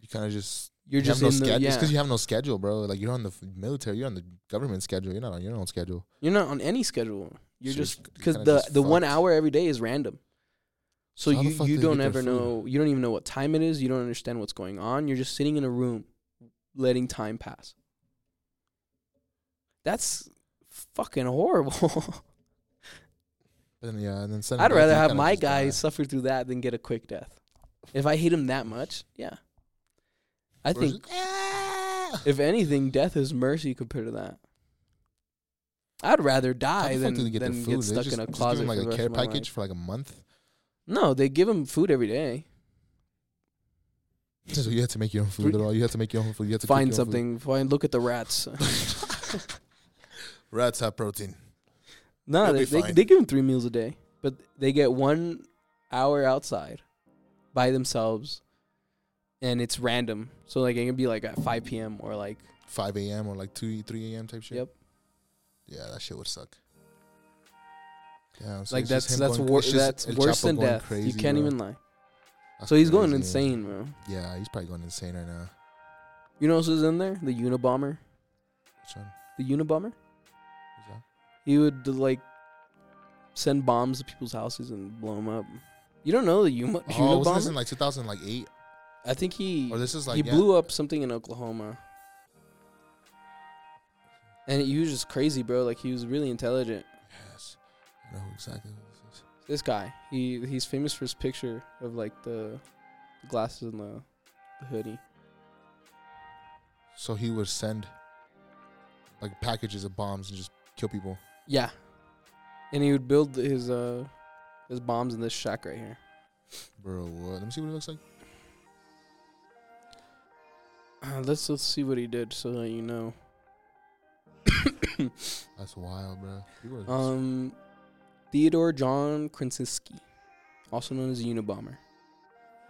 Speaker 2: You kind of just.
Speaker 1: You're
Speaker 2: you
Speaker 1: just
Speaker 2: have
Speaker 1: in
Speaker 2: no
Speaker 1: the
Speaker 2: schedule. It's
Speaker 1: yeah.
Speaker 2: because you have no schedule, bro. Like you're on the f- military, you're on the government schedule. You're not on your own schedule.
Speaker 1: You're not on any schedule. You're
Speaker 2: So you're
Speaker 1: just
Speaker 2: kinda
Speaker 1: because the
Speaker 2: just
Speaker 1: the one
Speaker 2: fucked.
Speaker 1: hour every day is random. So
Speaker 2: So how the
Speaker 1: you
Speaker 2: fuck
Speaker 1: you
Speaker 2: do they
Speaker 1: don't
Speaker 2: get
Speaker 1: ever
Speaker 2: their food?
Speaker 1: know you don't even know what time it is. You don't understand what's going on. You're just sitting in a room, letting time pass. That's fucking horrible. [laughs]
Speaker 2: But then, yeah, and then suddenly
Speaker 1: I'd
Speaker 2: back,
Speaker 1: rather
Speaker 2: you
Speaker 1: have
Speaker 2: kinda
Speaker 1: my
Speaker 2: just die.
Speaker 1: guy suffer through that than get a quick death. If I hate him that much, yeah. I
Speaker 2: Or is
Speaker 1: think
Speaker 2: it-
Speaker 5: [laughs]
Speaker 2: Ah!
Speaker 1: if anything, death is mercy compared to that. I'd rather
Speaker 2: How
Speaker 1: die
Speaker 2: the fuck do
Speaker 1: than,
Speaker 2: they get their
Speaker 1: than
Speaker 2: food?
Speaker 1: get
Speaker 2: They
Speaker 1: stuck
Speaker 2: just-
Speaker 1: in a
Speaker 2: just give
Speaker 1: closet.
Speaker 2: them,
Speaker 1: for
Speaker 2: like
Speaker 1: the
Speaker 2: a
Speaker 1: rest
Speaker 2: care
Speaker 1: of my life.
Speaker 2: package for like a month. [laughs]
Speaker 1: No, they give him food every day.
Speaker 2: So you had to make your own
Speaker 1: Three-
Speaker 2: food. At all. You had to make your own food. You had to cook
Speaker 1: Find
Speaker 2: your own food.
Speaker 1: something. Find. Look at the
Speaker 2: [laughs]
Speaker 1: rats. [laughs]
Speaker 2: Rats have protein.
Speaker 1: no,
Speaker 2: They'll
Speaker 1: they,
Speaker 2: be
Speaker 1: they,
Speaker 2: fine.
Speaker 1: they give him three meals a day, but they get one hour outside by themselves, and it's random. So like it can be like at 5 p.m. or like
Speaker 2: 5 a.m. or like 2, 3 a.m. type shit.
Speaker 1: Yep.
Speaker 2: Yeah, that shit would suck. Damn, so
Speaker 1: like
Speaker 2: it's just
Speaker 1: that's
Speaker 2: him
Speaker 1: that's
Speaker 2: going-
Speaker 1: wor-
Speaker 2: it's just
Speaker 1: that's
Speaker 2: El
Speaker 1: worse
Speaker 2: Chapo
Speaker 1: than
Speaker 2: going
Speaker 1: death. you
Speaker 2: crazy,
Speaker 1: can't
Speaker 2: bro.
Speaker 1: even lie.
Speaker 2: That's
Speaker 1: So he's going
Speaker 2: crazy.
Speaker 1: insane, bro.
Speaker 2: Yeah, he's probably going insane right now.
Speaker 1: You know who's in there? The Unabomber.
Speaker 2: Which one?
Speaker 1: The Unabomber.
Speaker 2: Who's that?
Speaker 1: He would like send bombs to people's houses and blow them up. You don't know the Yuma,
Speaker 2: Oh, wasn't this
Speaker 1: Unabomber?
Speaker 2: in like 2008?
Speaker 1: I think he
Speaker 2: Or this is like
Speaker 1: he
Speaker 2: yeah.
Speaker 1: blew up something in Oklahoma. And he was just crazy, bro. Like he was really intelligent.
Speaker 2: Yes, I know exactly. What this is.
Speaker 1: This guy, he he's famous for his picture of like the glasses and the, the hoodie.
Speaker 2: So he would send like packages of bombs and just kill people.
Speaker 1: Yeah. And he would build his uh his bombs in this shack right here.
Speaker 2: Bro, what? Let me see what it looks like.
Speaker 1: Uh, let's let's see what he did so that you know.
Speaker 2: That's wild, bro. People are
Speaker 1: Um, Theodore John Krasinski, also known as Unabomber,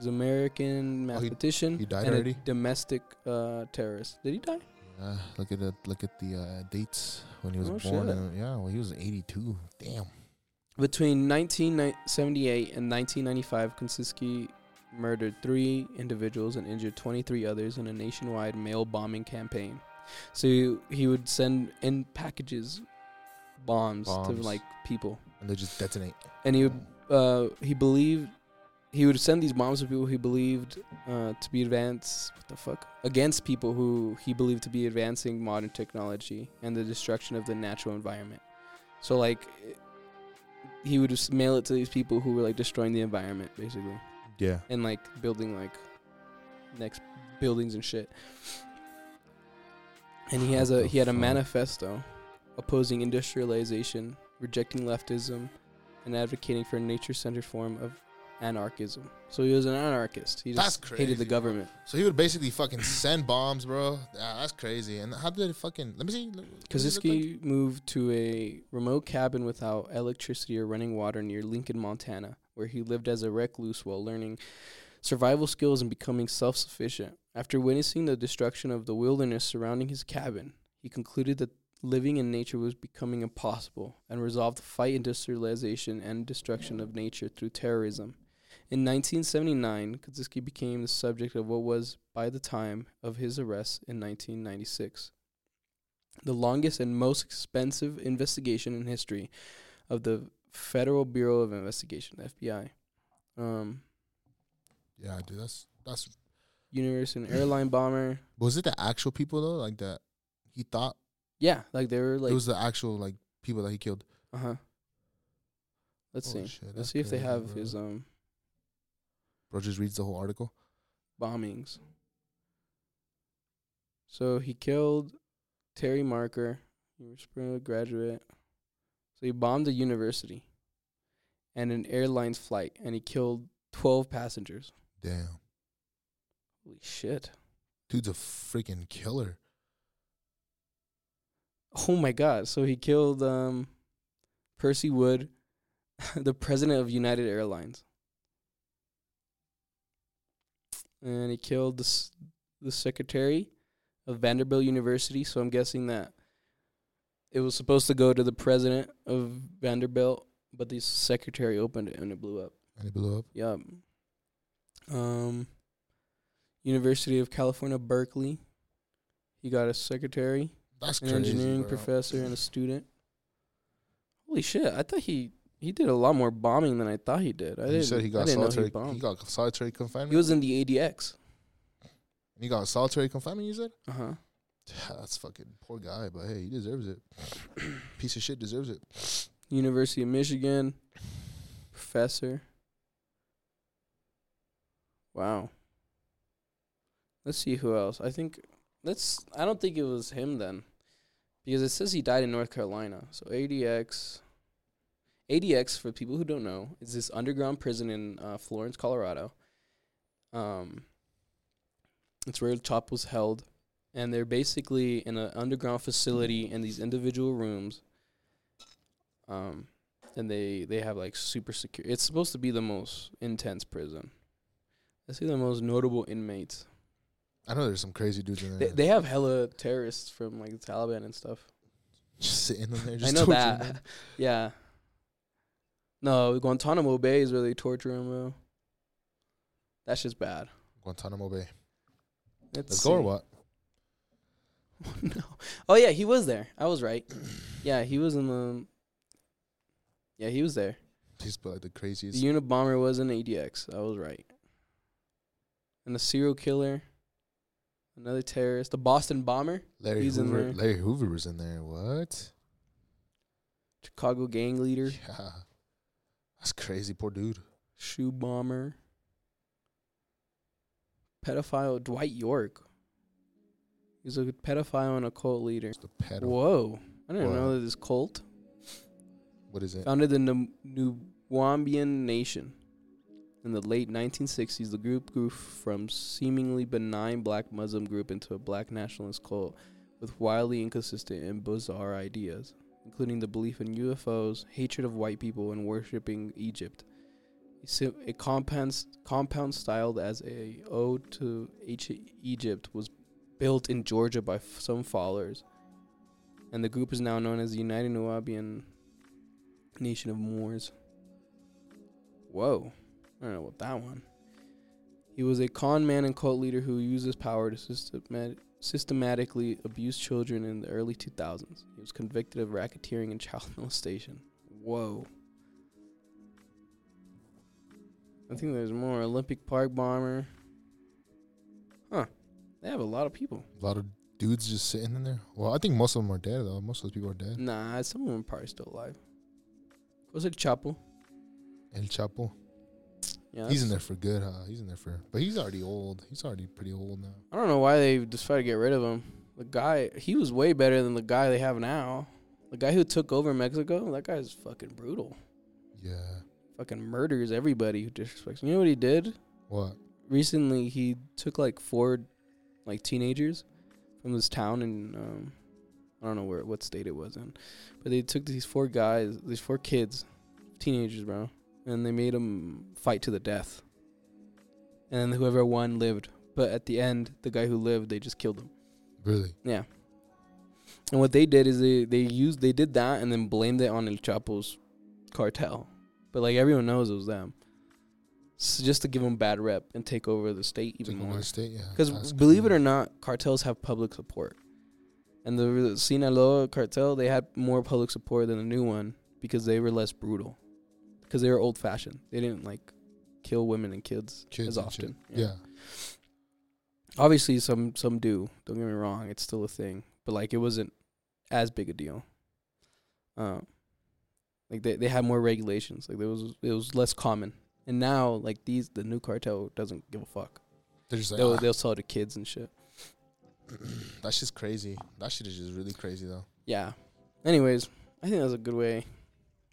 Speaker 1: is an American
Speaker 2: Oh, he-
Speaker 1: mathematician
Speaker 2: he died
Speaker 1: and
Speaker 2: already?
Speaker 1: a domestic uh, terrorist. Did he die?
Speaker 2: Yeah, look at the look at the uh, dates when he was
Speaker 1: Oh,
Speaker 2: born.
Speaker 1: shit.
Speaker 2: and- yeah, well, he was 82. Damn.
Speaker 1: Between 1978 and 1995, Krasinski murdered three individuals and injured 23 others in a nationwide mail bombing campaign. So he, he would send in packages, bombs, to
Speaker 2: Bombs.
Speaker 1: like people,
Speaker 2: And they just detonate.
Speaker 1: and he would uh, he believed he would send these bombs to people he believed uh, to be advanced. What the fuck? Against people who he believed to be advancing modern technology and the destruction of the natural environment. So like, it- he would just mail it to these people who were like destroying the environment, basically,
Speaker 2: Yeah.
Speaker 1: and like building like next buildings and shit. And he has
Speaker 2: What
Speaker 1: a
Speaker 2: the
Speaker 1: he had a
Speaker 2: fuck?
Speaker 1: manifesto opposing industrialization, rejecting leftism, and advocating for a nature-centered form of anarchism. So he was an anarchist. He just
Speaker 2: That's
Speaker 1: hated
Speaker 2: crazy.
Speaker 1: the government.
Speaker 2: So he would basically fucking send bombs, bro. Yeah, that's crazy. And how did it fucking? Let me see. look- what does it look like?
Speaker 1: Kaczynski moved to a remote cabin without electricity or running water near Lincoln, Montana, where he lived as a recluse while learning survival skills and becoming self sufficient. After witnessing the destruction of the wilderness surrounding his cabin, he concluded that living in nature was becoming impossible and resolved to fight industrialization and destruction of nature through terrorism. In 1979, Kaczynski became the subject of what was, by the time of his arrest in 1996, the longest and most expensive investigation in history of the Federal Bureau of Investigation, FBI. Um,
Speaker 2: Yeah, dude. That's that's.
Speaker 1: universe and airline bomber.
Speaker 2: Was it the actual people though? Like that? He thought
Speaker 1: Yeah, like they were like,
Speaker 2: it was the actual like people that he killed.
Speaker 1: uh huh. Let's
Speaker 2: Holy
Speaker 1: see.
Speaker 2: shit, that's
Speaker 1: Let's see if they
Speaker 2: crazy,
Speaker 1: have
Speaker 2: bro.
Speaker 1: his um
Speaker 2: Bro, just reads the whole article.
Speaker 1: bombings. So he killed Terry Marker, Spring graduate. So he bombed a university and an airline's flight, and he killed twelve passengers.
Speaker 2: Damn,
Speaker 1: Holy shit!
Speaker 2: dude's a freaking killer.
Speaker 1: Oh my god! So he killed um Percy Wood, [laughs] the president of United Airlines, and he killed the s- the secretary of Vanderbilt University. So I'm guessing that it was supposed to go to the president of Vanderbilt, but the secretary opened it and it blew up.
Speaker 2: And it blew up.
Speaker 1: Yep. Um, University of California, Berkeley. He got a secretary
Speaker 2: That's
Speaker 1: an
Speaker 2: crazy.
Speaker 1: engineering
Speaker 2: bro.
Speaker 1: professor and a student. Holy shit! I thought he he did a lot more bombing than I thought he did. I
Speaker 2: he
Speaker 1: didn't.
Speaker 2: said he
Speaker 1: I
Speaker 2: got
Speaker 1: didn't know
Speaker 2: solitary.
Speaker 1: he bombed.
Speaker 2: He
Speaker 1: He,
Speaker 2: got solitary confinement.
Speaker 1: was in the ADX.
Speaker 2: he got solitary confinement. You said. [sighs]
Speaker 1: Uh huh.
Speaker 2: That's fucking poor guy, but hey, he
Speaker 1: [coughs]
Speaker 2: deserves it. Piece of shit deserves it.
Speaker 1: University of Michigan professor. Wow. Let's see who else. I think let's. I don't think it was him then, because it says he died in North Carolina. So ADX. ADX, for people who don't know, is this underground prison in uh, Florence, Colorado. Um, it's where Chop was held, and they're basically in an underground facility in these individual rooms. Um, and they they have like super secure. It's supposed to be the most intense prison. I see the most notable inmates.
Speaker 2: I know there's some crazy dudes in
Speaker 1: They,
Speaker 2: there
Speaker 1: they have hella terrorists from like the Taliban and stuff.
Speaker 2: [laughs] just sitting in there.
Speaker 1: I
Speaker 2: Just
Speaker 1: know
Speaker 2: torturing
Speaker 1: that.
Speaker 2: them.
Speaker 1: [laughs] yeah. No, Guantanamo Bay is where they torture him, bro. That's just bad.
Speaker 2: [laughs] Guantanamo Bay.
Speaker 1: Let's,
Speaker 2: Let's go or
Speaker 1: see. [laughs]
Speaker 2: what?
Speaker 1: no. Oh yeah, he was there. I was right. [clears throat] Yeah, he was in the. Yeah, he was there.
Speaker 2: He's like the
Speaker 1: The
Speaker 2: craziest.
Speaker 1: Unabomber was an ADX. I was right. And the serial killer, another terrorist, the Boston bomber,
Speaker 2: Larry
Speaker 1: he's in
Speaker 2: Hoover.
Speaker 1: there.
Speaker 2: Larry Hoover was in there. What?
Speaker 1: Chicago gang leader,
Speaker 2: Yeah, that's crazy. Poor dude.
Speaker 1: shoe bomber, pedophile Dwight York. He's a pedophile and a cult leader.
Speaker 2: Just a pedo.
Speaker 1: Whoa, I didn't
Speaker 2: Wow.
Speaker 1: know that this cult
Speaker 2: What is it?
Speaker 1: founded the Nu- Nubian nation. In the late 1960s, the group grew from seemingly benign black Muslim group into a black nationalist cult with wildly inconsistent and bizarre ideas, including the belief in UFOs, hatred of white people, and worshipping Egypt. A si- A compound, compound styled as a ode to H- Egypt was built in Georgia by f- some followers, and the group is now known as the United Nubian Nation of Moors. Whoa. I don't know about that one. He was a con man and cult leader who used his power to systemat- systematically abuse children in the early 2000s. He was convicted of racketeering and child [laughs] molestation. Whoa. I think there's more. Olympic Park bomber. Huh. They have a lot of people.
Speaker 2: A lot of dudes just sitting in there. Well, I think most of them are dead though. Most of those people are dead.
Speaker 1: Nah, some of them are probably still alive. Was it Chapo? Mm.
Speaker 2: El Chapo,
Speaker 1: Yeah,
Speaker 2: he's
Speaker 1: that's-
Speaker 2: in there for good. Huh? He's in there for, but he's already old. He's already pretty old now.
Speaker 1: I don't know why they decided to get rid of him. The guy, he was way better than the guy they have now. The guy who took over Mexico, that guy's fucking brutal.
Speaker 2: Yeah.
Speaker 1: Fucking murders everybody who disrespects. him. You know what he did?
Speaker 2: What?
Speaker 1: Recently, he took like four, like teenagers, from this town in, um, I don't know where what state it was in, but they took these four guys, these four kids, teenagers, bro, and they made them fight to the death. And then whoever won lived, but at the end, the guy who lived, they just killed him.
Speaker 2: Really?
Speaker 1: Yeah. And what they did is they they used they did that and then blamed it on El Chapo's cartel, but like everyone knows it was them. So just to give them bad rep and take over the state even
Speaker 2: Took over
Speaker 1: more.
Speaker 2: the state. Yeah.
Speaker 1: Because
Speaker 2: that's
Speaker 1: believe it
Speaker 2: crazy.
Speaker 1: or not, cartels have public support, and the Sinaloa cartel they had more public support than the new one because they were less brutal, because they were old fashioned. They didn't like kill women and kids, as
Speaker 2: and shit.
Speaker 1: often.
Speaker 2: Yeah.
Speaker 1: Obviously, some some do. Don't get me wrong; it's still a thing, but like it wasn't as big a deal. Um, like they they had more regulations. Like there was it was less common, and now like these the new cartel doesn't give a fuck.
Speaker 2: They're just like,
Speaker 1: They'll
Speaker 2: "Ah."
Speaker 1: they'll sell it to kids and shit.
Speaker 2: [clears throat] that shit's crazy. That shit is just really crazy though.
Speaker 1: Yeah. Anyways, I think that was a good way,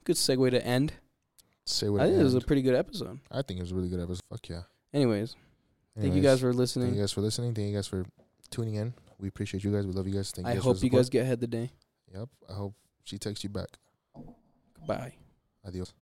Speaker 1: good segue to end.
Speaker 2: Say what
Speaker 1: I
Speaker 2: I
Speaker 1: think it was a pretty good episode.
Speaker 2: I think it was a really good episode. Fuck yeah.
Speaker 1: Anyways, thank you
Speaker 2: Anyways,
Speaker 1: guys for
Speaker 2: Thank
Speaker 1: listening.
Speaker 2: you guys for listening. Thank you guys for tuning in. We appreciate you guys. We love you guys. Thank you
Speaker 1: I
Speaker 2: guys
Speaker 1: hope
Speaker 2: for
Speaker 1: you
Speaker 2: the
Speaker 1: guys
Speaker 2: support.
Speaker 1: get ahead the day.
Speaker 2: Yep. I hope she texts you back.
Speaker 1: Bye.
Speaker 2: Adios.